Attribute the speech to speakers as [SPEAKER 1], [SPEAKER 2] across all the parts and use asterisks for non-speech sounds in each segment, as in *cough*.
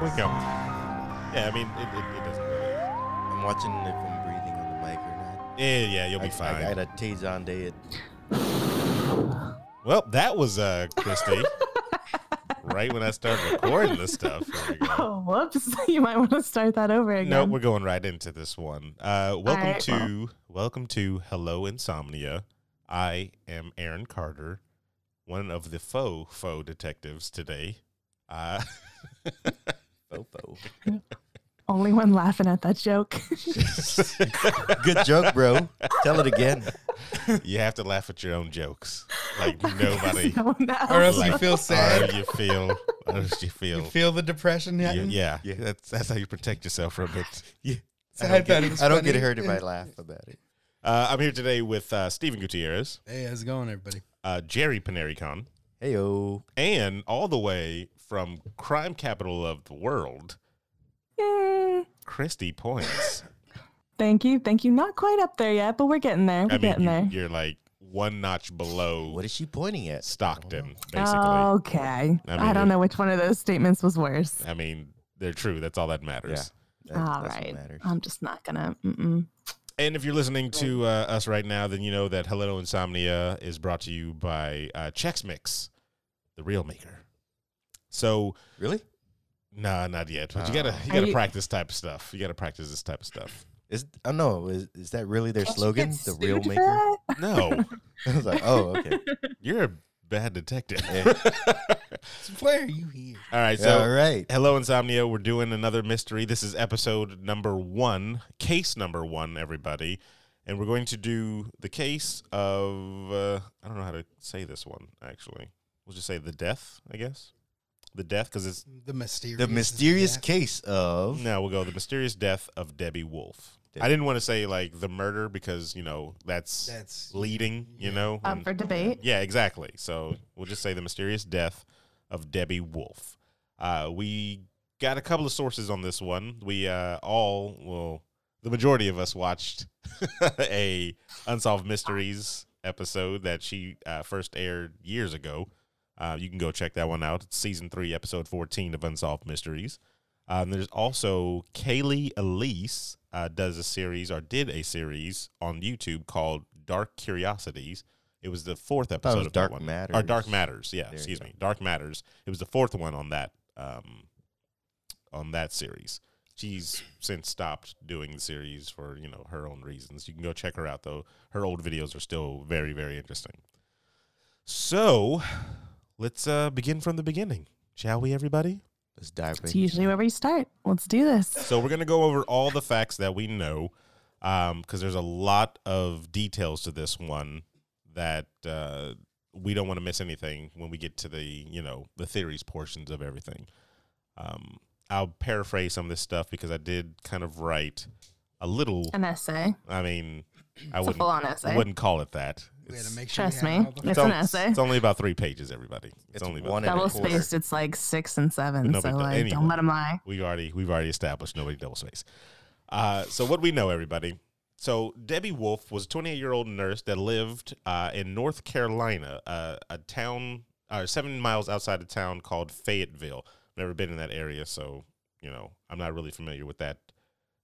[SPEAKER 1] we go. Yeah, I mean, it, it, it doesn't really.
[SPEAKER 2] I'm watching if I'm breathing on the mic or not.
[SPEAKER 1] Yeah, Eh, yeah, you'll be
[SPEAKER 2] I,
[SPEAKER 1] fine.
[SPEAKER 2] I got a Tazon day at
[SPEAKER 1] well, that was uh, Christy. right when I started recording this stuff. There we go.
[SPEAKER 3] Oh, *laughs* whoops. *laughs* You might want to start that over again.
[SPEAKER 1] No, we're going right into this one. Uh, welcome
[SPEAKER 3] right,
[SPEAKER 1] to
[SPEAKER 3] well.
[SPEAKER 1] welcome to Hello Insomnia. I am Aaron Carter, one of the faux faux detectives today. Uh, *laughs*
[SPEAKER 2] Fofo.
[SPEAKER 3] Only one laughing at that joke. *laughs*
[SPEAKER 2] Good joke, bro. Tell it *laughs* again.
[SPEAKER 1] you have to laugh at your own jokes, like
[SPEAKER 3] *laughs*
[SPEAKER 1] nobody.
[SPEAKER 3] no one else.
[SPEAKER 4] Or else you
[SPEAKER 1] Like,
[SPEAKER 4] feel
[SPEAKER 1] Or
[SPEAKER 4] sad.
[SPEAKER 1] you feel, or you
[SPEAKER 4] You
[SPEAKER 1] feel,
[SPEAKER 4] feel the depression
[SPEAKER 1] yeah,
[SPEAKER 4] hitting.
[SPEAKER 1] yeah,
[SPEAKER 2] Yeah.
[SPEAKER 1] That's that's how you protect yourself from it. *laughs*
[SPEAKER 4] So I, thought it was
[SPEAKER 2] I don't get
[SPEAKER 4] funny.
[SPEAKER 2] hurt if I laugh about it.
[SPEAKER 1] Uh, I'm here today with uh, Stephen Gutierrez,
[SPEAKER 4] Hey, how's it going, everybody?
[SPEAKER 1] uh, Jerry Panaricon,
[SPEAKER 2] Hey, oh.
[SPEAKER 1] and all the way from crime capital of the world,
[SPEAKER 3] Yay.
[SPEAKER 1] Christy *laughs* Points.
[SPEAKER 3] Thank you. Thank you. Not quite up there yet, but we're getting there. We're
[SPEAKER 1] I mean,
[SPEAKER 3] getting there.
[SPEAKER 1] you, are like one notch below
[SPEAKER 2] What is she pointing at?
[SPEAKER 1] Stockton, basically.
[SPEAKER 3] Okay. I,
[SPEAKER 1] mean,
[SPEAKER 3] don't
[SPEAKER 1] it-
[SPEAKER 3] know which one of those statements was worse.
[SPEAKER 1] I mean, they're true. That's all that matters.
[SPEAKER 2] That
[SPEAKER 3] All
[SPEAKER 2] doesn't
[SPEAKER 3] right.
[SPEAKER 2] matter.
[SPEAKER 3] I'm just not going to. Mm-mm.
[SPEAKER 1] And if you're listening to uh, us right now, then you know that Hello Insomnia is brought to you by uh, Chex Mix, the real maker. So,
[SPEAKER 2] Really?
[SPEAKER 1] nah, not yet. But you
[SPEAKER 2] Oh.
[SPEAKER 1] gotta, you
[SPEAKER 3] Are
[SPEAKER 1] gotta
[SPEAKER 3] you-
[SPEAKER 1] practice type of stuff. You gotta practice this type of stuff.
[SPEAKER 2] Is I don't know. Is, is that really their
[SPEAKER 3] Don't you
[SPEAKER 2] slogan?
[SPEAKER 3] get
[SPEAKER 2] The real
[SPEAKER 3] sued for
[SPEAKER 2] maker.
[SPEAKER 3] that?
[SPEAKER 1] No,
[SPEAKER 2] *laughs* I was like, oh, okay.
[SPEAKER 1] *laughs* you're a bad detective.
[SPEAKER 4] So why are you here?
[SPEAKER 1] *laughs* all right, so uh,
[SPEAKER 2] All right.
[SPEAKER 1] Hello, Insomnia. We're doing another mystery. This is episode number one, case number one, everybody. And we're going to do the case of, uh, I don't know how to say this one, actually. We'll just say the death, I guess. The death, because it's,
[SPEAKER 4] The mysterious.
[SPEAKER 2] The mysterious
[SPEAKER 4] death.
[SPEAKER 2] case of
[SPEAKER 1] no, we'll go the mysterious death of Debbie Wolf. I
[SPEAKER 2] Debbie.
[SPEAKER 1] didn't want to say, like, the murder because, you know, that's,
[SPEAKER 4] That's
[SPEAKER 1] leading, you know?
[SPEAKER 3] Up
[SPEAKER 1] and-
[SPEAKER 3] Um, for debate.
[SPEAKER 1] yeah, exactly. So we'll just say the mysterious death of Debbie Wolf. Uh, we got a couple of sources on this one. We uh, all, well, the majority of us watched *laughs* a Unsolved Mysteries episode that she uh, first aired years ago. Uh, you can go check that one out. It's season three, episode 14 of Unsolved Mysteries. Um, there's also Kaylee Elise uh, does a series or did a series on YouTube called Dark Curiosities. It was the fourth
[SPEAKER 2] thought it
[SPEAKER 1] episode
[SPEAKER 2] was
[SPEAKER 1] of
[SPEAKER 2] Dark
[SPEAKER 1] that one.
[SPEAKER 2] Matters.
[SPEAKER 1] Or Dark Matters, yeah.
[SPEAKER 2] There you
[SPEAKER 1] excuse
[SPEAKER 2] go.
[SPEAKER 1] me, Dark Matters. It was the fourth one on that um, on that series. She's since stopped doing the series for you know her own reasons. You can go check her out though. Her old videos are still very very interesting. So let's uh, begin from the beginning, shall we, everybody?
[SPEAKER 2] Let's dive
[SPEAKER 3] It's
[SPEAKER 2] in.
[SPEAKER 3] usually where we start. Let's do this.
[SPEAKER 1] So we're gonna go over all the facts that we know, because there's a lot of details to this one that uh, we don't want to miss anything when we get to the you know the theories portions of everything. Um, I'll paraphrase some of this stuff because I did kind of write a little.
[SPEAKER 3] An essay.
[SPEAKER 1] I mean, I
[SPEAKER 3] Um, It's a
[SPEAKER 1] wouldn't,
[SPEAKER 3] full on
[SPEAKER 1] I
[SPEAKER 3] essay.
[SPEAKER 1] wouldn't call it that.
[SPEAKER 4] We had
[SPEAKER 1] It's-
[SPEAKER 4] to make sure. we
[SPEAKER 3] Trust
[SPEAKER 4] had
[SPEAKER 3] me.
[SPEAKER 4] all the-
[SPEAKER 3] It's
[SPEAKER 1] on-
[SPEAKER 3] an essay.
[SPEAKER 1] It's only about three pages, everybody. It's,
[SPEAKER 2] It's
[SPEAKER 1] only about
[SPEAKER 2] one
[SPEAKER 1] three
[SPEAKER 2] and a
[SPEAKER 3] Double
[SPEAKER 1] pages.
[SPEAKER 2] quarter.
[SPEAKER 3] spaced, it's like six and seven.
[SPEAKER 1] No,
[SPEAKER 3] so,
[SPEAKER 1] but
[SPEAKER 3] like,
[SPEAKER 1] anyway.
[SPEAKER 3] don't let them lie.
[SPEAKER 1] We've already we've already established nobody double space. Uh, so what we know, everybody. So Debbie Wolf was a 28 year old nurse that lived uh, in North Carolina, uh, a town uh, seven miles outside of town called Fayetteville. Never been in that area, so you know I'm not really familiar with that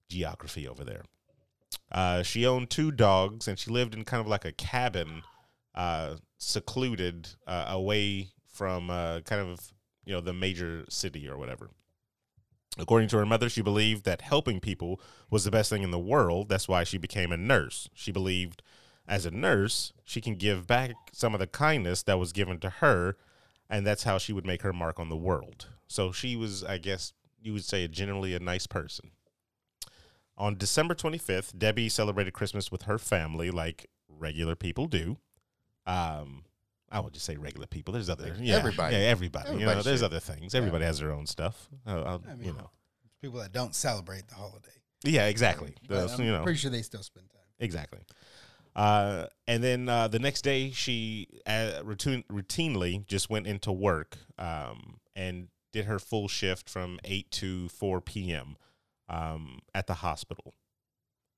[SPEAKER 1] geography over there. Uh, she owned two dogs, and she lived in kind of like a cabin, uh, secluded uh, away from uh, kind of you know the major city or whatever. According to her mother, she believed that helping people was the best thing in the world. That's why she became a nurse. She believed as a nurse, she can give back some of the kindness that was given to her, and that's how she would make her mark on the world. So she was, I guess, you would say, generally a nice person. On December 25th, Debbie celebrated Christmas with her family like regular people do. Um, I would just say regular people. There's other
[SPEAKER 2] Like
[SPEAKER 1] yeah,
[SPEAKER 2] everybody.
[SPEAKER 1] yeah, everybody. you know,
[SPEAKER 2] Everybody
[SPEAKER 1] there's
[SPEAKER 2] should.
[SPEAKER 1] other things. Everybody has their own stuff. Uh, I'll-
[SPEAKER 4] I
[SPEAKER 1] you
[SPEAKER 4] mean,
[SPEAKER 1] know,
[SPEAKER 4] people that don't celebrate the holiday.
[SPEAKER 1] yeah, exactly. Those,
[SPEAKER 4] I'm
[SPEAKER 1] you know,
[SPEAKER 4] pretty sure they still spend time.
[SPEAKER 1] exactly. Uh, and then uh, the next day, she uh, routine, routinely just went into work um, and did her full shift from eight to four p.m. Um, at the hospital.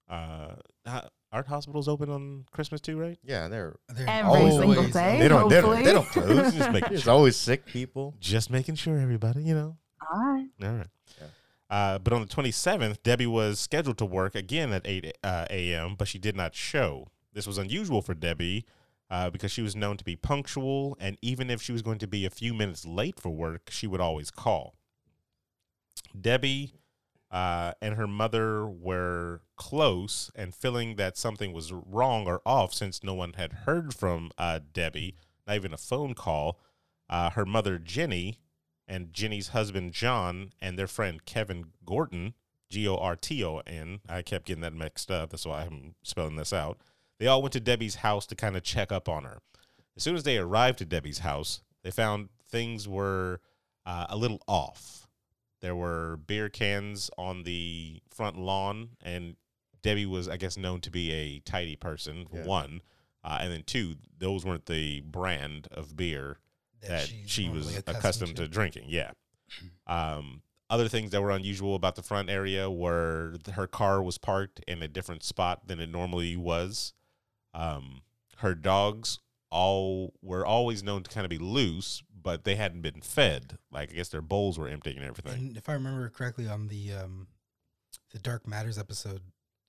[SPEAKER 1] Uh, ho- aren't hospitals open on Christmas too? Right?
[SPEAKER 2] Yeah, they're
[SPEAKER 4] They're
[SPEAKER 3] Every single
[SPEAKER 4] always-
[SPEAKER 3] day?
[SPEAKER 2] they don't they don't,
[SPEAKER 3] hopefully. *laughs*
[SPEAKER 2] they don't close.
[SPEAKER 1] Just making
[SPEAKER 2] There's
[SPEAKER 1] sure.
[SPEAKER 2] always sick people.
[SPEAKER 1] Just making sure everybody, you know.
[SPEAKER 3] Bye.
[SPEAKER 1] All right.
[SPEAKER 2] Yeah.
[SPEAKER 1] Uh, but on the 27th, Debbie was scheduled to work again at 8 uh, a.m., but she did not show. This was unusual for Debbie uh, because she was known to be punctual, and even if she was going to be a few minutes late for work, she would always call. Debbie uh, and her mother were close, and feeling that something was wrong or off since no one had heard from uh, Debbie, not even a phone call, uh, her mother, Jenny, and Jenny's husband John and their friend Kevin Gorton, G O R T O N. I kept getting that mixed up. That's why I'm spelling this out. They all went to Debbie's house to kind of check up on her. As soon as they arrived at Debbie's house, they found things were uh, a little off. There were beer cans on the front lawn, and Debbie was, I guess, known to be a tidy person,
[SPEAKER 2] Yeah.
[SPEAKER 1] one. Uh, and then two, those weren't the brand of beer that she was accustomed, to drinking. Yeah. *clears throat* Um, other things that were unusual about the front area were th- her car was parked in a different spot than it normally was. Um, her dogs all were always known to kind of be loose, but they hadn't been fed. Like I guess their bowls were empty and everything.
[SPEAKER 4] And if I remember correctly, on the um, the Dark Matters episode,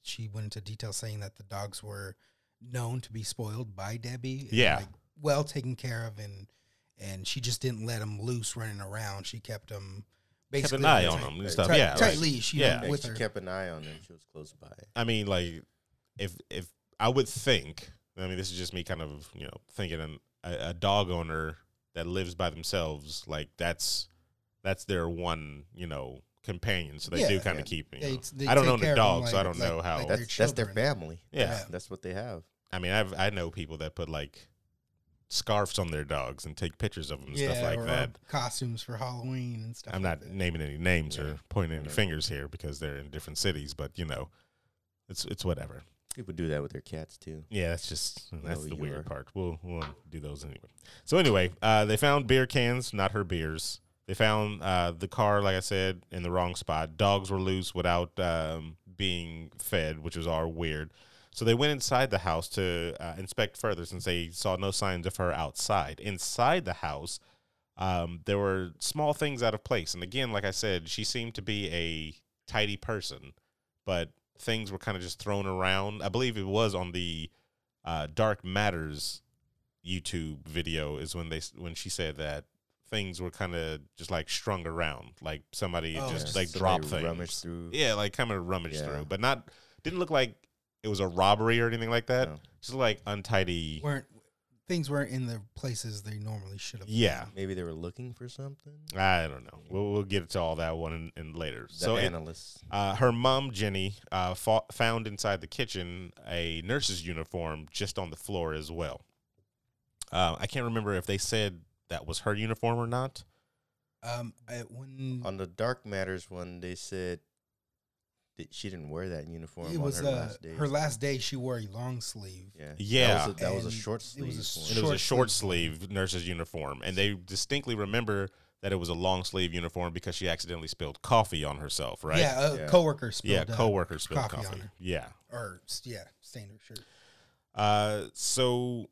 [SPEAKER 4] she went into detail saying that the dogs were known to be spoiled by Debbie. and,
[SPEAKER 1] Yeah.
[SPEAKER 4] like, well taken care of, and and she just didn't let them loose running around. She kept them
[SPEAKER 1] Kept
[SPEAKER 4] basically
[SPEAKER 1] an eye
[SPEAKER 4] tight-
[SPEAKER 1] on them and
[SPEAKER 2] tight-
[SPEAKER 1] stuff.
[SPEAKER 4] tight-
[SPEAKER 1] yeah. like-
[SPEAKER 4] tight leash. You
[SPEAKER 1] Yeah.
[SPEAKER 4] know,
[SPEAKER 2] And
[SPEAKER 4] with
[SPEAKER 2] she
[SPEAKER 4] her.
[SPEAKER 2] kept an eye on them. She was close by.
[SPEAKER 1] I mean, like if if I would think, I mean, this is just me kind of you know thinking an, a, a dog owner that lives by themselves, like that's that's their one you know companion, so they do
[SPEAKER 4] Yeah,
[SPEAKER 1] kind
[SPEAKER 2] yeah.
[SPEAKER 1] of keep. You
[SPEAKER 4] They-
[SPEAKER 1] know.
[SPEAKER 4] they
[SPEAKER 1] I don't
[SPEAKER 4] take
[SPEAKER 1] own
[SPEAKER 4] care
[SPEAKER 1] a
[SPEAKER 4] of 'em
[SPEAKER 1] dog, so I
[SPEAKER 4] like-
[SPEAKER 1] don't
[SPEAKER 4] like-
[SPEAKER 1] know how.
[SPEAKER 2] That's
[SPEAKER 4] like their
[SPEAKER 2] that's their
[SPEAKER 4] children.
[SPEAKER 2] family.
[SPEAKER 1] yeah.
[SPEAKER 4] yeah.
[SPEAKER 2] That's what they have.
[SPEAKER 1] I mean, I've I know people that put like scarves on their dogs and take pictures of them and stuff like
[SPEAKER 4] or
[SPEAKER 1] that.
[SPEAKER 4] Costumes for Halloween and stuff.
[SPEAKER 1] I'm
[SPEAKER 4] like
[SPEAKER 1] not
[SPEAKER 4] that.
[SPEAKER 1] naming any names
[SPEAKER 2] Yeah.
[SPEAKER 1] or pointing any
[SPEAKER 2] Whatever.
[SPEAKER 1] fingers here because they're in different cities, but you know, it's it's whatever.
[SPEAKER 2] People do that with their cats too.
[SPEAKER 1] Yeah, that's just that's
[SPEAKER 2] No,
[SPEAKER 1] the
[SPEAKER 2] you
[SPEAKER 1] weird
[SPEAKER 2] are.
[SPEAKER 1] part. We'll we'll do those anyway. So anyway, uh, they found beer cans, not her beers. They found uh, the car, like I said, in the wrong spot. Dogs were loose without um, being fed, which was all weird. So they went inside the house to uh, inspect further, since they saw no signs of her outside. Inside the house, um, there were small things out of place, and again, like I said, she seemed to be a tidy person, but things were kind of just thrown around. I believe it was on the uh, Dark Matters YouTube video is when they s- when she said that things were kind of just like strung around, like somebody
[SPEAKER 4] Oh,
[SPEAKER 1] just
[SPEAKER 4] just
[SPEAKER 1] like
[SPEAKER 2] somebody
[SPEAKER 1] dropped
[SPEAKER 2] rummaged
[SPEAKER 1] things.
[SPEAKER 2] through.
[SPEAKER 1] Yeah, like kind of rummaged
[SPEAKER 2] Yeah.
[SPEAKER 1] through, but not didn't look like it was a robbery or anything like that.
[SPEAKER 2] No.
[SPEAKER 1] Just like untidy.
[SPEAKER 4] weren't things weren't in the places they normally should have.
[SPEAKER 1] Yeah.
[SPEAKER 2] Maybe they were looking for something.
[SPEAKER 1] I don't know. We'll, we'll get to all that one in, in later.
[SPEAKER 2] The
[SPEAKER 1] so it-
[SPEAKER 2] analysts.
[SPEAKER 1] Uh, her mom, Jenny, uh, fo- found inside the kitchen a nurse's uniform just on the floor as well. Uh, I can't remember if they said that was her uniform or not.
[SPEAKER 4] been. Um. At one,
[SPEAKER 2] on the Dark Matters one, they said that she didn't wear that uniform
[SPEAKER 4] it
[SPEAKER 2] on
[SPEAKER 4] was
[SPEAKER 2] her
[SPEAKER 4] uh,
[SPEAKER 2] last day.
[SPEAKER 4] her last day. She wore a long sleeve.
[SPEAKER 2] yeah,
[SPEAKER 1] Yeah.
[SPEAKER 2] That was a, that was a
[SPEAKER 4] And
[SPEAKER 2] short
[SPEAKER 4] it
[SPEAKER 2] sleeve.
[SPEAKER 4] was a
[SPEAKER 2] one.
[SPEAKER 1] And it was a short
[SPEAKER 4] Short
[SPEAKER 1] sleeve nurse's uniform. And they distinctly remember that it was a long sleeve uniform because she accidentally spilled coffee on herself, right?
[SPEAKER 4] Yeah. A
[SPEAKER 2] Yeah.
[SPEAKER 4] coworker spilled.
[SPEAKER 1] Yeah,
[SPEAKER 4] uh,
[SPEAKER 1] coworker spilled
[SPEAKER 4] coffee on
[SPEAKER 1] coffee.
[SPEAKER 4] her.
[SPEAKER 1] Yeah.
[SPEAKER 4] or s- yeah, stained her shirt.
[SPEAKER 1] Uh, so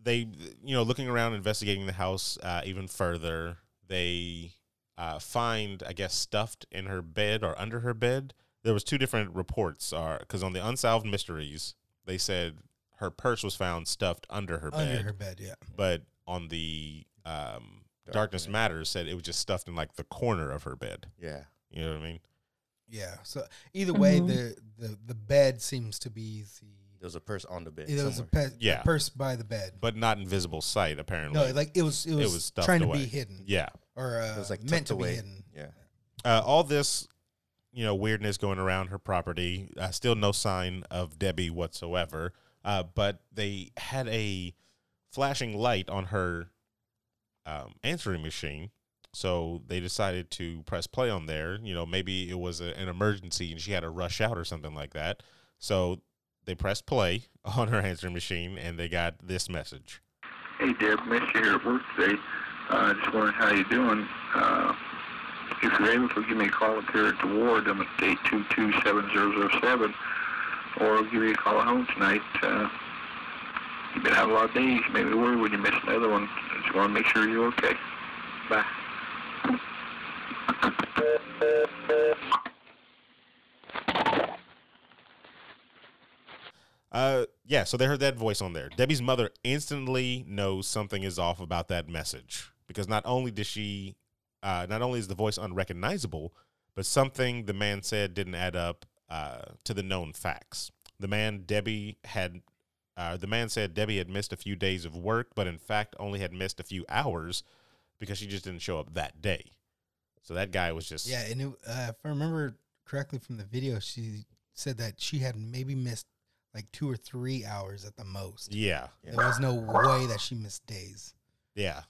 [SPEAKER 1] they, you know, looking around, investigating the house uh, even further, they uh, find, I guess, stuffed in her bed or under her bed. There was two different reports, are because on the unsolved mysteries, they said her purse was found stuffed under her
[SPEAKER 4] Under
[SPEAKER 1] bed,
[SPEAKER 4] her bed. Yeah.
[SPEAKER 1] but on the um,
[SPEAKER 2] Dark
[SPEAKER 1] darkness
[SPEAKER 2] Matter.
[SPEAKER 1] matters said it was just stuffed in like the corner of her bed.
[SPEAKER 2] Yeah,
[SPEAKER 1] You know what I mean?
[SPEAKER 4] Yeah. So either way,
[SPEAKER 2] Mm-hmm.
[SPEAKER 3] Mhm.
[SPEAKER 4] the, the the bed seems to be
[SPEAKER 2] there was a purse on the bed.
[SPEAKER 4] the. It was a,
[SPEAKER 2] somewhere.
[SPEAKER 4] pe-
[SPEAKER 1] Yeah.
[SPEAKER 4] purse by the bed.
[SPEAKER 1] But not in visible sight, apparently.
[SPEAKER 4] no, like it was. It was,
[SPEAKER 1] was stuffed
[SPEAKER 4] trying to
[SPEAKER 1] away.
[SPEAKER 4] be hidden.
[SPEAKER 1] yeah.
[SPEAKER 4] Or uh,
[SPEAKER 2] It was like tucked
[SPEAKER 4] meant to
[SPEAKER 2] away.
[SPEAKER 4] be hidden.
[SPEAKER 2] yeah,
[SPEAKER 1] uh, all this, you know, weirdness going around her property. Uh, still no sign of Debbie whatsoever. Uh, but they had a flashing light on her um, answering machine. So they decided to press play on there. You know, maybe it was a, an emergency and she had to rush out or something like that. So they pressed play *laughs* on her answering machine and they got this message.
[SPEAKER 5] Hey, Deb, missed you here at work today. Uh, just wondering how you're doing. Uh, if you're able to give me a call up here at the ward, I'm at 822-7007, or give me a call home tonight. Uh, you've been out a lot of days. You made me worry when you missed another one. Just want to make sure you're okay. Bye.
[SPEAKER 1] Uh, yeah, so they heard that voice on there. Debbie's mother instantly knows something is off about that message because not only does she, uh, not only is the voice unrecognizable, but something the man said didn't add up uh, to the known facts. The man Debbie had, uh, the man said Debbie had missed a few days of work, but in fact only had missed a few hours because she just didn't show up that day. So that guy was just
[SPEAKER 4] Yeah, and it, uh, if I remember correctly from the video, she said that she had maybe missed like two or three hours at the most.
[SPEAKER 1] yeah.
[SPEAKER 4] There was no way that she missed days.
[SPEAKER 1] Yeah.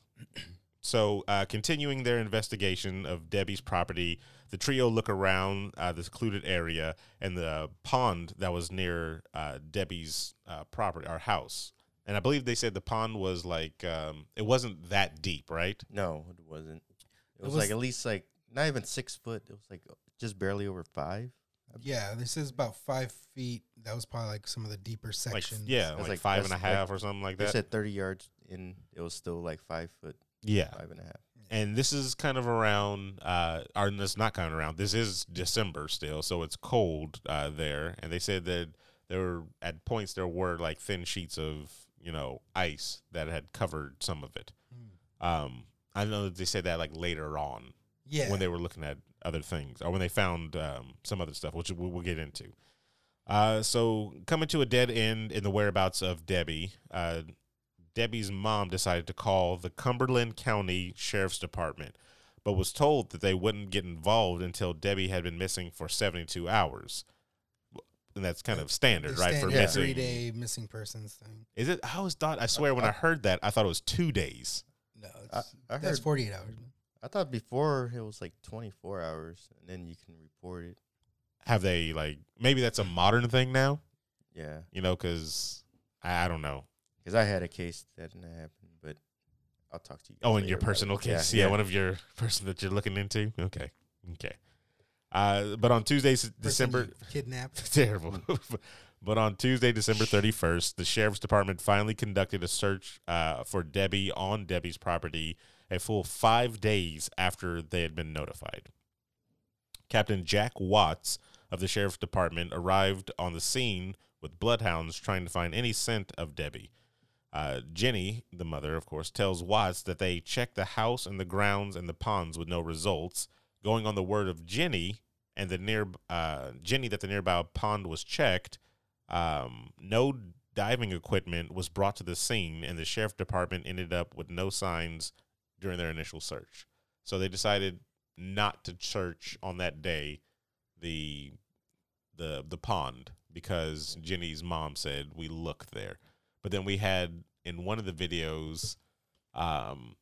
[SPEAKER 1] So, uh, continuing their investigation of Debbie's property, the trio look around uh, the secluded area and the pond that was near uh, Debbie's uh, property, our house. And I believe they said the pond was like um, it wasn't that deep, right?
[SPEAKER 2] No, it wasn't. It
[SPEAKER 4] It
[SPEAKER 2] was,
[SPEAKER 4] was-
[SPEAKER 2] like at least like not even six foot. It was like just barely over five.
[SPEAKER 4] Yeah, this is about five feet. That was probably like some of the deeper
[SPEAKER 1] Like
[SPEAKER 4] sections.
[SPEAKER 1] yeah,
[SPEAKER 2] That's
[SPEAKER 1] like,
[SPEAKER 2] like-
[SPEAKER 1] five and a
[SPEAKER 2] that's
[SPEAKER 1] half
[SPEAKER 2] like-
[SPEAKER 1] or something like
[SPEAKER 2] They
[SPEAKER 1] that.
[SPEAKER 2] said thirty yards in. It was still like five foot,
[SPEAKER 1] yeah,
[SPEAKER 2] five and a half.
[SPEAKER 1] and this is kind of around uh or it's not kind of around this is december still so it's cold uh there and they said that there were at points there were like thin sheets of you know ice that had covered some of it
[SPEAKER 4] hmm.
[SPEAKER 1] um i know that they said that like later on
[SPEAKER 4] yeah.
[SPEAKER 1] when they were looking at other things or when they found um, some other stuff, which we'll, we'll get into. Uh, so, coming to a dead end in the whereabouts of Debbie, uh, Debbie's mom decided to call the Cumberland County Sheriff's Department, but was told that they wouldn't get involved until Debbie had been missing for 72 hours. And that's kind of standard,
[SPEAKER 4] They're
[SPEAKER 1] right?
[SPEAKER 4] standing
[SPEAKER 1] for missing.
[SPEAKER 4] three day missing persons thing.
[SPEAKER 1] Is it? I always thought, I swear, when I heard that, I thought it was two days.
[SPEAKER 4] No,
[SPEAKER 2] I,
[SPEAKER 4] it's,
[SPEAKER 2] I
[SPEAKER 4] that's
[SPEAKER 2] heard.
[SPEAKER 4] forty eight hours.
[SPEAKER 2] I thought before it was like twenty four hours, and then you can report it.
[SPEAKER 1] Have they, like, maybe that's a modern thing now?
[SPEAKER 2] Yeah,
[SPEAKER 1] you know, because I, I don't know.
[SPEAKER 2] because I had a case that didn't happen, but I'll talk to you. guys
[SPEAKER 1] Oh, in
[SPEAKER 2] later
[SPEAKER 1] your
[SPEAKER 2] about it.
[SPEAKER 1] personal case, yeah, one of your *laughs* person that you're looking into. Okay, okay. Uh, but on Tuesday, s- December,
[SPEAKER 4] Person
[SPEAKER 1] *laughs*
[SPEAKER 4] kidnapped.
[SPEAKER 1] terrible. but on Tuesday, December 31st, the sheriff's department finally conducted a search uh, for Debbie on Debbie's property a full five days after they had been notified. Captain Jack Watts of the sheriff's department arrived on the scene with bloodhounds trying to find any scent of Debbie. Uh, Jenny, the mother, of course, tells Watts that they checked the house and the grounds and the ponds with no results. Going on the word of Jenny and the near uh, Jenny that the nearby pond was checked, um, no diving equipment was brought to the scene, and the sheriff department ended up with no signs during their initial search. So they decided not to search on that day the the the pond because Jenny's mom said we look there. But then we had in one of the videos, um,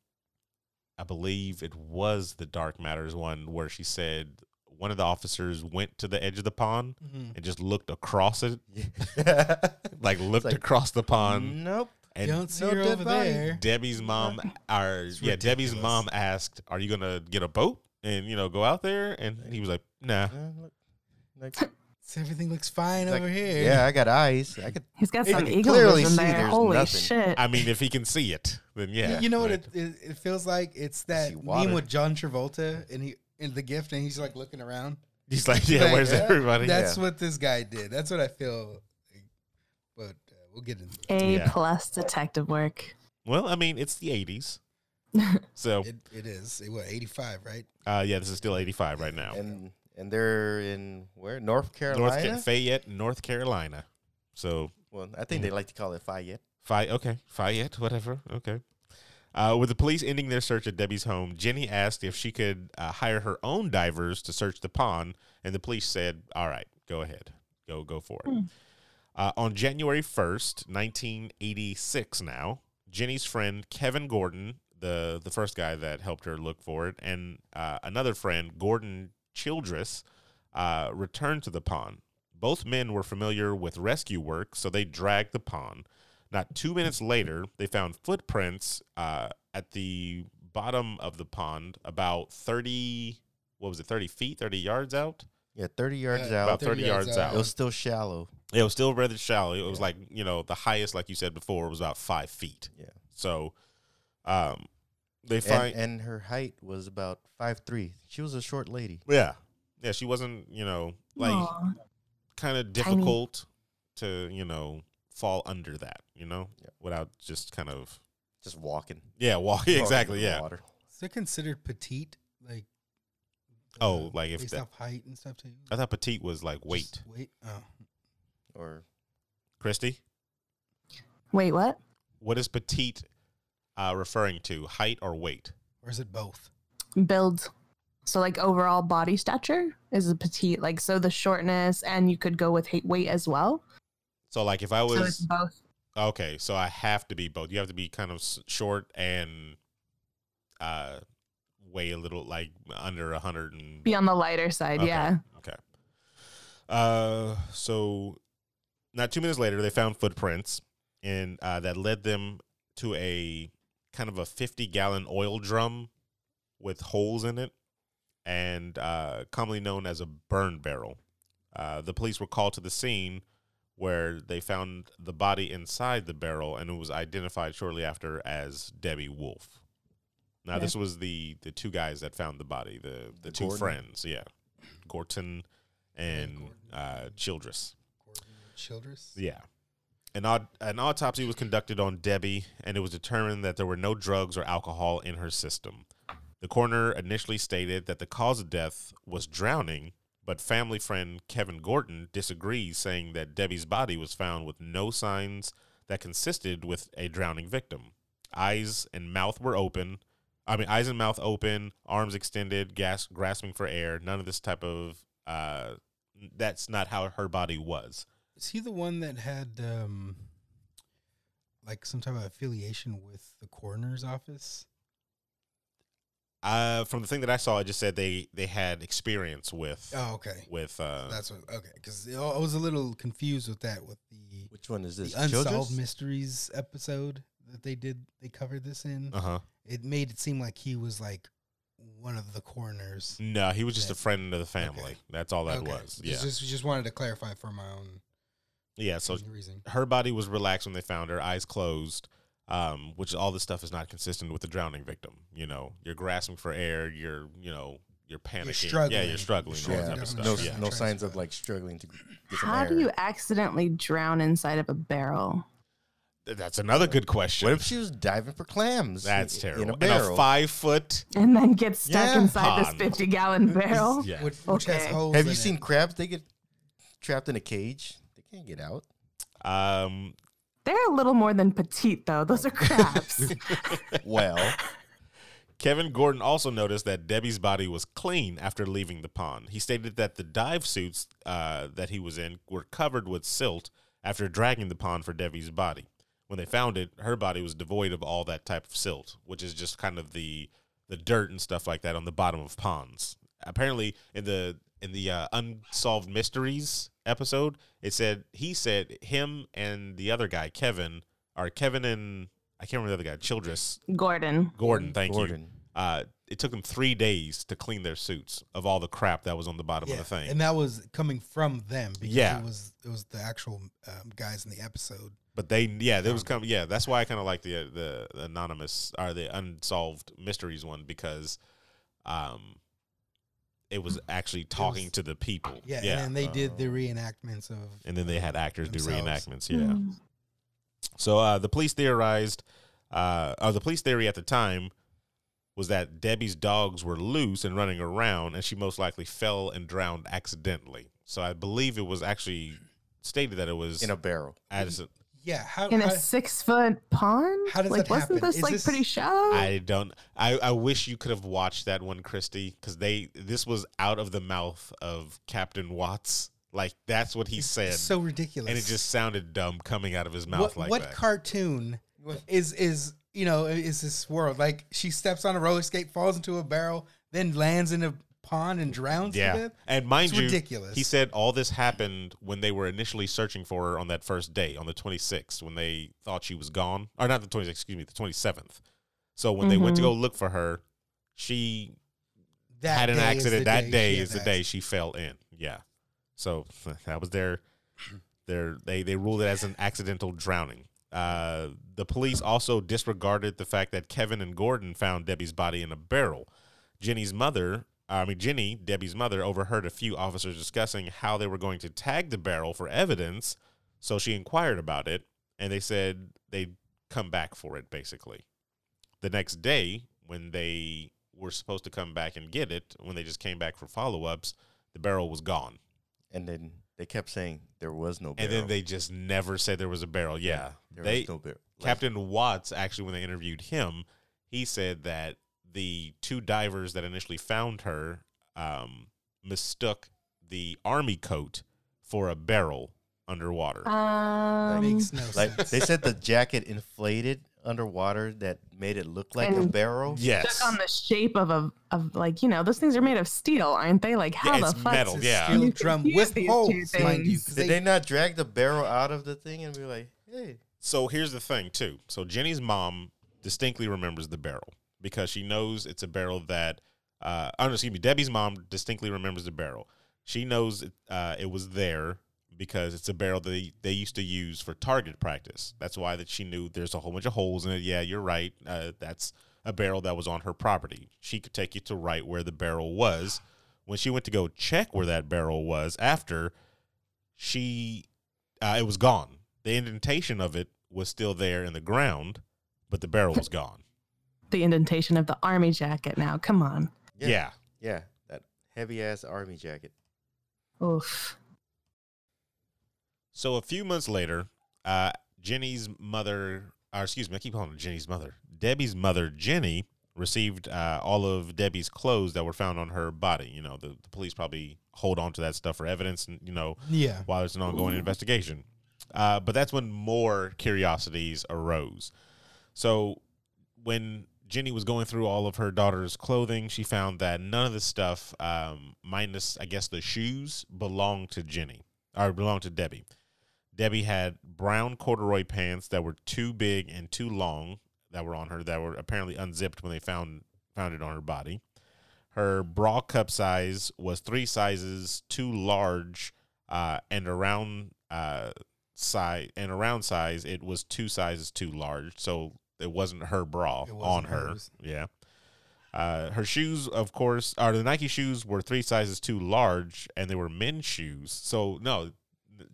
[SPEAKER 1] I believe it was the Dark Matters one where she said one of the officers went to the edge of the pond
[SPEAKER 4] Mhm.
[SPEAKER 1] and just looked across
[SPEAKER 4] *laughs*
[SPEAKER 1] it,
[SPEAKER 2] *laughs* Yeah.
[SPEAKER 1] like looked
[SPEAKER 2] like,
[SPEAKER 1] across the
[SPEAKER 4] "Mm,
[SPEAKER 1] pond.
[SPEAKER 2] nope.
[SPEAKER 1] *laughs* And
[SPEAKER 4] you don't see
[SPEAKER 2] no
[SPEAKER 4] her
[SPEAKER 2] dead
[SPEAKER 4] over
[SPEAKER 2] body.
[SPEAKER 4] there.
[SPEAKER 1] Debbie's
[SPEAKER 4] *laughs*
[SPEAKER 1] mom, our yeah, Debbie's
[SPEAKER 4] ridiculous.
[SPEAKER 1] mom asked, "Are you gonna get a boat and you know go out there?" And he was like, "Nah."
[SPEAKER 2] Yeah, Uh, look, like,
[SPEAKER 1] *laughs*
[SPEAKER 4] So everything looks fine
[SPEAKER 2] like,
[SPEAKER 4] over here.
[SPEAKER 2] Yeah, I got eyes. I could.
[SPEAKER 3] He's got
[SPEAKER 2] You
[SPEAKER 3] some
[SPEAKER 2] can
[SPEAKER 3] eagle
[SPEAKER 2] clearly
[SPEAKER 3] vision
[SPEAKER 2] see
[SPEAKER 3] there.
[SPEAKER 2] there's
[SPEAKER 3] Holy
[SPEAKER 2] nothing.
[SPEAKER 3] shit.
[SPEAKER 1] I mean, if he can see it, then yeah.
[SPEAKER 4] you know what
[SPEAKER 1] right?
[SPEAKER 4] it, it, it feels like? It's that
[SPEAKER 2] see
[SPEAKER 4] meme
[SPEAKER 2] water.
[SPEAKER 4] with John Travolta and he in the gift and he's like looking around.
[SPEAKER 1] He's
[SPEAKER 4] *laughs*
[SPEAKER 1] like, yeah,
[SPEAKER 4] Like, uh,
[SPEAKER 1] where's
[SPEAKER 4] yeah,
[SPEAKER 1] everybody?
[SPEAKER 4] That's what this guy did. That's what I feel. Like. But uh, we'll get into it.
[SPEAKER 3] A
[SPEAKER 1] yeah.
[SPEAKER 3] plus detective work.
[SPEAKER 1] Well, I mean, it's the
[SPEAKER 4] *laughs*
[SPEAKER 1] '80s, so
[SPEAKER 4] It, it is it, what eighty five, right?
[SPEAKER 1] uh, yeah, this is still '85 right now.
[SPEAKER 2] And and they're in where North
[SPEAKER 1] North
[SPEAKER 2] Carolina.
[SPEAKER 1] Ca- Fayette, North Carolina. So
[SPEAKER 2] well, I think they
[SPEAKER 1] Mm.
[SPEAKER 2] like to call it Fayette.
[SPEAKER 1] Fi okay, Fayette, whatever. Okay. Uh, with the police ending their search at Debbie's home, Jenny asked if she could uh, hire her own divers to search the pond, and the police said, "All right, go ahead, go go for it." Uh, on January first, nineteen eighty six, now Jenny's friend Kevin Gordon, the the first guy that helped her look for it, and uh, another friend Gordon Childress, uh, returned to the pond. Both men were familiar with rescue work, so they dragged the pond. Not two minutes later, they found footprints uh, at the bottom of the pond, about 30, what was it, 30 feet, 30 yards out?
[SPEAKER 2] Yeah, thirty yards
[SPEAKER 4] Yeah,
[SPEAKER 1] About
[SPEAKER 2] out.
[SPEAKER 1] 30 yards out.
[SPEAKER 2] It was still shallow.
[SPEAKER 1] It was still rather shallow. It was like, you know, the highest, like you said before, was about five feet.
[SPEAKER 2] Yeah.
[SPEAKER 1] So um, They
[SPEAKER 2] And,
[SPEAKER 1] find
[SPEAKER 2] and her height was about five three. She was a short lady.
[SPEAKER 1] yeah, yeah. She wasn't you know like
[SPEAKER 3] Aw.
[SPEAKER 1] kind of difficult to you know fall under that you know
[SPEAKER 2] Yeah.
[SPEAKER 1] without just kind of
[SPEAKER 2] Just walking.
[SPEAKER 1] yeah walk *laughs*
[SPEAKER 2] Walking
[SPEAKER 1] exactly
[SPEAKER 2] in the
[SPEAKER 1] yeah
[SPEAKER 2] water.
[SPEAKER 4] Is it considered petite? Like
[SPEAKER 1] Oh,
[SPEAKER 4] uh,
[SPEAKER 1] like if
[SPEAKER 4] based
[SPEAKER 1] that-
[SPEAKER 4] off height and stuff too.
[SPEAKER 1] I thought petite was like weight
[SPEAKER 4] Just Weight. Oh,
[SPEAKER 2] Or
[SPEAKER 1] Christy
[SPEAKER 3] Wait, what?
[SPEAKER 1] what is petite uh, referring to height or weight
[SPEAKER 4] or is it both?
[SPEAKER 3] Build. So like overall body stature is a petite. Like so the shortness and you could go with hate weight as well.
[SPEAKER 1] so like if I
[SPEAKER 3] so it's
[SPEAKER 1] was
[SPEAKER 3] both.
[SPEAKER 1] okay so I have to be both you have to be kind of s- short and uh weigh a little like under a hundred and
[SPEAKER 3] Be on the lighter side.
[SPEAKER 1] Okay.
[SPEAKER 3] Yeah.
[SPEAKER 1] Okay. Uh, so not two minutes later, they found footprints, and uh, that led them to a kind of a fifty-gallon oil drum with holes in it, and uh, commonly known as a burn barrel. Uh, the police were called to the scene, where they found the body inside the barrel, and it was identified shortly after as Debbie Wolf. Now, this was the the two guys that found the body, the the two
[SPEAKER 2] Gordon.
[SPEAKER 1] friends, yeah, Gorton and
[SPEAKER 4] Gordon.
[SPEAKER 1] uh, Childress.
[SPEAKER 4] Gordon Childress.
[SPEAKER 1] Yeah. An, aut- an autopsy was conducted on Debbie, and it was determined that there were no drugs or alcohol in her system. The coroner initially stated that the cause of death was drowning, but family friend Kevin Gordon disagrees, saying that Debbie's body was found with no signs that consisted with a drowning victim. Eyes and mouth were open. I mean, eyes and mouth open, arms extended, gas- grasping for air. None of this type of. Uh, that's not how her body was.
[SPEAKER 4] Is he the one that had um, like some type of affiliation with the coroner's office?
[SPEAKER 1] Uh, from the thing that I saw, I just said they they had experience with
[SPEAKER 4] Oh, okay.
[SPEAKER 1] with uh,
[SPEAKER 4] That's what. Okay, because I was a little confused with that with the,
[SPEAKER 2] which one is
[SPEAKER 4] the
[SPEAKER 2] this?
[SPEAKER 4] unsolved
[SPEAKER 2] Childress?
[SPEAKER 4] mysteries episode that they did. They covered this in.
[SPEAKER 1] uh huh.
[SPEAKER 4] It made it seem like he was like one of the coroners.
[SPEAKER 1] No, he was just a
[SPEAKER 4] That-
[SPEAKER 1] friend of the family.
[SPEAKER 4] okay.
[SPEAKER 1] That's all that
[SPEAKER 4] Okay.
[SPEAKER 1] was.
[SPEAKER 4] Just-
[SPEAKER 1] Yeah,
[SPEAKER 4] Just, just wanted to clarify for my own
[SPEAKER 1] yeah. So
[SPEAKER 4] reason.
[SPEAKER 1] her body was relaxed when they found her, eyes closed. Um, which all this stuff is not consistent with the drowning victim. You know, you're grasping for air. You're you know you're panicking. Yeah,
[SPEAKER 4] struggling.
[SPEAKER 1] you're struggling. all
[SPEAKER 4] You're
[SPEAKER 2] Yeah.
[SPEAKER 1] that type
[SPEAKER 4] Yeah.
[SPEAKER 1] of stuff.
[SPEAKER 2] No,
[SPEAKER 1] yeah.
[SPEAKER 2] no signs of like struggling to get some
[SPEAKER 3] How
[SPEAKER 2] air.
[SPEAKER 3] do you accidentally drown inside of a barrel?
[SPEAKER 1] Th- That's another good question.
[SPEAKER 2] What if she was diving for clams?
[SPEAKER 1] That's
[SPEAKER 2] in-
[SPEAKER 1] terrible.
[SPEAKER 2] In a barrel.
[SPEAKER 1] five foot.
[SPEAKER 3] And then get stuck
[SPEAKER 2] Yeah.
[SPEAKER 3] inside this
[SPEAKER 1] Han.
[SPEAKER 3] 50
[SPEAKER 4] *laughs*
[SPEAKER 3] gallon
[SPEAKER 1] *laughs*
[SPEAKER 3] barrel?
[SPEAKER 1] Yeah.
[SPEAKER 4] Which, which has
[SPEAKER 3] Okay.
[SPEAKER 4] holes
[SPEAKER 2] Have
[SPEAKER 4] in
[SPEAKER 2] you
[SPEAKER 4] it.
[SPEAKER 2] seen crabs? They get trapped in a cage. They can't
[SPEAKER 1] *laughs*
[SPEAKER 2] get out.
[SPEAKER 1] Um,
[SPEAKER 3] They're a little more than petite, though. Those are crabs.
[SPEAKER 2] Well,
[SPEAKER 1] Kevin Gordon also noticed that Debbie's body was clean after leaving the pond. He stated that the dive suits uh, that he was in were covered with silt after dragging the pond for Debbie's body. When they found it, her body was devoid of all that type of silt, which is just kind of the the dirt and stuff like that on the bottom of ponds. Apparently, in the in the uh, unsolved mysteries episode, it said he said him and the other guy Kevin, or Kevin and I can't remember the other guy, Childress
[SPEAKER 3] Gordon.
[SPEAKER 1] Gordon. Thank you
[SPEAKER 2] Gordon.
[SPEAKER 1] uh, it took them three days to clean their suits of all the crap that was on the bottom
[SPEAKER 4] Yeah.
[SPEAKER 1] of the thing.
[SPEAKER 4] And that was coming from them because
[SPEAKER 1] Yeah.
[SPEAKER 4] it was it was the actual um, guys in the episode.
[SPEAKER 1] but they, yeah, there was kind of, yeah, that's why I kind of like the, uh, the the anonymous or the unsolved mysteries one because, um, it was actually talking to the people.
[SPEAKER 4] Yeah, and then they did the
[SPEAKER 2] Oh.
[SPEAKER 4] reenactments of
[SPEAKER 1] And then they had actors do
[SPEAKER 4] Themselves.
[SPEAKER 1] reenactments. Yeah. So uh, the police theorized, uh, or the police theory at the time was that Debbie's dogs were loose and running around, and she most likely fell and drowned accidentally. So I believe it was actually stated that it was
[SPEAKER 2] in a barrel.
[SPEAKER 1] Addison.
[SPEAKER 4] yeah. How,
[SPEAKER 3] In
[SPEAKER 4] how-
[SPEAKER 3] a six foot pond?
[SPEAKER 4] how does
[SPEAKER 3] like,
[SPEAKER 4] that
[SPEAKER 3] wasn't
[SPEAKER 4] happen?
[SPEAKER 3] this
[SPEAKER 4] Is
[SPEAKER 3] like
[SPEAKER 4] this-
[SPEAKER 3] pretty shallow?
[SPEAKER 1] I don't. I, I wish you could have watched that one, Christy, because they this was out of the mouth of Captain Watts. Like that's what he
[SPEAKER 4] it's
[SPEAKER 1] said,
[SPEAKER 4] so ridiculous.
[SPEAKER 1] and it just sounded dumb coming out of his mouth
[SPEAKER 4] what,
[SPEAKER 1] like
[SPEAKER 4] what
[SPEAKER 1] that.
[SPEAKER 4] cartoon is is you know is this world like she steps on a roller skate, falls into a barrel, then lands in a pond and drowns to
[SPEAKER 1] Yeah,
[SPEAKER 4] death?
[SPEAKER 1] and mind
[SPEAKER 4] It's
[SPEAKER 1] you,
[SPEAKER 4] ridiculous.
[SPEAKER 1] he said all this happened when they were initially searching for her on that first day, on the 26th, when they thought she was gone, or not the 26th, excuse me, the 27th. So when they went to
[SPEAKER 3] Mhm.
[SPEAKER 1] go look for her, she
[SPEAKER 4] that
[SPEAKER 1] had an
[SPEAKER 4] day is
[SPEAKER 1] accident.
[SPEAKER 4] the
[SPEAKER 1] That
[SPEAKER 4] she
[SPEAKER 1] day
[SPEAKER 4] had
[SPEAKER 1] is the
[SPEAKER 4] an
[SPEAKER 1] day she fell in. Yeah, *laughs* so that was their, their they they ruled it as an accidental drowning. Uh, the police also disregarded the fact that Kevin and Gordon found Debbie's body in a barrel. Jenny's mother, uh, I mean, Jenny, Debbie's mother, overheard a few officers discussing how they were going to tag the barrel for evidence. So she inquired about it, and they said they'd come back for it, basically. The next day, when they were supposed to come back and get it, when they just came back for follow ups, the barrel was gone.
[SPEAKER 2] And then they kept saying there was no
[SPEAKER 1] And
[SPEAKER 2] barrel.
[SPEAKER 1] then they just never said there was a barrel. Yeah.
[SPEAKER 2] there
[SPEAKER 1] they,
[SPEAKER 2] was no barrel. Like,
[SPEAKER 1] Captain Watts, actually, when they interviewed him, he said that the two divers that initially found her um, mistook the army coat for a barrel underwater.
[SPEAKER 3] Um,
[SPEAKER 4] makes no
[SPEAKER 2] like
[SPEAKER 4] sense.
[SPEAKER 2] they said the jacket inflated underwater that made it look like a
[SPEAKER 3] And-
[SPEAKER 2] barrel.
[SPEAKER 1] yes.
[SPEAKER 3] on the shape of a of like you know those things are made of steel, aren't they? Like how
[SPEAKER 1] Yeah, it's
[SPEAKER 3] the fuck?
[SPEAKER 1] metal.
[SPEAKER 4] It's a
[SPEAKER 1] yeah.
[SPEAKER 4] steel
[SPEAKER 3] You can
[SPEAKER 4] drum
[SPEAKER 3] use
[SPEAKER 4] with
[SPEAKER 3] these two
[SPEAKER 4] holes, mind you. 'cause
[SPEAKER 2] Did they not drag the barrel out of the thing and be like, hey?
[SPEAKER 1] So here's the thing, too. So Jenny's mom distinctly remembers the barrel because she knows it's a barrel that, uh, oh, no, excuse me, Debbie's mom distinctly remembers the barrel. She knows uh, it was there because it's a barrel they they used to use for target practice. That's why that she knew there's a whole bunch of holes in it. Yeah, you're right. Uh, that's a barrel that was on her property. She could take you to right where the barrel was. When she went to go check where that barrel was after, she uh, it was gone. The indentation of it was still there in the ground, but the barrel was gone.
[SPEAKER 3] The indentation of the army jacket. Now, come on.
[SPEAKER 1] Yeah.
[SPEAKER 2] Yeah, that heavy ass army jacket.
[SPEAKER 3] Oof.
[SPEAKER 1] So a few months later, uh, Jenny's mother, or excuse me, I keep calling her Jenny's mother. Debbie's mother, Jenny, received uh, all of Debbie's clothes that were found on her body. You know, the, the police probably hold on to that stuff for evidence, and you know,
[SPEAKER 4] Yeah.
[SPEAKER 1] while there's an ongoing investigation. Uh, but that's when more curiosities arose. So when Jenny was going through all of her daughter's clothing, she found that none of the stuff, um, minus I guess the shoes, belonged to Jenny or belonged to Debbie. Debbie had brown corduroy pants that were too big and too long that were on her that were apparently unzipped when they found found it on her body. Her bra cup size was three sizes too large, uh, and around uh, size and around size it was two sizes too large, so it wasn't her bra
[SPEAKER 4] It
[SPEAKER 1] on
[SPEAKER 4] wasn't
[SPEAKER 1] her.
[SPEAKER 4] hers.
[SPEAKER 1] Yeah. Uh, her shoes, of course, or the Nike shoes were three sizes too large, and they were men's shoes. So no,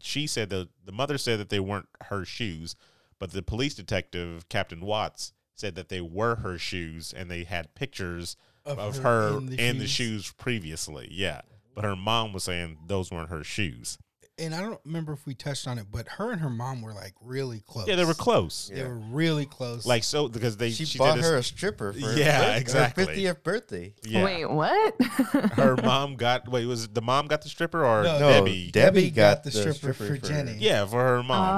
[SPEAKER 1] she said the the mother said that they weren't her shoes, but the police detective Captain Watts said that they were her shoes, and they had pictures of, her, in, the, shoes previously. Yeah, but her mom was saying those weren't her shoes.
[SPEAKER 4] And I don't remember if we touched on it, but her and her mom were like really close.
[SPEAKER 1] Yeah, they were close.
[SPEAKER 4] They
[SPEAKER 2] Yeah.
[SPEAKER 4] were really close.
[SPEAKER 1] Like so because they
[SPEAKER 2] She,
[SPEAKER 1] she, did
[SPEAKER 2] bought
[SPEAKER 1] this-
[SPEAKER 2] her a stripper for
[SPEAKER 1] Yeah,
[SPEAKER 2] her,
[SPEAKER 1] exactly.
[SPEAKER 2] her 50th birthday.
[SPEAKER 1] Yeah.
[SPEAKER 3] Wait, what? *laughs*
[SPEAKER 1] Her mom got wait was it the mom got the stripper or
[SPEAKER 4] No,
[SPEAKER 2] No,
[SPEAKER 1] Uh, Debbie?
[SPEAKER 2] Debbie,
[SPEAKER 4] Debbie
[SPEAKER 2] got, the stripper,
[SPEAKER 4] stripper for Jenny.
[SPEAKER 1] yeah, for her mom.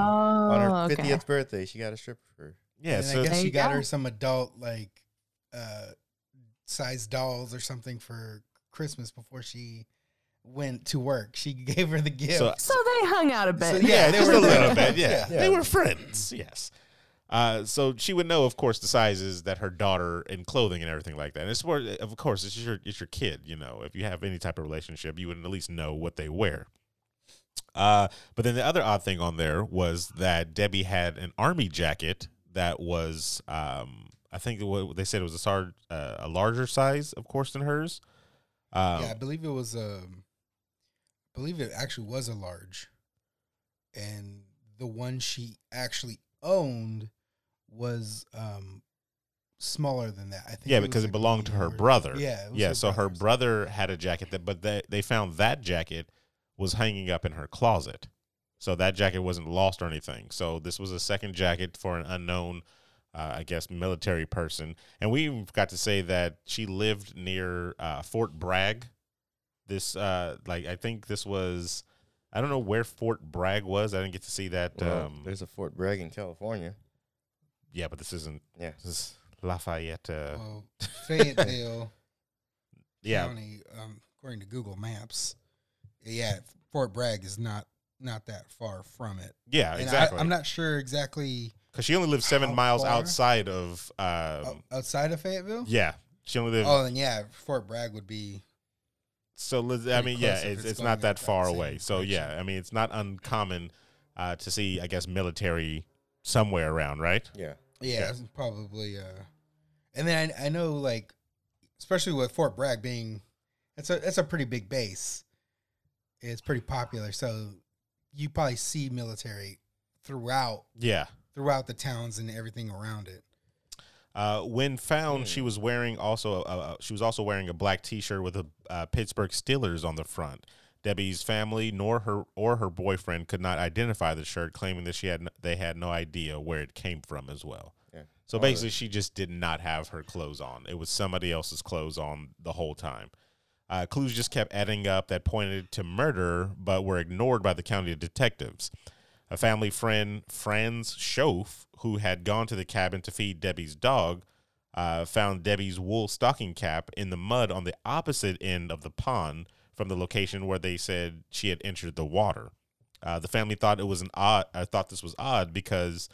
[SPEAKER 3] oh,
[SPEAKER 2] On her 50th
[SPEAKER 3] okay.
[SPEAKER 2] birthday, she got a stripper for her.
[SPEAKER 1] yeah,
[SPEAKER 4] and
[SPEAKER 1] so
[SPEAKER 4] I guess
[SPEAKER 3] There
[SPEAKER 4] she
[SPEAKER 3] you
[SPEAKER 4] got
[SPEAKER 3] go.
[SPEAKER 4] her some adult like uh size dolls or something for Christmas before she went to work. She *laughs* gave her the gift.
[SPEAKER 1] So-
[SPEAKER 3] So they hung out a bit.
[SPEAKER 4] So,
[SPEAKER 1] yeah,
[SPEAKER 4] they
[SPEAKER 1] just
[SPEAKER 4] were
[SPEAKER 1] a little
[SPEAKER 4] friends.
[SPEAKER 1] bit. Yeah.
[SPEAKER 2] Yeah.
[SPEAKER 1] they were friends. Yes. Uh, so she would know, of course, the sizes that her daughter and clothing and everything like that. And it's where, of course, it's your it's your kid. You know, if you have any type of relationship, you would at least know what they wear. Uh, but then the other odd thing on there was that Debbie had an army jacket that was, um, I think it wa- they said it was a sar- uh, a larger size, of course, than hers. Um,
[SPEAKER 4] yeah, I believe it was um I believe it actually was a large. And the one she actually owned was um smaller than that. I think
[SPEAKER 1] Yeah,
[SPEAKER 4] was
[SPEAKER 1] because
[SPEAKER 4] like
[SPEAKER 1] it belonged to her
[SPEAKER 4] medium or-
[SPEAKER 1] brother.
[SPEAKER 4] Yeah. it was
[SPEAKER 1] yeah. so her
[SPEAKER 4] brother's.
[SPEAKER 1] brother had a jacket that, but they they found that jacket was hanging up in her closet. So that jacket wasn't lost or anything. So this was a second jacket for an unknown, uh, I guess, military person. And we even got to say that she lived near uh, Fort Bragg. This, uh, like, I think this was, I don't know where Fort Bragg was. I didn't get to see that.
[SPEAKER 2] Well,
[SPEAKER 1] um,
[SPEAKER 2] there's a Fort Bragg in California.
[SPEAKER 1] yeah, but this isn't.
[SPEAKER 2] Yeah.
[SPEAKER 1] This is Lafayette. Uh, *laughs*
[SPEAKER 4] well, Fayetteville
[SPEAKER 1] yeah,
[SPEAKER 4] County, um, according to Google Maps. Yeah, Fort Bragg is not not that far from it.
[SPEAKER 1] yeah,
[SPEAKER 4] And
[SPEAKER 1] Uh, exactly.
[SPEAKER 4] I, I'm not sure exactly
[SPEAKER 1] Because she only lives seven
[SPEAKER 4] How
[SPEAKER 1] miles
[SPEAKER 4] far?
[SPEAKER 1] outside of. Um,
[SPEAKER 4] o- outside of Fayetteville.
[SPEAKER 1] Yeah, she only lives.
[SPEAKER 4] Oh, then yeah, Fort Bragg would be
[SPEAKER 1] so liz- I
[SPEAKER 4] pretty
[SPEAKER 1] mean, yeah,
[SPEAKER 4] close if
[SPEAKER 1] it's,
[SPEAKER 4] it's
[SPEAKER 1] it's
[SPEAKER 4] going
[SPEAKER 1] not that
[SPEAKER 4] that
[SPEAKER 1] far
[SPEAKER 4] same
[SPEAKER 1] away. So yeah,
[SPEAKER 4] direction.
[SPEAKER 1] I mean, it's not uncommon uh, to see, I guess, military somewhere around, right?
[SPEAKER 2] Yeah.
[SPEAKER 4] Yeah, it's probably. Uh, and then I, I know, like, especially with Fort Bragg being, that's a that's a pretty big base. It's pretty popular, so you probably see military throughout
[SPEAKER 1] Yeah.
[SPEAKER 4] throughout the towns and everything around it.
[SPEAKER 1] Uh, when found,
[SPEAKER 2] Hmm.
[SPEAKER 1] she was wearing also a, a, she was also wearing a black T-shirt with a uh, Pittsburgh Steelers on the front. Debbie's family nor her or her boyfriend could not identify the shirt, claiming that she had n- they had no idea where it came from as well.
[SPEAKER 2] Yeah.
[SPEAKER 1] So
[SPEAKER 2] All
[SPEAKER 1] basically,
[SPEAKER 2] the-
[SPEAKER 1] she just did not have her clothes on. It was somebody else's clothes on the whole time. Uh, clues just kept adding up that pointed to murder, but were ignored by the county detectives. A family friend, Franz Schoaf, who had gone to the cabin to feed Debbie's dog, uh, found Debbie's wool stocking cap in the mud on the opposite end of the pond from the location where they said she had entered the water. Uh, the family thought it was an odd. I thought this was odd because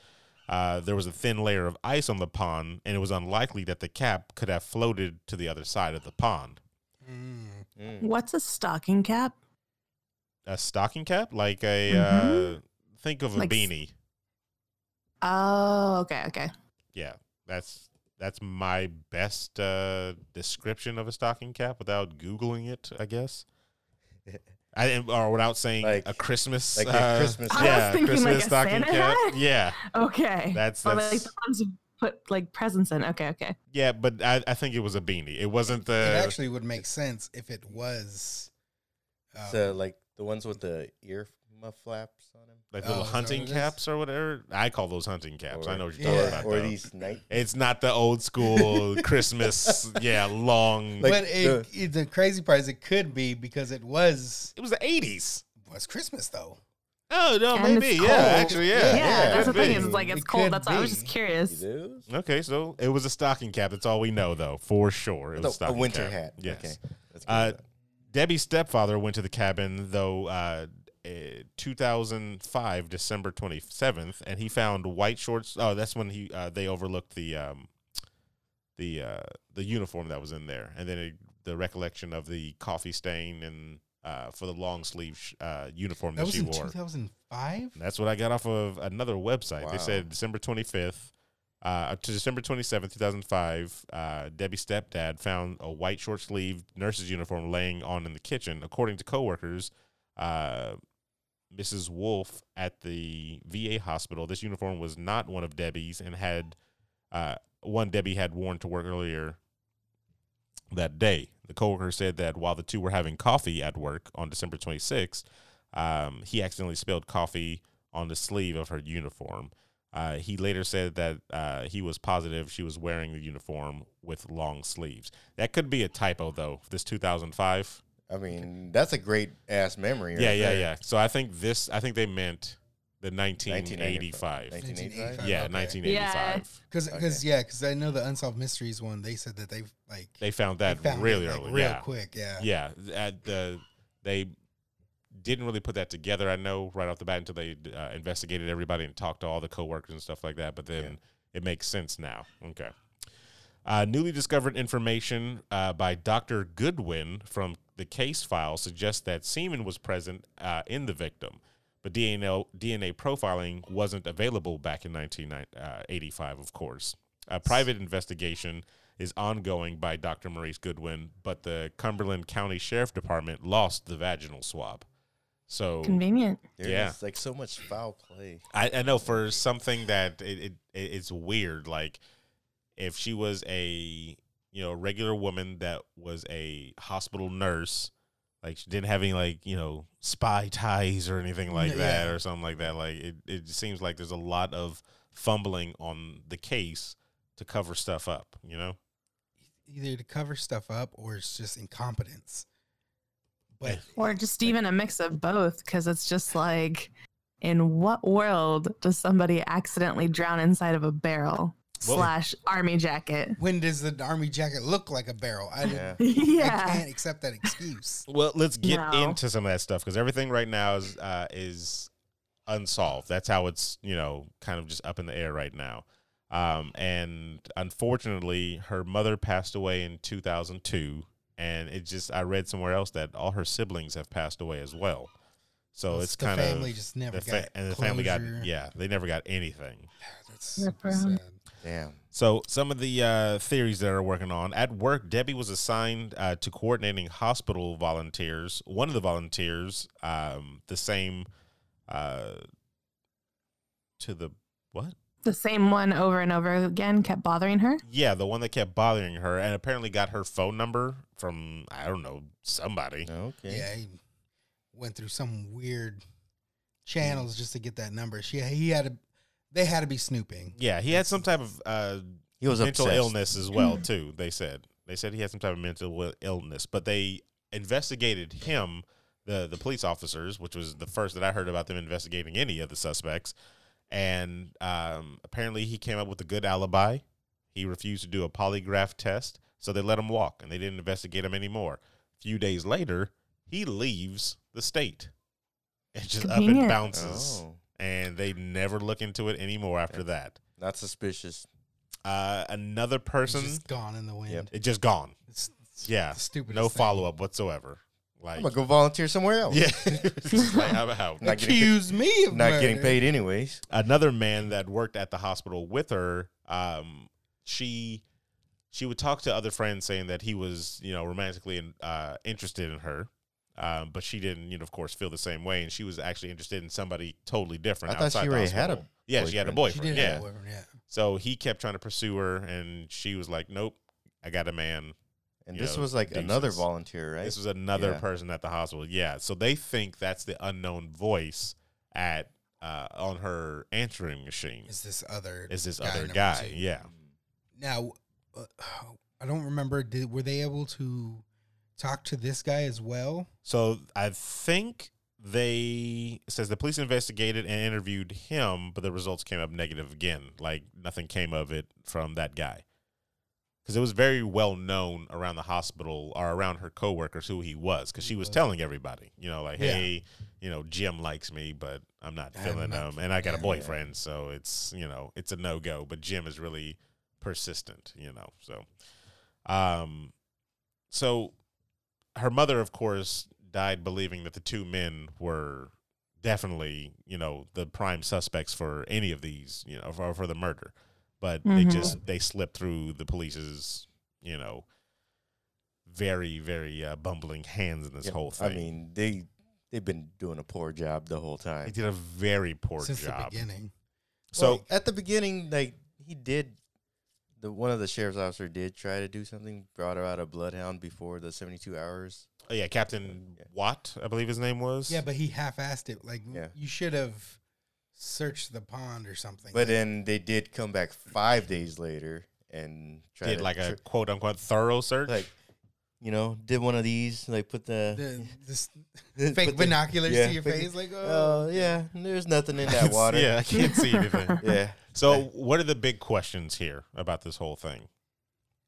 [SPEAKER 1] uh, there was a thin layer of ice on the pond, and it was unlikely that the cap could have floated to the other side of the pond.
[SPEAKER 4] Mm.
[SPEAKER 2] Mm.
[SPEAKER 3] *laughs* What's a stocking cap?
[SPEAKER 1] A stocking cap, like a uh,
[SPEAKER 3] Mhm.
[SPEAKER 1] think of a
[SPEAKER 3] Like s-
[SPEAKER 1] beanie.
[SPEAKER 3] Oh, okay, okay.
[SPEAKER 1] yeah, that's that's my best uh, description of a stocking cap without googling it, I
[SPEAKER 4] *laughs*
[SPEAKER 1] guess. I didn't- or without saying
[SPEAKER 2] Like-
[SPEAKER 1] a Christmas,
[SPEAKER 2] like a
[SPEAKER 1] uh,
[SPEAKER 2] Christmas
[SPEAKER 3] *laughs* I was
[SPEAKER 1] yeah,
[SPEAKER 3] thinking
[SPEAKER 1] Christmas
[SPEAKER 3] like a
[SPEAKER 1] stocking
[SPEAKER 3] Santa
[SPEAKER 1] cap.
[SPEAKER 3] hat.
[SPEAKER 1] Yeah,
[SPEAKER 3] Okay.
[SPEAKER 1] that's
[SPEAKER 3] *laughs* Or,
[SPEAKER 1] that's
[SPEAKER 3] like sometimes you put like presents in. Okay, okay.
[SPEAKER 1] yeah, but I, I think it was a beanie. It wasn't
[SPEAKER 4] it
[SPEAKER 1] the
[SPEAKER 4] actually would make sense if it was. um,
[SPEAKER 2] So like the ones with the ear muff flaps on them.
[SPEAKER 1] like little
[SPEAKER 4] Oh, is that
[SPEAKER 1] hunting
[SPEAKER 4] what it is?
[SPEAKER 1] caps or whatever. I call those hunting caps. I know what you're
[SPEAKER 4] Yeah.
[SPEAKER 1] talking about.
[SPEAKER 2] Or
[SPEAKER 1] though.
[SPEAKER 2] these night.
[SPEAKER 1] It's not the old
[SPEAKER 4] *laughs*
[SPEAKER 1] school Christmas, yeah, long.
[SPEAKER 2] Like
[SPEAKER 4] but it, it- the crazy part is it could be because it was
[SPEAKER 1] it was the '80s.
[SPEAKER 4] was Christmas though.
[SPEAKER 1] Oh no,
[SPEAKER 3] And it's
[SPEAKER 1] maybe yeah,
[SPEAKER 3] cold.
[SPEAKER 1] actually yeah.
[SPEAKER 3] Yeah,
[SPEAKER 2] yeah,
[SPEAKER 3] that's the
[SPEAKER 1] could
[SPEAKER 3] thing.
[SPEAKER 1] be.
[SPEAKER 3] Is it's like it's
[SPEAKER 4] It
[SPEAKER 3] cold.
[SPEAKER 4] could
[SPEAKER 3] That's why I was just
[SPEAKER 4] be.
[SPEAKER 3] curious.
[SPEAKER 2] Those?
[SPEAKER 1] Okay, so it was a stocking cap. That's all we know, though, for sure. It was a,
[SPEAKER 2] a
[SPEAKER 1] stocking
[SPEAKER 2] winter
[SPEAKER 1] cap.
[SPEAKER 2] hat.
[SPEAKER 1] Yes.
[SPEAKER 2] Okay. Let's go
[SPEAKER 1] Uh,
[SPEAKER 2] with
[SPEAKER 1] Debbie's stepfather went to the cabin, though, uh, uh, 2005, December 27th, and he found white shorts. Oh, that's when he uh, they overlooked the um, the uh, the uniform that was in there, and then it, the recollection of the coffee stain and uh, for the long sleeve sh- uh, uniform that,
[SPEAKER 4] That was
[SPEAKER 1] she
[SPEAKER 4] in
[SPEAKER 1] wore.
[SPEAKER 4] 2005.
[SPEAKER 1] That's what I got off of another website. They
[SPEAKER 2] Wow.
[SPEAKER 1] said December 25th uh, to December 27th, 2005, uh, Debbie's stepdad found a white short sleeved nurse's uniform laying on in the kitchen. According to coworkers, uh, Mrs. Wolf at the VA hospital, this uniform was not one of Debbie's and had uh, one Debbie had worn to work earlier that day. The coworker said that while the two were having coffee at work on December 26th, um, he accidentally spilled coffee on the sleeve of her uniform. Uh, he later said that uh, he was positive she was wearing the uniform with long sleeves. That could be a typo, though. This 2005.
[SPEAKER 2] that. I mean, that's a great ass memory.
[SPEAKER 1] yeah,
[SPEAKER 2] right
[SPEAKER 1] yeah,
[SPEAKER 2] there.
[SPEAKER 1] yeah. So I think this. I think they meant the 1985.
[SPEAKER 2] 1985. 1985?
[SPEAKER 1] Yeah,
[SPEAKER 4] Okay.
[SPEAKER 1] 1985.
[SPEAKER 4] Because,
[SPEAKER 2] Okay.
[SPEAKER 4] because, yeah, because I know the unsolved mysteries one. They said that they've like
[SPEAKER 1] They found that
[SPEAKER 4] found it,
[SPEAKER 1] really
[SPEAKER 4] like,
[SPEAKER 1] early.
[SPEAKER 4] real
[SPEAKER 1] yeah.
[SPEAKER 4] quick. Yeah,
[SPEAKER 1] yeah at the they didn't really put that together i know right off the bat until they uh, investigated everybody and talked to all the coworkers and stuff like that but then it makes sense now okay uh, newly discovered information uh, by Dr. Goodwin from the case file suggests that semen was present uh, in the victim, but DNA, DNA profiling wasn't available back in 1985, of course. A private investigation is ongoing by Dr. Maurice Goodwin, but the Cumberland County Sheriff Department lost the vaginal swab. So
[SPEAKER 3] Convenient.
[SPEAKER 2] There
[SPEAKER 1] Yeah.
[SPEAKER 2] is, like so much foul play.
[SPEAKER 1] I, I know for something that it, it, it it's weird. Like if she was a you know regular woman that was a hospital nurse, like she didn't have any like you know spy ties or anything like that
[SPEAKER 4] Yeah.
[SPEAKER 1] or something like that. Like it, it seems like there's a lot of fumbling on the case to cover stuff up. You know,
[SPEAKER 4] either to cover stuff up or it's just incompetence. But
[SPEAKER 3] Or just even a mix of both, because it's just like, in what world does somebody accidentally drown inside of a barrel
[SPEAKER 1] Well-
[SPEAKER 3] slash army jacket?
[SPEAKER 4] *laughs*
[SPEAKER 3] *laughs*
[SPEAKER 4] when does the army jacket look like a barrel? I,
[SPEAKER 2] Yeah.
[SPEAKER 4] didn't I
[SPEAKER 3] yeah.
[SPEAKER 4] can't accept that excuse.
[SPEAKER 1] Well, let's get
[SPEAKER 3] No.
[SPEAKER 1] into some of that stuff because everything right now is uh, is unsolved. That's how it's you know kind of just up in the air right now. Um, and unfortunately, her mother passed away in 2002, and it just I read somewhere else that all her siblings have passed away as well. So
[SPEAKER 4] It's
[SPEAKER 1] it's
[SPEAKER 4] the
[SPEAKER 1] kind of
[SPEAKER 4] family just never got
[SPEAKER 1] and the family got
[SPEAKER 4] closure.
[SPEAKER 1] yeah they never got anything.
[SPEAKER 4] *sighs* That's
[SPEAKER 3] Rip
[SPEAKER 4] super
[SPEAKER 3] around.
[SPEAKER 4] sad.
[SPEAKER 2] Damn.
[SPEAKER 1] So some of the uh, theories that are working on at work, Debbie was assigned uh, to coordinating hospital volunteers. One of the volunteers, um, the same uh, to the what?
[SPEAKER 3] The same one over and over again kept bothering her.
[SPEAKER 1] Yeah, the one that kept bothering her, and apparently got her phone number from I don't know somebody.
[SPEAKER 2] Okay.
[SPEAKER 4] Yeah, he went through some weird channels just to get that number. She he had to they had to be snooping.
[SPEAKER 1] Yeah, he had some type of uh,
[SPEAKER 2] He was
[SPEAKER 1] mental
[SPEAKER 2] obsessed.
[SPEAKER 1] illness as well too. They said they said he had some type of mental wi- illness, but they investigated him, the the police officers, which was the first that I heard about them investigating any of the suspects. And um, apparently, he came up with a good alibi. He refused to do a polygraph test, so they let him walk, and they didn't investigate him anymore. A few days later, he leaves the state and just up and
[SPEAKER 3] Convenient.
[SPEAKER 1] bounces,
[SPEAKER 2] Oh,
[SPEAKER 1] and they never look into it anymore after that
[SPEAKER 2] not suspicious.
[SPEAKER 1] uh, another
[SPEAKER 4] He's
[SPEAKER 1] person
[SPEAKER 4] just gone in the wind.
[SPEAKER 2] Yep.
[SPEAKER 1] it just gone.
[SPEAKER 4] It's, it's
[SPEAKER 1] Yeah,
[SPEAKER 4] the stupidest
[SPEAKER 1] no
[SPEAKER 4] thing.
[SPEAKER 1] follow up whatsoever. Like
[SPEAKER 2] I'm gonna go volunteer somewhere else. *laughs*
[SPEAKER 1] yeah, It's just like, I'm out.
[SPEAKER 2] Not getting
[SPEAKER 4] Accuse me of
[SPEAKER 2] Not getting
[SPEAKER 4] murder.
[SPEAKER 2] paid anyways.
[SPEAKER 1] Another man that worked at the hospital with her, um, she she would talk to other friends saying that he was you know romantically in, uh, interested in her. Um, but she didn't, you know, of course, feel the same way, and she was actually interested in somebody totally different.
[SPEAKER 2] I thought she
[SPEAKER 1] outside the
[SPEAKER 2] already had a
[SPEAKER 1] hospital. yeah, she had a
[SPEAKER 4] She
[SPEAKER 1] boyfriend.
[SPEAKER 4] did
[SPEAKER 1] yeah,
[SPEAKER 4] have a boyfriend, yeah.
[SPEAKER 1] so he kept trying to pursue her, and she was like, "Nope, I got a man.
[SPEAKER 2] And
[SPEAKER 1] You
[SPEAKER 2] this
[SPEAKER 1] know,
[SPEAKER 2] was like another
[SPEAKER 1] deuces.
[SPEAKER 2] volunteer, right?
[SPEAKER 1] This was another
[SPEAKER 2] Yeah.
[SPEAKER 1] person at the hospital. Yeah. So they think that's the unknown voice at uh, on her answering machine.
[SPEAKER 4] Is this other
[SPEAKER 1] Is this
[SPEAKER 4] guy
[SPEAKER 1] other
[SPEAKER 4] number
[SPEAKER 1] guy?
[SPEAKER 4] two.
[SPEAKER 1] Yeah.
[SPEAKER 4] Now uh, I don't remember did were they able to talk to this guy as well?
[SPEAKER 1] So I think they it says the police investigated and interviewed him, but the results came up negative again. Like nothing came of it from that guy. Because it was very well known around the hospital or around her coworkers who he was, because she was telling everybody, you know, like,
[SPEAKER 4] Yeah.
[SPEAKER 1] hey, you know, Jim likes me, but I'm not
[SPEAKER 4] I'm
[SPEAKER 1] feeling
[SPEAKER 4] not-
[SPEAKER 1] him, and I got a
[SPEAKER 4] yeah.
[SPEAKER 1] boyfriend, so it's you know, it's a no go. But Jim is really persistent, you know. So, um, so her mother, of course, died believing that the two men were definitely, you know, the prime suspects for any of these, you know, for, for the murder. But they
[SPEAKER 3] Mhm.
[SPEAKER 1] just they slipped through the police's, you know, very very uh, bumbling hands in this
[SPEAKER 2] Yeah,
[SPEAKER 1] whole thing.
[SPEAKER 2] I mean, they they've been doing a poor job the whole
[SPEAKER 1] they
[SPEAKER 2] time.
[SPEAKER 1] did a very poor
[SPEAKER 4] Since the
[SPEAKER 1] job.
[SPEAKER 4] beginning.
[SPEAKER 1] so
[SPEAKER 2] Well, at the beginning, like he did, the one of the sheriff's officer did try to do something. Brought her out a bloodhound before the seventy two hours.
[SPEAKER 1] Oh, yeah, Captain
[SPEAKER 2] Yeah.
[SPEAKER 1] Watt, I believe his name was.
[SPEAKER 4] Yeah, but he half-assed it. Like
[SPEAKER 2] Yeah.
[SPEAKER 4] you should have searched the pond or something.
[SPEAKER 2] But then they did come back five days later and tried
[SPEAKER 1] did
[SPEAKER 2] to
[SPEAKER 1] like a
[SPEAKER 2] tr-
[SPEAKER 1] quote unquote thorough search.
[SPEAKER 2] like you know did one of these like put the,
[SPEAKER 4] the,
[SPEAKER 2] *laughs*
[SPEAKER 4] this
[SPEAKER 2] put
[SPEAKER 4] fake
[SPEAKER 2] the-
[SPEAKER 4] binoculars
[SPEAKER 2] yeah,
[SPEAKER 4] to your
[SPEAKER 2] fake-
[SPEAKER 4] face, like oh,
[SPEAKER 2] Oh yeah, there's nothing in
[SPEAKER 1] I *laughs*
[SPEAKER 2] that
[SPEAKER 1] can't-
[SPEAKER 2] water.
[SPEAKER 1] Yeah, I can't see
[SPEAKER 2] *laughs*
[SPEAKER 1] anything.
[SPEAKER 2] yeah.
[SPEAKER 1] So, what are the big questions here about this whole thing?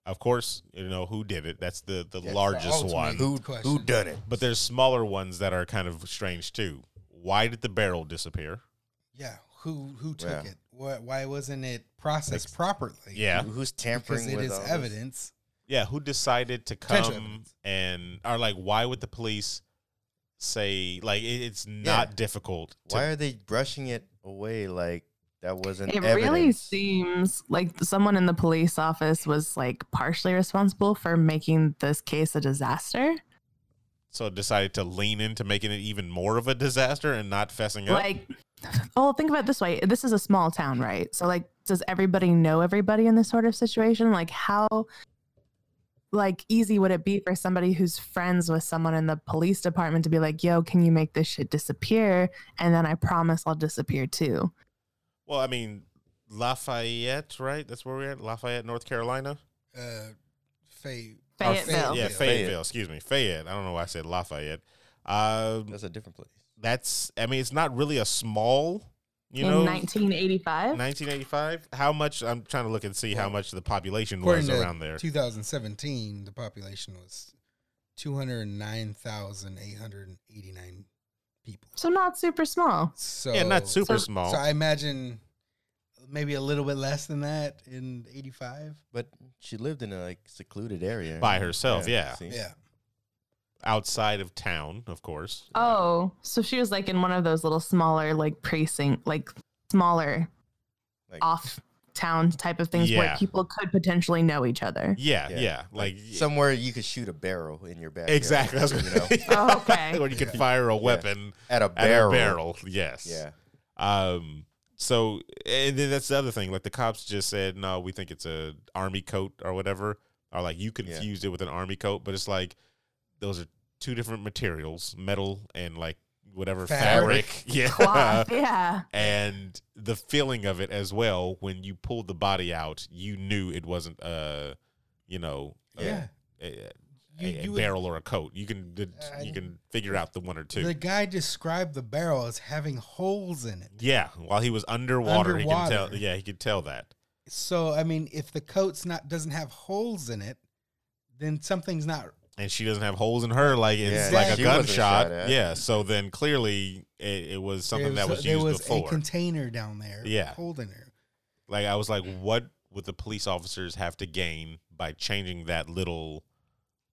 [SPEAKER 1] Of course, you know who did it. That's the the
[SPEAKER 2] That's the
[SPEAKER 1] largest
[SPEAKER 4] ultimate
[SPEAKER 1] one.
[SPEAKER 2] Who
[SPEAKER 4] question.
[SPEAKER 2] who done it?
[SPEAKER 1] But there's smaller ones that are kind of strange too. Why did the barrel disappear?
[SPEAKER 4] yeah. Who who took
[SPEAKER 2] Yeah.
[SPEAKER 4] it? Why, why wasn't it processed properly?
[SPEAKER 1] Yeah,
[SPEAKER 2] Who's
[SPEAKER 4] because
[SPEAKER 2] tampering
[SPEAKER 4] it
[SPEAKER 2] with
[SPEAKER 4] is
[SPEAKER 2] all this?
[SPEAKER 4] evidence.
[SPEAKER 1] yeah. Who decided to
[SPEAKER 4] Potential
[SPEAKER 1] come
[SPEAKER 4] evidence.
[SPEAKER 1] and or like why would the police say like it, it's not difficult? To,
[SPEAKER 2] Why are they brushing it away like that wasn't?
[SPEAKER 3] It really
[SPEAKER 2] evidence?
[SPEAKER 3] seems like someone in the police office was like partially responsible for making this case a disaster.
[SPEAKER 1] so decided to lean into making it even more of a disaster and not fessing up.
[SPEAKER 3] Like, oh, think about it this way. This is a small town, right? So, like, does everybody know everybody in this sort of situation? Like, how, like, easy would it be for somebody who's friends with someone in the police department to be like, "Yo, can you make this shit disappear?" And then I promise I'll disappear too.
[SPEAKER 1] Well, I mean, Lafayette, right? That's where we're at, Lafayette, North Carolina.
[SPEAKER 4] Uh, Fay,
[SPEAKER 1] Or Fay- yeah,
[SPEAKER 3] Fayetteville.
[SPEAKER 4] Fayetteville.
[SPEAKER 1] Fayetteville.
[SPEAKER 2] Fayette.
[SPEAKER 1] Excuse me, Fayette. I don't know why I said Lafayette. Um,
[SPEAKER 2] That's a different place.
[SPEAKER 1] that's. I mean, it's not really a small. You
[SPEAKER 3] in
[SPEAKER 1] know,
[SPEAKER 3] 1985.
[SPEAKER 1] 1985. How much? I'm trying to look and see how much the population
[SPEAKER 4] according
[SPEAKER 1] was
[SPEAKER 4] to
[SPEAKER 1] around there.
[SPEAKER 4] 2017, the population was 209,889 people.
[SPEAKER 3] so not super small.
[SPEAKER 4] So
[SPEAKER 1] yeah, not super
[SPEAKER 3] So-
[SPEAKER 1] small.
[SPEAKER 4] So I imagine maybe a little bit less than that in 85.
[SPEAKER 2] But she lived in a like secluded area
[SPEAKER 1] By herself, yeah.
[SPEAKER 2] see?
[SPEAKER 4] Yeah.
[SPEAKER 1] outside of town, of course.
[SPEAKER 3] Oh, so she was like in one of those little smaller like precinct, like smaller
[SPEAKER 2] Like-
[SPEAKER 3] off town type of things
[SPEAKER 1] Yeah.
[SPEAKER 3] where people could potentially know each other.
[SPEAKER 1] Yeah, yeah.
[SPEAKER 2] Yeah.
[SPEAKER 1] Like,
[SPEAKER 2] somewhere you could shoot a barrel in your backyard.
[SPEAKER 1] exactly. That's what, *laughs*
[SPEAKER 2] You know,
[SPEAKER 3] Oh, okay.
[SPEAKER 1] Or you could fire a weapon
[SPEAKER 2] at
[SPEAKER 1] *laughs*
[SPEAKER 2] a
[SPEAKER 1] at
[SPEAKER 2] barrel.
[SPEAKER 1] a barrel. Yes.
[SPEAKER 2] Yeah.
[SPEAKER 1] Um. So, and then that's the other thing. Like the cops just said, no, we think it's a army coat or whatever, or like you confused it with an army coat, but it's like those are two different materials, metal and like whatever fabric.
[SPEAKER 4] Fabric.
[SPEAKER 1] *laughs* Yeah.
[SPEAKER 2] *laughs*
[SPEAKER 3] Cloth, yeah.
[SPEAKER 1] and the feeling of it as well when you pulled the body out, you knew it wasn't a, you know, a-
[SPEAKER 4] Yeah.
[SPEAKER 1] a, a-
[SPEAKER 4] You-
[SPEAKER 1] Oh, a
[SPEAKER 4] you would- Uh,
[SPEAKER 1] barrel or a coat. You can d-
[SPEAKER 4] I-
[SPEAKER 1] you can figure out the one or two.
[SPEAKER 4] The guy described the barrel as having holes in it.
[SPEAKER 1] Yeah, while he was underwater, he could tell.
[SPEAKER 4] Underwater.
[SPEAKER 1] Yeah, he could tell that.
[SPEAKER 4] So I mean, if the coat's not doesn't have holes in it, then something's not
[SPEAKER 1] And she doesn't have holes in her, like it's
[SPEAKER 4] Yeah,
[SPEAKER 1] like a
[SPEAKER 4] she
[SPEAKER 2] wasn't shot
[SPEAKER 1] gunshot.
[SPEAKER 2] at.
[SPEAKER 1] Yeah, so then clearly it, it was something
[SPEAKER 4] there
[SPEAKER 1] that was
[SPEAKER 4] there
[SPEAKER 1] used
[SPEAKER 4] was
[SPEAKER 1] before.
[SPEAKER 4] a container down there.
[SPEAKER 1] Yeah.
[SPEAKER 4] holding her.
[SPEAKER 1] like I was like, what would the police officers have to gain by changing that little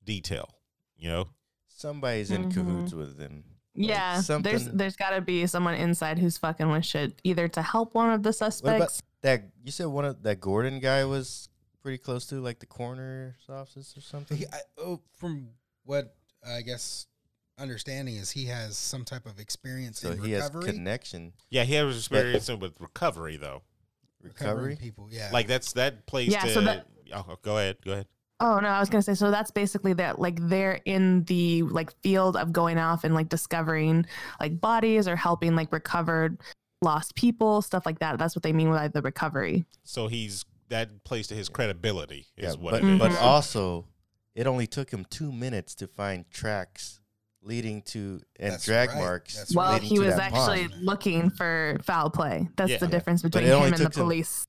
[SPEAKER 1] detail? You know,
[SPEAKER 2] Somebody's in
[SPEAKER 4] Mm-hmm.
[SPEAKER 3] Mhm.
[SPEAKER 2] cahoots with them. Like,
[SPEAKER 3] Yeah, there's
[SPEAKER 2] something-
[SPEAKER 3] there's got to be someone inside who's fucking with shit, either to help one of the
[SPEAKER 2] What about
[SPEAKER 3] suspects.
[SPEAKER 2] that? You said one of that Gordon guy was pretty close to like the coroner's office or something.
[SPEAKER 4] He, I, oh, from what I guess understanding is, he has some type of experience
[SPEAKER 2] so
[SPEAKER 4] in
[SPEAKER 2] he has
[SPEAKER 4] recovery,
[SPEAKER 2] connection
[SPEAKER 1] yeah, he has experience in with recovery though.
[SPEAKER 4] recovering
[SPEAKER 2] recovery.
[SPEAKER 4] people. Yeah,
[SPEAKER 1] Like that's that plays
[SPEAKER 3] Yeah,
[SPEAKER 1] to.
[SPEAKER 3] so that-
[SPEAKER 1] oh, go ahead, go ahead.
[SPEAKER 3] Oh no, I was gonna say so that's basically that like they're in the like field of going off and like discovering like bodies or helping like recovered lost people, stuff like that. That's what they mean by the recovery.
[SPEAKER 1] So he's that plays to his credibility is what
[SPEAKER 2] but
[SPEAKER 1] it is.
[SPEAKER 2] but
[SPEAKER 4] Mm-hmm.
[SPEAKER 3] Mhm.
[SPEAKER 2] also it only took him two minutes to find tracks leading to and
[SPEAKER 4] That's
[SPEAKER 2] drag
[SPEAKER 4] right.
[SPEAKER 2] marks.
[SPEAKER 4] That's
[SPEAKER 3] Well,
[SPEAKER 2] leading
[SPEAKER 3] he
[SPEAKER 2] to
[SPEAKER 3] was
[SPEAKER 2] that
[SPEAKER 3] actually
[SPEAKER 2] pond.
[SPEAKER 3] looking for foul play. That's
[SPEAKER 1] Yeah.
[SPEAKER 3] the
[SPEAKER 1] Yeah.
[SPEAKER 3] difference
[SPEAKER 2] But it
[SPEAKER 3] between
[SPEAKER 2] only
[SPEAKER 3] him and the
[SPEAKER 2] took them-
[SPEAKER 3] police.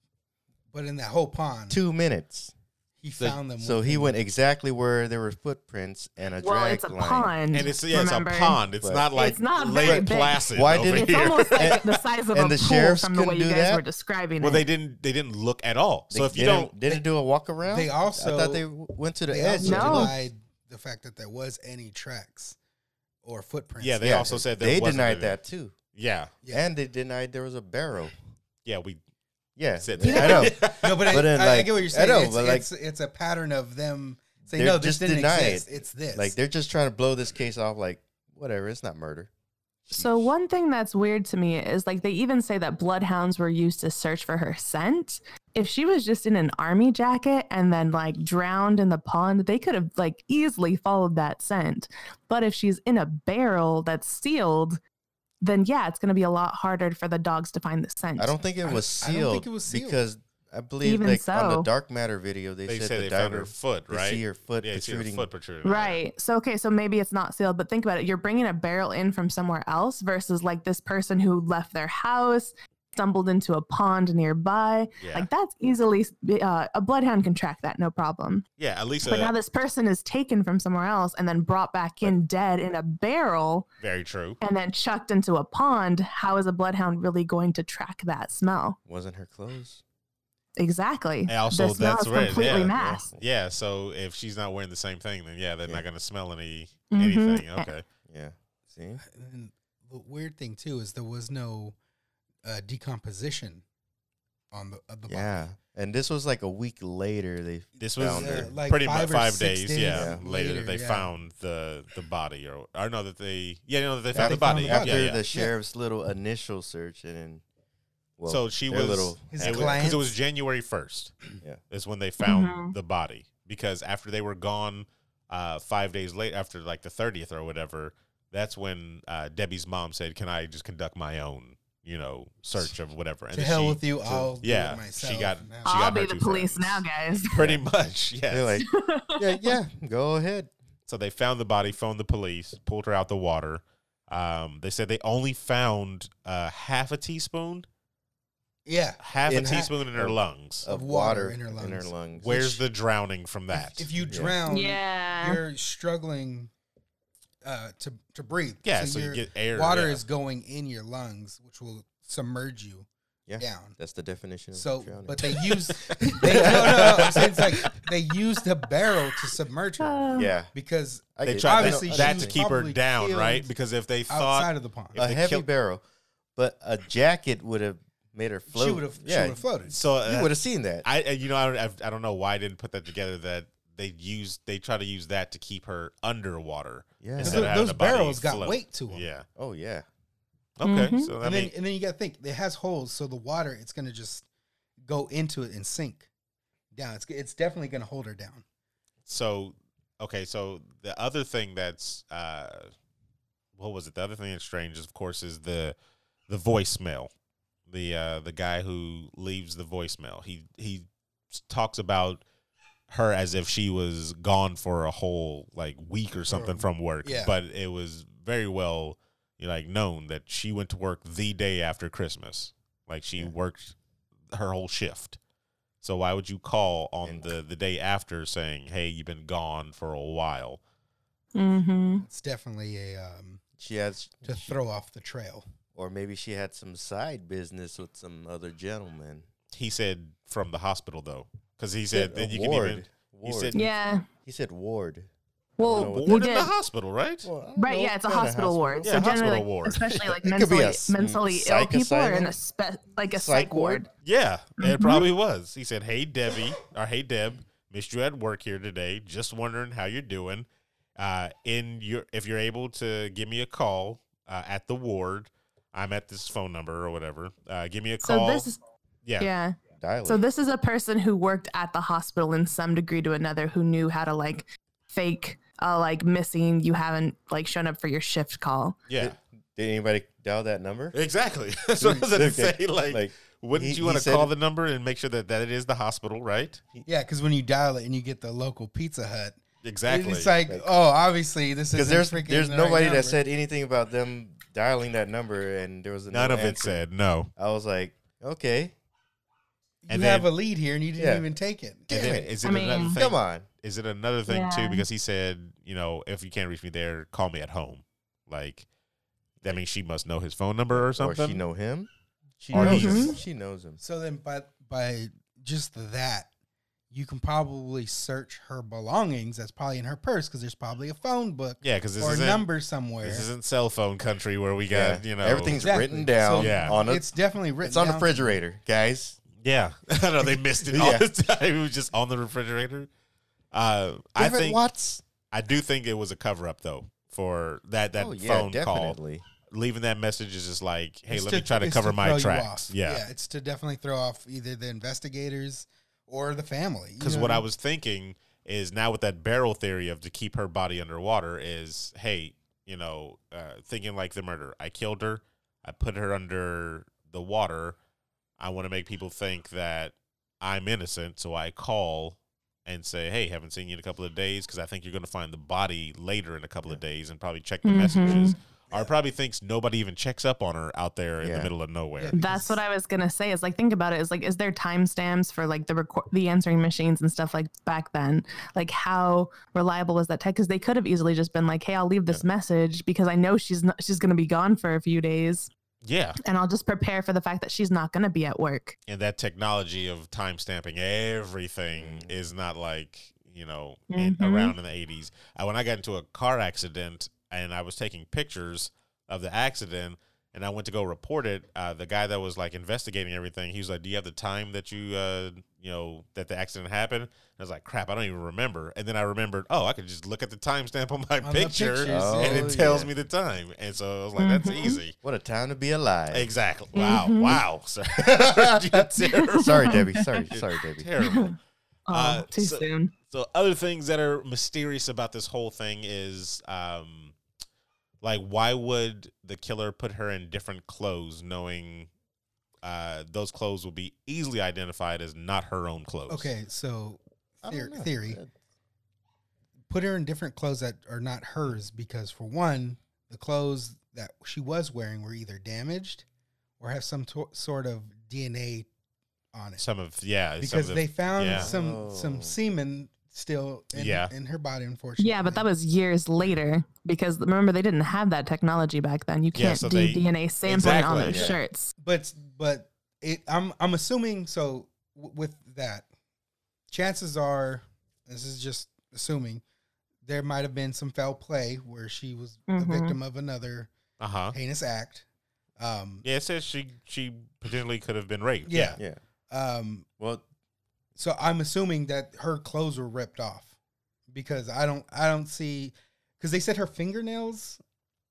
[SPEAKER 4] but in that whole pond,
[SPEAKER 2] two minutes.
[SPEAKER 4] he
[SPEAKER 1] So-
[SPEAKER 4] found them.
[SPEAKER 2] So he
[SPEAKER 4] within-
[SPEAKER 2] went exactly where there were footprints and a
[SPEAKER 3] Well,
[SPEAKER 2] drag
[SPEAKER 3] it's a
[SPEAKER 2] line.
[SPEAKER 3] pond.
[SPEAKER 1] and it's yeah,
[SPEAKER 3] remember?
[SPEAKER 1] it's a pond. It's
[SPEAKER 2] But-
[SPEAKER 1] not like
[SPEAKER 3] It's not very
[SPEAKER 1] Lake
[SPEAKER 3] big.
[SPEAKER 1] Placid.
[SPEAKER 2] Why
[SPEAKER 1] over
[SPEAKER 2] didn't-
[SPEAKER 3] It's
[SPEAKER 1] here.
[SPEAKER 3] almost like the size of
[SPEAKER 2] And
[SPEAKER 3] a
[SPEAKER 2] the
[SPEAKER 3] pool
[SPEAKER 2] sheriffs
[SPEAKER 3] from the way
[SPEAKER 2] couldn't do
[SPEAKER 3] you guys
[SPEAKER 2] that?
[SPEAKER 3] were describing
[SPEAKER 1] Well,
[SPEAKER 3] it.
[SPEAKER 1] they didn't. They didn't look at all.
[SPEAKER 2] They
[SPEAKER 1] so if you
[SPEAKER 2] didn't-
[SPEAKER 1] don't,
[SPEAKER 2] didn't do a walk around.
[SPEAKER 4] They also
[SPEAKER 2] I thought they w- went to the
[SPEAKER 4] they
[SPEAKER 2] edge.
[SPEAKER 4] also
[SPEAKER 3] No.
[SPEAKER 4] denied the fact that there was any tracks or footprints.
[SPEAKER 1] Yeah, they
[SPEAKER 4] there.
[SPEAKER 1] also said there
[SPEAKER 2] they
[SPEAKER 1] wasn't
[SPEAKER 2] denied
[SPEAKER 1] any.
[SPEAKER 2] that too,
[SPEAKER 1] yeah,
[SPEAKER 4] Yeah.
[SPEAKER 2] and they denied there was a barrel.
[SPEAKER 1] yeah, we
[SPEAKER 2] Yeah,
[SPEAKER 1] said
[SPEAKER 2] I
[SPEAKER 1] that.
[SPEAKER 2] know.
[SPEAKER 4] No, but,
[SPEAKER 2] But
[SPEAKER 4] I,
[SPEAKER 2] then,
[SPEAKER 4] I, I
[SPEAKER 2] like,
[SPEAKER 4] get what you're
[SPEAKER 2] I
[SPEAKER 4] saying.
[SPEAKER 2] know,
[SPEAKER 4] it's,
[SPEAKER 2] but, like,
[SPEAKER 4] it's, it's a pattern of them saying,
[SPEAKER 2] they're
[SPEAKER 4] "No, this
[SPEAKER 2] just
[SPEAKER 4] didn't
[SPEAKER 2] deny
[SPEAKER 4] exist.
[SPEAKER 2] it.
[SPEAKER 4] It's this."
[SPEAKER 2] Like they're just trying to blow this case off. Like whatever, it's not murder.
[SPEAKER 3] So one thing that's weird to me is like they even say that bloodhounds were used to search for her scent. If she was just in an army jacket and then like drowned in the pond, they could have like easily followed that scent. But if she's in a barrel that's sealed, then yeah, it's going to be a lot harder for the dogs to find the scent.
[SPEAKER 2] I don't think it
[SPEAKER 4] I
[SPEAKER 2] was
[SPEAKER 4] don't- I
[SPEAKER 2] sealed.
[SPEAKER 4] don't think it was sealed.
[SPEAKER 2] because I believe
[SPEAKER 3] Even
[SPEAKER 2] like on the
[SPEAKER 3] so.
[SPEAKER 2] dark matter video they,
[SPEAKER 1] they
[SPEAKER 2] said,
[SPEAKER 1] said
[SPEAKER 2] the
[SPEAKER 1] they found
[SPEAKER 2] diver
[SPEAKER 1] her foot,
[SPEAKER 2] they
[SPEAKER 1] right?
[SPEAKER 2] see her foot
[SPEAKER 1] yeah, they see her
[SPEAKER 2] protruding.
[SPEAKER 1] foot protruding.
[SPEAKER 3] Right. So okay, so maybe it's not sealed, but think about it. You're bringing a barrel in from somewhere else versus like this person who left their house, stumbled into a pond nearby.
[SPEAKER 1] Yeah,
[SPEAKER 3] Like that's easily uh, a bloodhound can track that, no problem.
[SPEAKER 1] yeah. At least
[SPEAKER 3] but now
[SPEAKER 1] a,
[SPEAKER 3] this person is taken from somewhere else and then brought back in dead in a barrel
[SPEAKER 1] very true.
[SPEAKER 3] and then chucked into a pond. How is a bloodhound really going to track that smell?
[SPEAKER 2] Wasn't her clothes?
[SPEAKER 3] Exactly.
[SPEAKER 1] And also,
[SPEAKER 3] the smell
[SPEAKER 1] that's
[SPEAKER 3] is
[SPEAKER 1] right.
[SPEAKER 3] completely
[SPEAKER 1] yeah,
[SPEAKER 3] masked.
[SPEAKER 1] yeah. Yeah, So if she's not wearing the same thing, then yeah, they're
[SPEAKER 2] Yeah.
[SPEAKER 1] not going to smell any
[SPEAKER 3] Mhm.
[SPEAKER 1] anything. Okay.
[SPEAKER 2] Yeah. See,
[SPEAKER 4] And the weird thing too is there was no uh, decomposition on the of the
[SPEAKER 2] yeah. And this was like a week later. They
[SPEAKER 1] This was
[SPEAKER 2] Found her.
[SPEAKER 1] uh,
[SPEAKER 4] like
[SPEAKER 1] pretty
[SPEAKER 4] five
[SPEAKER 1] much
[SPEAKER 4] or
[SPEAKER 1] five
[SPEAKER 4] six
[SPEAKER 1] days,
[SPEAKER 4] days
[SPEAKER 1] yeah,
[SPEAKER 4] Yeah.
[SPEAKER 1] later
[SPEAKER 4] later,
[SPEAKER 1] that they
[SPEAKER 4] yeah.
[SPEAKER 1] found the the body, or or no, that they yeah, no, that they
[SPEAKER 4] After
[SPEAKER 1] found the
[SPEAKER 4] they found
[SPEAKER 1] body.
[SPEAKER 4] the
[SPEAKER 1] Yeah,
[SPEAKER 4] body.
[SPEAKER 2] after
[SPEAKER 1] yeah.
[SPEAKER 2] the sheriff's little initial search and then well,
[SPEAKER 1] so she
[SPEAKER 2] their
[SPEAKER 1] was
[SPEAKER 2] little
[SPEAKER 4] His
[SPEAKER 1] it was-
[SPEAKER 4] client-
[SPEAKER 1] it was January
[SPEAKER 4] *clears throat*
[SPEAKER 1] first.
[SPEAKER 2] Yeah.
[SPEAKER 1] is when they found
[SPEAKER 3] Mhm.
[SPEAKER 1] the body because after they were gone, uh, five days late after like the thirtieth or whatever, that's when uh, Debbie's mom said, "Can I just conduct my own, you know, search of whatever?"
[SPEAKER 4] body.
[SPEAKER 1] And
[SPEAKER 4] To
[SPEAKER 1] then
[SPEAKER 4] hell
[SPEAKER 1] she-
[SPEAKER 4] with you! I'll
[SPEAKER 1] yeah,
[SPEAKER 4] do it
[SPEAKER 1] she
[SPEAKER 4] myself.
[SPEAKER 1] got-
[SPEAKER 4] and
[SPEAKER 1] she
[SPEAKER 4] I'll-
[SPEAKER 3] I'll
[SPEAKER 1] got
[SPEAKER 3] be
[SPEAKER 1] her
[SPEAKER 3] the
[SPEAKER 1] two
[SPEAKER 3] police
[SPEAKER 1] friends.
[SPEAKER 3] now, guys.
[SPEAKER 1] pretty much. *laughs* Yes.
[SPEAKER 2] they're like
[SPEAKER 4] *laughs*
[SPEAKER 2] yeah yeah go ahead
[SPEAKER 1] So they found the body, phoned the police, pulled her out the water. Um, they said they only found uh, half a teaspoon,
[SPEAKER 4] yeah.
[SPEAKER 1] half
[SPEAKER 4] In
[SPEAKER 1] a
[SPEAKER 4] ha-
[SPEAKER 1] teaspoon in her lungs.
[SPEAKER 4] Of water in her lungs.
[SPEAKER 1] Where's
[SPEAKER 4] Which-
[SPEAKER 1] the drowning from that?
[SPEAKER 4] If you
[SPEAKER 2] Yeah.
[SPEAKER 4] drown,
[SPEAKER 3] yeah.
[SPEAKER 4] Um, you're struggling uh, to to breathe.
[SPEAKER 1] yeah, so, you
[SPEAKER 4] your
[SPEAKER 1] get air.
[SPEAKER 4] water
[SPEAKER 1] yeah.
[SPEAKER 4] is going in your lungs, which will submerge you
[SPEAKER 2] Yeah.
[SPEAKER 4] down.
[SPEAKER 2] That's the definition of
[SPEAKER 4] So,
[SPEAKER 2] drowning. *laughs*
[SPEAKER 4] but they
[SPEAKER 1] *laughs*
[SPEAKER 4] used they, no, no, no. I'm saying it's like they used a barrel to submerge her
[SPEAKER 2] *laughs*
[SPEAKER 3] Uh,
[SPEAKER 2] yeah.
[SPEAKER 4] because
[SPEAKER 2] I
[SPEAKER 1] they
[SPEAKER 2] get
[SPEAKER 1] tried
[SPEAKER 2] you.
[SPEAKER 1] that,
[SPEAKER 4] Obviously,
[SPEAKER 1] that
[SPEAKER 4] she
[SPEAKER 1] to
[SPEAKER 4] was
[SPEAKER 1] keep her
[SPEAKER 4] probably
[SPEAKER 1] down,
[SPEAKER 4] killed
[SPEAKER 1] right? Because if they
[SPEAKER 4] outside
[SPEAKER 1] thought
[SPEAKER 4] of the pond,
[SPEAKER 1] if
[SPEAKER 2] a
[SPEAKER 1] they
[SPEAKER 2] heavy
[SPEAKER 1] killed-
[SPEAKER 2] barrel, but a jacket would have made her float.
[SPEAKER 4] she would have she
[SPEAKER 2] Yeah,
[SPEAKER 4] would have floated.
[SPEAKER 1] so,
[SPEAKER 2] you
[SPEAKER 1] uh,
[SPEAKER 2] would have seen that.
[SPEAKER 1] I uh, you know I don't I've- I don't know why I didn't put that together that they used they try to use that to keep her underwater.
[SPEAKER 2] yeah.
[SPEAKER 1] Instead
[SPEAKER 4] Those-
[SPEAKER 1] of having
[SPEAKER 4] those
[SPEAKER 1] the body
[SPEAKER 4] barrels got
[SPEAKER 1] float.
[SPEAKER 4] weight to 'em.
[SPEAKER 1] Yeah.
[SPEAKER 2] Oh yeah.
[SPEAKER 1] Okay.
[SPEAKER 3] Mhm.
[SPEAKER 1] So I
[SPEAKER 4] and
[SPEAKER 1] mean,
[SPEAKER 4] then and then you got to think it has holes, so the water it's going to just go into it and sink down. It's it's definitely going to hold her down.
[SPEAKER 1] so okay so the other thing that's uh what was it the other thing that's strange is of course is the the voicemail the uh the guy who leaves the voicemail he he s- talks about her as if she was gone for a whole like week or something from work
[SPEAKER 4] yeah.
[SPEAKER 1] but it was very well you know, like known that she went to work the day after christmas like she
[SPEAKER 2] Yeah.
[SPEAKER 1] worked her whole shift so why would you call on the the day after saying, "Hey, you've been gone for a while"?
[SPEAKER 3] Mm-hmm.
[SPEAKER 4] It's definitely a um,
[SPEAKER 2] She had,
[SPEAKER 4] to throw off the trail.
[SPEAKER 2] or maybe she had some side business with some other gentleman.
[SPEAKER 1] He said from the hospital though, because he said that you can even
[SPEAKER 2] Ward.
[SPEAKER 1] said-
[SPEAKER 3] Yeah.
[SPEAKER 2] He said ward.
[SPEAKER 3] Well,
[SPEAKER 2] know what
[SPEAKER 3] we
[SPEAKER 1] board in
[SPEAKER 3] did.
[SPEAKER 1] the hospital, right?
[SPEAKER 2] Well, I don't
[SPEAKER 3] Right,
[SPEAKER 2] know.
[SPEAKER 3] yeah, it's a
[SPEAKER 2] not
[SPEAKER 3] hospital ward.
[SPEAKER 1] Yeah,
[SPEAKER 3] so
[SPEAKER 1] hospital
[SPEAKER 3] generally, like,
[SPEAKER 1] ward.
[SPEAKER 3] especially like
[SPEAKER 2] It could be
[SPEAKER 3] mentally,
[SPEAKER 2] a s-
[SPEAKER 3] mentally ill
[SPEAKER 2] psych
[SPEAKER 3] people are in
[SPEAKER 2] asylum?
[SPEAKER 3] a spe- like a
[SPEAKER 2] Psych
[SPEAKER 3] psych,
[SPEAKER 2] ward?
[SPEAKER 3] ward.
[SPEAKER 1] Yeah, it
[SPEAKER 3] Mhm.
[SPEAKER 1] probably was. He said, "Hey, Debbie, or hey, Deb, missed you at work here today. Just wondering how you're doing. Uh, in your, if you're able to give me a call uh, at the ward, I'm at this phone number or whatever. Uh, give me a
[SPEAKER 3] So
[SPEAKER 1] call.
[SPEAKER 3] this is
[SPEAKER 1] Oh, yeah,
[SPEAKER 3] yeah.
[SPEAKER 2] Dial
[SPEAKER 3] So
[SPEAKER 2] it.
[SPEAKER 3] this is a person who worked at the hospital in some degree to another who knew how to like fake uh like missing you haven't like shown up for your shift call.
[SPEAKER 1] yeah,
[SPEAKER 2] Did anybody dial that number?
[SPEAKER 1] exactly. *laughs* That's what I was gonna
[SPEAKER 2] Okay.
[SPEAKER 1] say. Like,
[SPEAKER 2] Like,
[SPEAKER 1] wouldn't
[SPEAKER 2] he-
[SPEAKER 1] you want
[SPEAKER 2] he
[SPEAKER 1] to
[SPEAKER 2] said-
[SPEAKER 1] call the number and make sure that that it is the hospital, right?
[SPEAKER 4] Yeah, because when you dial it and you get the local Pizza Hut,
[SPEAKER 1] Exactly.
[SPEAKER 4] it's like,
[SPEAKER 2] Like-
[SPEAKER 4] oh, obviously this is
[SPEAKER 2] because there's there's nobody that said anything about them dialing that number, and there was no
[SPEAKER 1] None of it
[SPEAKER 2] answer.
[SPEAKER 1] said no.
[SPEAKER 2] I was like, okay,
[SPEAKER 4] you
[SPEAKER 1] and
[SPEAKER 4] have
[SPEAKER 1] then-
[SPEAKER 4] a lead here and you didn't
[SPEAKER 2] Yeah.
[SPEAKER 4] even take it.
[SPEAKER 2] Damn
[SPEAKER 1] And then
[SPEAKER 2] it.
[SPEAKER 1] is it
[SPEAKER 3] I
[SPEAKER 1] another
[SPEAKER 3] mean-
[SPEAKER 1] thing?
[SPEAKER 2] come on.
[SPEAKER 1] Is it another thing too?
[SPEAKER 3] Yeah.
[SPEAKER 1] Because he said, you know, if you can't reach me there, call me at home. Like that means she must know his phone number or something.
[SPEAKER 2] Or she know him. She
[SPEAKER 1] Or
[SPEAKER 2] knows him.
[SPEAKER 3] he's-
[SPEAKER 2] She knows him.
[SPEAKER 4] So then, by by just that, you can probably search her belongings. That's probably in her purse because there's probably a phone book
[SPEAKER 1] yeah, because this
[SPEAKER 4] or a
[SPEAKER 1] isn't
[SPEAKER 4] number somewhere.
[SPEAKER 1] this isn't cell phone country where we got
[SPEAKER 2] Yeah.
[SPEAKER 1] you know
[SPEAKER 2] everything's
[SPEAKER 4] Exactly.
[SPEAKER 2] written down.
[SPEAKER 1] So Yeah.
[SPEAKER 2] on a, it's,
[SPEAKER 4] it's definitely written.
[SPEAKER 2] on the
[SPEAKER 4] down.
[SPEAKER 2] refrigerator, guys.
[SPEAKER 1] Yeah, *laughs* I know they missed
[SPEAKER 2] *laughs*
[SPEAKER 1] it all
[SPEAKER 2] Yeah.
[SPEAKER 1] the time. It was just on the refrigerator. Uh, I
[SPEAKER 2] Give it
[SPEAKER 1] think
[SPEAKER 2] Watts.
[SPEAKER 1] I do think it was a cover up though for that that
[SPEAKER 2] oh, yeah,
[SPEAKER 1] phone call.
[SPEAKER 2] definitely.
[SPEAKER 1] Leaving that message is just like, hey,
[SPEAKER 4] It's
[SPEAKER 1] let me try to
[SPEAKER 4] it's
[SPEAKER 1] cover
[SPEAKER 4] throw
[SPEAKER 1] my
[SPEAKER 4] you
[SPEAKER 1] tracks.
[SPEAKER 4] off.
[SPEAKER 1] Yeah.
[SPEAKER 4] it's to definitely throw off either the investigators or the family. you
[SPEAKER 1] Because
[SPEAKER 4] know
[SPEAKER 1] what I
[SPEAKER 4] mean?
[SPEAKER 1] was thinking is now with that barrel theory of to keep her body underwater is, hey, you know, uh, thinking like the murder. I killed her. I put her under the water. I want to make people think that I'm innocent, so I call and say, "Hey, haven't seen you in a couple of days because I think you're going to find the body later in a couple of days and probably check the
[SPEAKER 3] Mhm.
[SPEAKER 1] messages." Or probably thinks nobody even checks up on her out there in
[SPEAKER 2] Yeah.
[SPEAKER 1] the middle of nowhere.
[SPEAKER 4] Yeah.
[SPEAKER 3] That's what I was gonna say. Is like think about it. Is like is there timestamps for like the record the answering machines and stuff like back then? Like how reliable was that tech? Because they could have easily just been like, hey, I'll leave this message because I know she's not she's gonna be gone for a few days,
[SPEAKER 1] yeah.
[SPEAKER 3] and I'll just prepare for the fact that she's not gonna be at work.
[SPEAKER 1] and that technology of time stamping everything is not like you know in,
[SPEAKER 3] Mhm.
[SPEAKER 1] around in the 80s I, when i got into a car accident and i was taking pictures of the accident and i went to go report it uh, the guy that was like investigating everything he was like do you have the time that you uh, you know that the accident happened and i was like crap i don't even remember and then i remembered oh i could just look at the timestamp on my
[SPEAKER 4] On the
[SPEAKER 1] picture
[SPEAKER 4] pictures,
[SPEAKER 1] and
[SPEAKER 2] Oh,
[SPEAKER 1] it tells
[SPEAKER 2] yeah.
[SPEAKER 1] me the time and so i was like that's
[SPEAKER 3] Mhm.
[SPEAKER 1] easy
[SPEAKER 2] What a time to be alive.
[SPEAKER 1] exactly wow
[SPEAKER 3] Mhm.
[SPEAKER 1] wow sir *laughs* You're terrible.
[SPEAKER 2] Sorry,
[SPEAKER 1] *laughs*
[SPEAKER 2] Debbie. Sorry, sorry, Debbie.
[SPEAKER 4] *laughs*
[SPEAKER 1] terrible
[SPEAKER 3] Oh,
[SPEAKER 1] Uh,
[SPEAKER 3] too
[SPEAKER 1] so-
[SPEAKER 3] soon.
[SPEAKER 1] So other things that are mysterious about this whole thing is um like why would the killer put her in different clothes knowing uh those clothes will be easily identified as not her own clothes.
[SPEAKER 4] Okay, so
[SPEAKER 2] I
[SPEAKER 4] Theor-
[SPEAKER 2] don't know.
[SPEAKER 4] theory. put her in different clothes that are not hers because for one, the clothes that she was wearing were either damaged or have some to- sort of DNA on it.
[SPEAKER 1] Some of yeah, some
[SPEAKER 4] because
[SPEAKER 1] of the-
[SPEAKER 4] they found
[SPEAKER 1] yeah.
[SPEAKER 4] some
[SPEAKER 2] Oh.
[SPEAKER 4] some semen still in,
[SPEAKER 1] Yeah.
[SPEAKER 4] in her body unfortunately
[SPEAKER 3] Yeah, but that was years later because remember they didn't have that technology back then. You
[SPEAKER 1] Yeah,
[SPEAKER 3] can't
[SPEAKER 1] so
[SPEAKER 3] do
[SPEAKER 1] they-
[SPEAKER 3] DNA sampling on
[SPEAKER 1] Exactly.
[SPEAKER 3] those
[SPEAKER 2] Yeah.
[SPEAKER 3] shirts.
[SPEAKER 4] but but it, I'm I'm assuming so w- with that, chances are this is just assuming there might have been some foul play where she was
[SPEAKER 3] Mhm.
[SPEAKER 4] a victim of another
[SPEAKER 1] Uh huh.
[SPEAKER 4] heinous act. Um,
[SPEAKER 1] Yeah, it says she she potentially could have been raped.
[SPEAKER 4] yeah.
[SPEAKER 2] Yeah.
[SPEAKER 4] Um,
[SPEAKER 2] Well,
[SPEAKER 4] so I'm assuming that her clothes were ripped off because I don't I don't see because they said her fingernails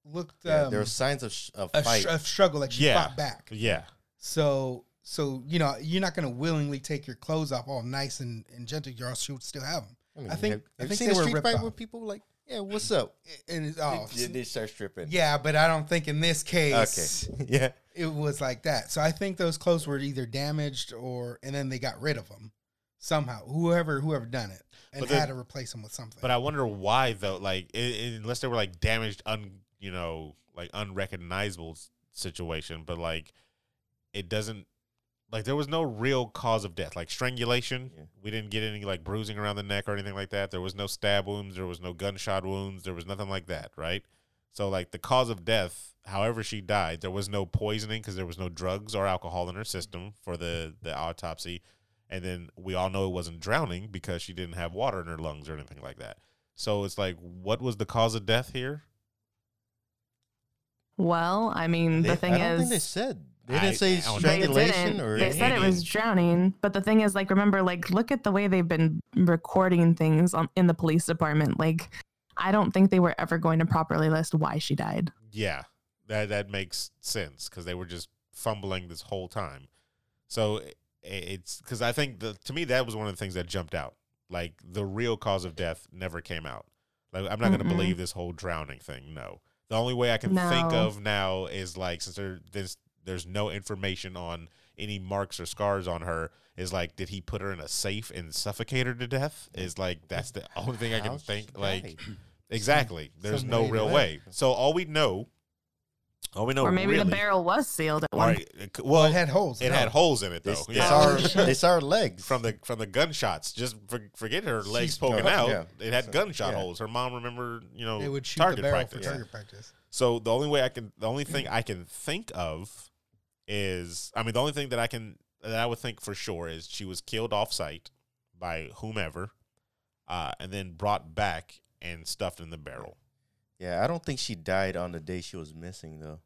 [SPEAKER 4] looked
[SPEAKER 2] yeah,
[SPEAKER 4] um,
[SPEAKER 2] there were signs of, sh- of
[SPEAKER 4] a,
[SPEAKER 2] fight.
[SPEAKER 4] str- a struggle like she
[SPEAKER 1] Yeah.
[SPEAKER 4] fought back.
[SPEAKER 1] Yeah.
[SPEAKER 4] So so you know you're not going to willingly take your clothes off all nice and and gentle. You're she would still have them.
[SPEAKER 2] mean,
[SPEAKER 4] I think-
[SPEAKER 2] have,
[SPEAKER 4] I
[SPEAKER 2] have
[SPEAKER 4] think
[SPEAKER 2] you
[SPEAKER 4] they
[SPEAKER 2] seen
[SPEAKER 4] were
[SPEAKER 2] a street
[SPEAKER 4] ripped
[SPEAKER 2] fight
[SPEAKER 4] off.
[SPEAKER 2] where people like, yeah, what's up?
[SPEAKER 4] And it's oh
[SPEAKER 2] They, they start stripping.
[SPEAKER 4] yeah, but I don't think in this
[SPEAKER 2] Okay.
[SPEAKER 4] case
[SPEAKER 2] *laughs* yeah.
[SPEAKER 4] it was like that. So I think those clothes were either damaged or and then they got rid of them somehow. Whoever whoever done it and
[SPEAKER 1] But the-
[SPEAKER 4] had to replace them with something.
[SPEAKER 1] But I wonder why though. Like, i i- unless they were like damaged, un you know, like unrecognizable s- situation. But like, it doesn't. Like, there was no real cause of death. Like strangulation,
[SPEAKER 2] Yeah.
[SPEAKER 1] we didn't get any like bruising around the neck or anything like that. There was no stab wounds. There was no gunshot wounds. There was nothing like that, right? So like the cause of death, however she died, there was no poisoning because there was no drugs or alcohol in her system for the the autopsy. And then we all know it wasn't drowning because she didn't have water in her lungs or anything like that. So it's like, what was the cause of death here?
[SPEAKER 3] Well, I mean,
[SPEAKER 2] They-
[SPEAKER 3] the thing
[SPEAKER 2] I don't think
[SPEAKER 3] is,
[SPEAKER 2] they said. They
[SPEAKER 1] I-
[SPEAKER 2] didn't say
[SPEAKER 1] I don't
[SPEAKER 3] they
[SPEAKER 1] think
[SPEAKER 2] strangulation
[SPEAKER 3] didn't.
[SPEAKER 2] or
[SPEAKER 3] they said it
[SPEAKER 2] *laughs*
[SPEAKER 3] was
[SPEAKER 1] anything.
[SPEAKER 3] drowning, but the thing is, like, remember, like, look at the way they've been recording things on, in the police department. Like, I don't think they were ever going to properly list why she died.
[SPEAKER 1] Yeah, that that makes sense because they were just fumbling this whole time. So i- it's because I think the to me that was one of the things that jumped out. Like the real cause of death never came out. Like I'm not going to
[SPEAKER 3] Mm-mm.
[SPEAKER 1] believe this whole drowning thing. No, the only way I can think
[SPEAKER 3] No.
[SPEAKER 1] of now is like since there there's there's no information on any marks or scars on her is like did he put her in a safe and suffocate her to death is like that's the only thing i can
[SPEAKER 2] How she
[SPEAKER 1] think like
[SPEAKER 2] died.
[SPEAKER 1] Exactly. There's
[SPEAKER 2] some
[SPEAKER 1] no
[SPEAKER 2] way to
[SPEAKER 1] real
[SPEAKER 2] live.
[SPEAKER 1] way. So all we know, all we
[SPEAKER 2] Oh,
[SPEAKER 1] know,
[SPEAKER 3] or maybe
[SPEAKER 1] really,
[SPEAKER 3] the barrel was sealed at
[SPEAKER 1] all
[SPEAKER 3] one.
[SPEAKER 1] right, it c- well,
[SPEAKER 4] it had holes. no.
[SPEAKER 1] holes in it
[SPEAKER 2] They,
[SPEAKER 1] though.
[SPEAKER 2] they
[SPEAKER 1] yeah.
[SPEAKER 2] saw
[SPEAKER 3] Oh,
[SPEAKER 2] her, they saw her
[SPEAKER 1] *laughs*
[SPEAKER 2] legs.
[SPEAKER 1] From the from the gunshots, just for, forget her legs
[SPEAKER 4] She's-
[SPEAKER 1] poking
[SPEAKER 2] oh,
[SPEAKER 1] out.
[SPEAKER 2] yeah.
[SPEAKER 1] It had
[SPEAKER 2] So,
[SPEAKER 1] gunshot
[SPEAKER 2] yeah.
[SPEAKER 1] holes. Her mom, remember, you know,
[SPEAKER 4] They would shoot
[SPEAKER 1] target
[SPEAKER 4] the barrel
[SPEAKER 1] practice.
[SPEAKER 4] for target practice.
[SPEAKER 1] So the only way I can, the only
[SPEAKER 4] *clears throat*
[SPEAKER 1] thing I can think of is, I mean, the only thing that I can, that I would think for sure is she was killed off site by whomever, uh, and then brought back and stuffed in the barrel.
[SPEAKER 2] yeah, I don't think she died on the day she was missing though,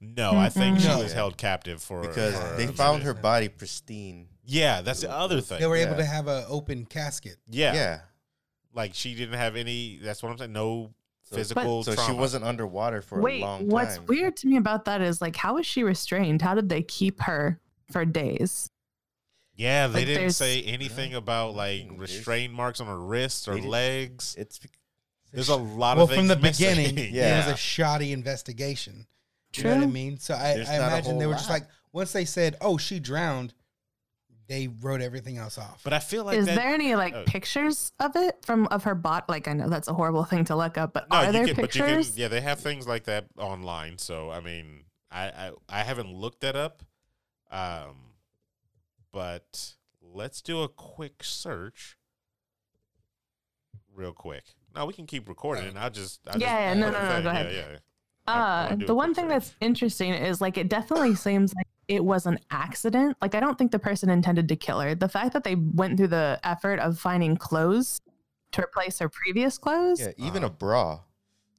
[SPEAKER 1] No, I think she
[SPEAKER 4] Mm-hmm. No.
[SPEAKER 1] was held captive for
[SPEAKER 2] because
[SPEAKER 1] for
[SPEAKER 2] they
[SPEAKER 1] a
[SPEAKER 2] found her
[SPEAKER 1] minute.
[SPEAKER 2] body pristine.
[SPEAKER 1] Yeah, that's the other thing.
[SPEAKER 4] They were
[SPEAKER 2] yeah.
[SPEAKER 4] able to have an open casket.
[SPEAKER 1] yeah.
[SPEAKER 2] yeah.
[SPEAKER 1] like she didn't have any. That's what I'm saying. No
[SPEAKER 2] So-
[SPEAKER 1] physical.
[SPEAKER 2] So she
[SPEAKER 1] trauma.
[SPEAKER 2] wasn't underwater for
[SPEAKER 3] Wait,
[SPEAKER 2] a long time.
[SPEAKER 3] what's weird to me about that is like, how was she restrained? How did they keep her for days?
[SPEAKER 1] Yeah, they
[SPEAKER 3] Like,
[SPEAKER 1] didn't
[SPEAKER 3] there's-
[SPEAKER 1] say anything about like
[SPEAKER 2] Mm, there's-
[SPEAKER 1] restraint marks on her wrists or
[SPEAKER 2] They didn't-
[SPEAKER 1] legs.
[SPEAKER 2] It's
[SPEAKER 1] There's a lot
[SPEAKER 4] well,
[SPEAKER 1] of things
[SPEAKER 4] from the
[SPEAKER 1] missing.
[SPEAKER 2] *laughs*
[SPEAKER 1] *laughs*
[SPEAKER 4] beginning,
[SPEAKER 2] Yeah.
[SPEAKER 4] it was a shoddy investigation.
[SPEAKER 3] True.
[SPEAKER 4] You know what I mean? So I, I
[SPEAKER 2] There's not a
[SPEAKER 4] imagine they
[SPEAKER 2] whole
[SPEAKER 4] were just
[SPEAKER 2] lot.
[SPEAKER 4] like, once they said, "Oh, she drowned," they wrote everything else off.
[SPEAKER 1] but I feel like
[SPEAKER 3] is
[SPEAKER 1] that.
[SPEAKER 3] there any like
[SPEAKER 1] oh.
[SPEAKER 3] pictures of it from of her bot? Like, I know that's a horrible thing to look up, but
[SPEAKER 1] no,
[SPEAKER 3] are
[SPEAKER 1] you
[SPEAKER 3] there
[SPEAKER 1] can, but you can.
[SPEAKER 3] pictures?
[SPEAKER 1] Yeah, they have things like that online. So I mean, I I, I haven't looked that up. Um, but let's do a quick search. Real quick. No, we can keep recording, and I'll just. I'll
[SPEAKER 3] Yeah, yeah,
[SPEAKER 1] just
[SPEAKER 3] no,
[SPEAKER 1] put
[SPEAKER 3] no,
[SPEAKER 1] the
[SPEAKER 3] no,
[SPEAKER 1] thing-
[SPEAKER 3] go
[SPEAKER 1] yeah,
[SPEAKER 3] ahead.
[SPEAKER 1] yeah, yeah. I- I
[SPEAKER 3] Uh,
[SPEAKER 1] wanna do
[SPEAKER 3] the
[SPEAKER 1] a
[SPEAKER 3] one
[SPEAKER 1] quick
[SPEAKER 3] thing
[SPEAKER 1] search.
[SPEAKER 3] that's interesting is like it definitely seems like it was an accident. Like I don't think the person intended to kill her. The fact that they went through the effort of finding clothes to replace her previous clothes.
[SPEAKER 2] yeah,
[SPEAKER 1] Uh-huh.
[SPEAKER 3] Yeah.
[SPEAKER 2] even a bra.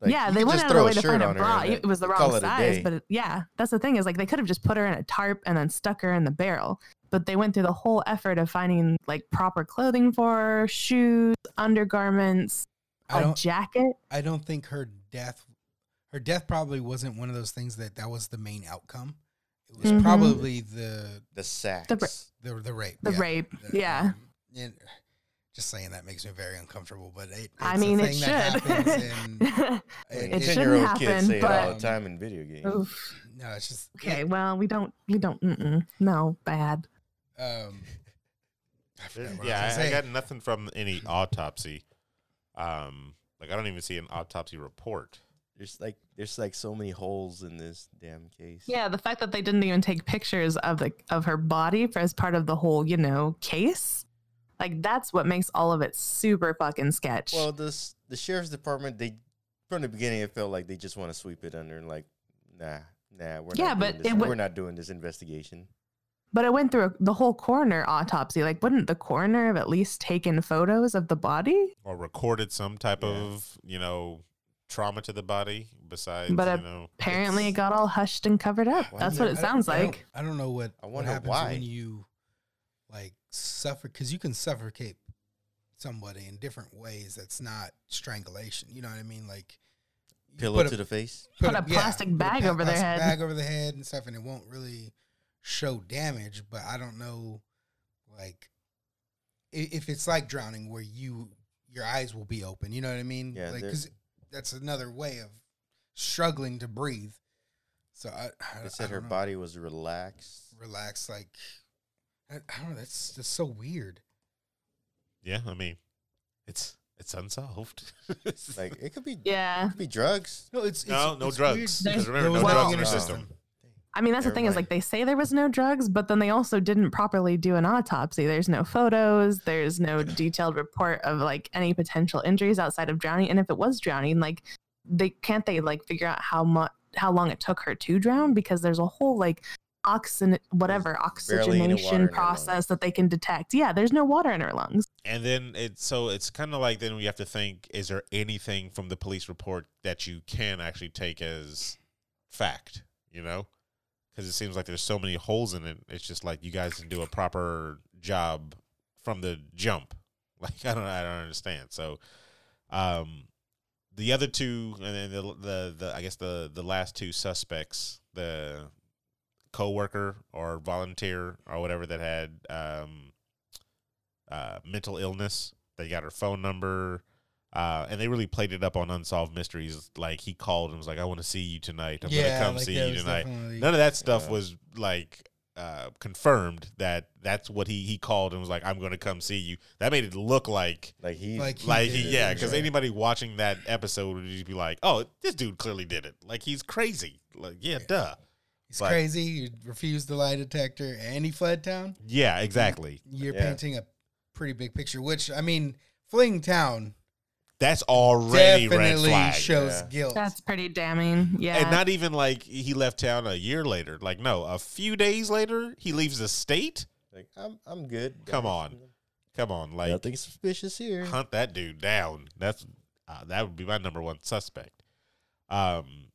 [SPEAKER 2] you
[SPEAKER 3] they
[SPEAKER 2] could
[SPEAKER 3] went
[SPEAKER 2] just
[SPEAKER 3] out of
[SPEAKER 2] throw
[SPEAKER 3] their
[SPEAKER 2] a
[SPEAKER 3] way to
[SPEAKER 2] shirt
[SPEAKER 3] find a
[SPEAKER 2] on her
[SPEAKER 3] bra.
[SPEAKER 2] and
[SPEAKER 3] It was the
[SPEAKER 2] call
[SPEAKER 3] wrong
[SPEAKER 2] it a
[SPEAKER 3] size,
[SPEAKER 2] day.
[SPEAKER 3] but it, yeah, that's the thing is like they could have just put her in a tarp and then stuck her in the barrel. But they went through the whole effort of finding like proper clothing for her, shoes, undergarments,
[SPEAKER 4] I
[SPEAKER 3] a
[SPEAKER 4] don't.
[SPEAKER 3] jacket.
[SPEAKER 4] I don't think her death, her death probably wasn't one of those things that that was the main outcome. It was
[SPEAKER 3] Mhm.
[SPEAKER 4] probably the
[SPEAKER 2] the sacks.
[SPEAKER 3] bra-
[SPEAKER 4] the the rape.
[SPEAKER 3] The
[SPEAKER 4] yeah.
[SPEAKER 3] rape,
[SPEAKER 4] The-
[SPEAKER 3] yeah.
[SPEAKER 4] um, and just saying that makes me very uncomfortable. But it, it's
[SPEAKER 3] I
[SPEAKER 4] a
[SPEAKER 3] mean, it
[SPEAKER 4] thing that
[SPEAKER 3] should. *laughs*
[SPEAKER 4] happens and
[SPEAKER 2] like,
[SPEAKER 4] it-
[SPEAKER 2] a
[SPEAKER 3] It
[SPEAKER 4] it-
[SPEAKER 3] shouldn't
[SPEAKER 2] 10-year-old kids
[SPEAKER 3] happen,
[SPEAKER 2] say it all
[SPEAKER 4] but-
[SPEAKER 2] the time in video games.
[SPEAKER 3] Oof.
[SPEAKER 4] No, it's just
[SPEAKER 3] Okay, well, we don't, we don't, mm-mm, no, bad.
[SPEAKER 4] Um, I forgot what I was
[SPEAKER 1] yeah,
[SPEAKER 4] gonna
[SPEAKER 1] I, I
[SPEAKER 4] say.
[SPEAKER 1] got nothing from any autopsy. Um, like I don't even see an autopsy report.
[SPEAKER 2] There's like there's like so many holes in this damn case.
[SPEAKER 3] Yeah, the fact that they didn't even take pictures of the of her body for as part of the whole, you know, case, like that's what makes all of it super fucking sketch.
[SPEAKER 2] Well, this the sheriff's department they from the beginning it felt like they just want to sweep it under and like nah nah we're
[SPEAKER 3] Yeah,
[SPEAKER 2] not
[SPEAKER 3] but
[SPEAKER 2] doing
[SPEAKER 3] it
[SPEAKER 2] this.
[SPEAKER 3] wa-
[SPEAKER 2] we're not doing this investigation.
[SPEAKER 3] But it went through a, the whole coroner autopsy. Like, wouldn't the coroner have at least taken photos of the body?
[SPEAKER 1] or recorded some type
[SPEAKER 2] Yeah.
[SPEAKER 1] of you know trauma to the body besides
[SPEAKER 3] But
[SPEAKER 1] you know
[SPEAKER 3] Apparently, it
[SPEAKER 1] it's-
[SPEAKER 3] got all hushed and covered up.
[SPEAKER 2] Why
[SPEAKER 3] That's
[SPEAKER 2] is
[SPEAKER 3] what
[SPEAKER 2] it-
[SPEAKER 3] it
[SPEAKER 4] I don't-
[SPEAKER 3] sounds
[SPEAKER 4] I don't-
[SPEAKER 3] like.
[SPEAKER 4] I don't know what,
[SPEAKER 2] I
[SPEAKER 4] what
[SPEAKER 2] wonder
[SPEAKER 4] happens
[SPEAKER 2] why.
[SPEAKER 4] when you like suffer because you can suffocate somebody in different ways. That's not strangulation. You know what I mean? Like you
[SPEAKER 2] Pillow
[SPEAKER 4] put a-
[SPEAKER 2] to the face.
[SPEAKER 3] Put a plastic bag
[SPEAKER 4] pa-
[SPEAKER 3] over their
[SPEAKER 4] plastic
[SPEAKER 3] head.
[SPEAKER 4] bag over the head and stuff, and it won't really show damage. But I don't know, like i- if it's like drowning where you your eyes will be open. You know what I mean?
[SPEAKER 2] Yeah,
[SPEAKER 4] like
[SPEAKER 2] there-
[SPEAKER 4] because that's another way of struggling to breathe. So I, I
[SPEAKER 2] They said
[SPEAKER 4] I
[SPEAKER 2] her
[SPEAKER 4] don't know
[SPEAKER 2] body was relaxed.
[SPEAKER 4] relax. Like I, I don't know. That's just so weird.
[SPEAKER 1] yeah i mean it's it's unsolved *laughs*
[SPEAKER 2] Like it could be, it
[SPEAKER 3] Yeah.
[SPEAKER 2] could be drugs.
[SPEAKER 4] No, it's, it's
[SPEAKER 1] no no
[SPEAKER 4] it's
[SPEAKER 1] drugs
[SPEAKER 4] weird.
[SPEAKER 1] because
[SPEAKER 3] There's-
[SPEAKER 1] remember no
[SPEAKER 4] There was
[SPEAKER 1] drugs
[SPEAKER 4] nothing
[SPEAKER 1] in her
[SPEAKER 2] no.
[SPEAKER 1] system
[SPEAKER 3] I mean, that's the
[SPEAKER 2] Never
[SPEAKER 3] thing is
[SPEAKER 2] mind.
[SPEAKER 3] like they say there was no drugs, but then they also didn't properly do an autopsy. There's no photos, there's no detailed report of like any potential injuries outside of drowning. And if it was drowning, like they can't they like figure out how much how long it took her to drown because there's a whole like oxygen whatever
[SPEAKER 2] barely any water in her
[SPEAKER 3] oxygenation
[SPEAKER 2] lungs.
[SPEAKER 3] process that they can detect. Yeah, there's no water in her lungs.
[SPEAKER 1] and then it's so it's kind of like then we have to think is there anything from the police report that you can actually take as fact you know because it seems like there's so many holes in it it's just like you guys didn't do a proper job from the jump *laughs* like i don't i don't understand so um the other two and then the the, the i guess the the last two suspects the coworker or volunteer or whatever that had um uh, mental illness. They got her phone number, uh, and they really played it up on unsolved mysteries. Like he called and was like, "I want to see you tonight. I'm gonna come
[SPEAKER 4] like,
[SPEAKER 1] see
[SPEAKER 4] there
[SPEAKER 1] you
[SPEAKER 4] was
[SPEAKER 1] tonight."
[SPEAKER 4] definitely-
[SPEAKER 1] None of that stuff
[SPEAKER 2] Yeah.
[SPEAKER 1] was like uh, confirmed. That that's what he he called and was like, "I'm gonna come see you." That made it look like.
[SPEAKER 2] Like he,
[SPEAKER 4] Like he
[SPEAKER 1] Like
[SPEAKER 4] did
[SPEAKER 1] he,
[SPEAKER 4] it,
[SPEAKER 1] yeah, because
[SPEAKER 4] yeah.
[SPEAKER 1] anybody watching that episode would just be like, "Oh, this dude clearly did it. Like he's crazy. Like yeah. duh,
[SPEAKER 4] He's
[SPEAKER 1] Like-
[SPEAKER 4] crazy. He refused the lie detector, and he fled town.
[SPEAKER 1] yeah, exactly.
[SPEAKER 4] You're
[SPEAKER 2] Yeah.
[SPEAKER 4] painting a pretty big picture, which I mean, fleeing town
[SPEAKER 1] That's already red
[SPEAKER 4] definitely
[SPEAKER 1] flag.
[SPEAKER 4] shows
[SPEAKER 2] yeah.
[SPEAKER 4] guilt.
[SPEAKER 3] That's pretty damning. Yeah.
[SPEAKER 1] And not even like he left town a year later. Like, no, a few days later, he leaves the state.
[SPEAKER 2] like I'm, I'm good.
[SPEAKER 1] Come
[SPEAKER 2] guys.
[SPEAKER 1] on. Come on, like,
[SPEAKER 2] nothing suspicious here.
[SPEAKER 1] hunt that dude down. That's uh, that would be my number one suspect. Um,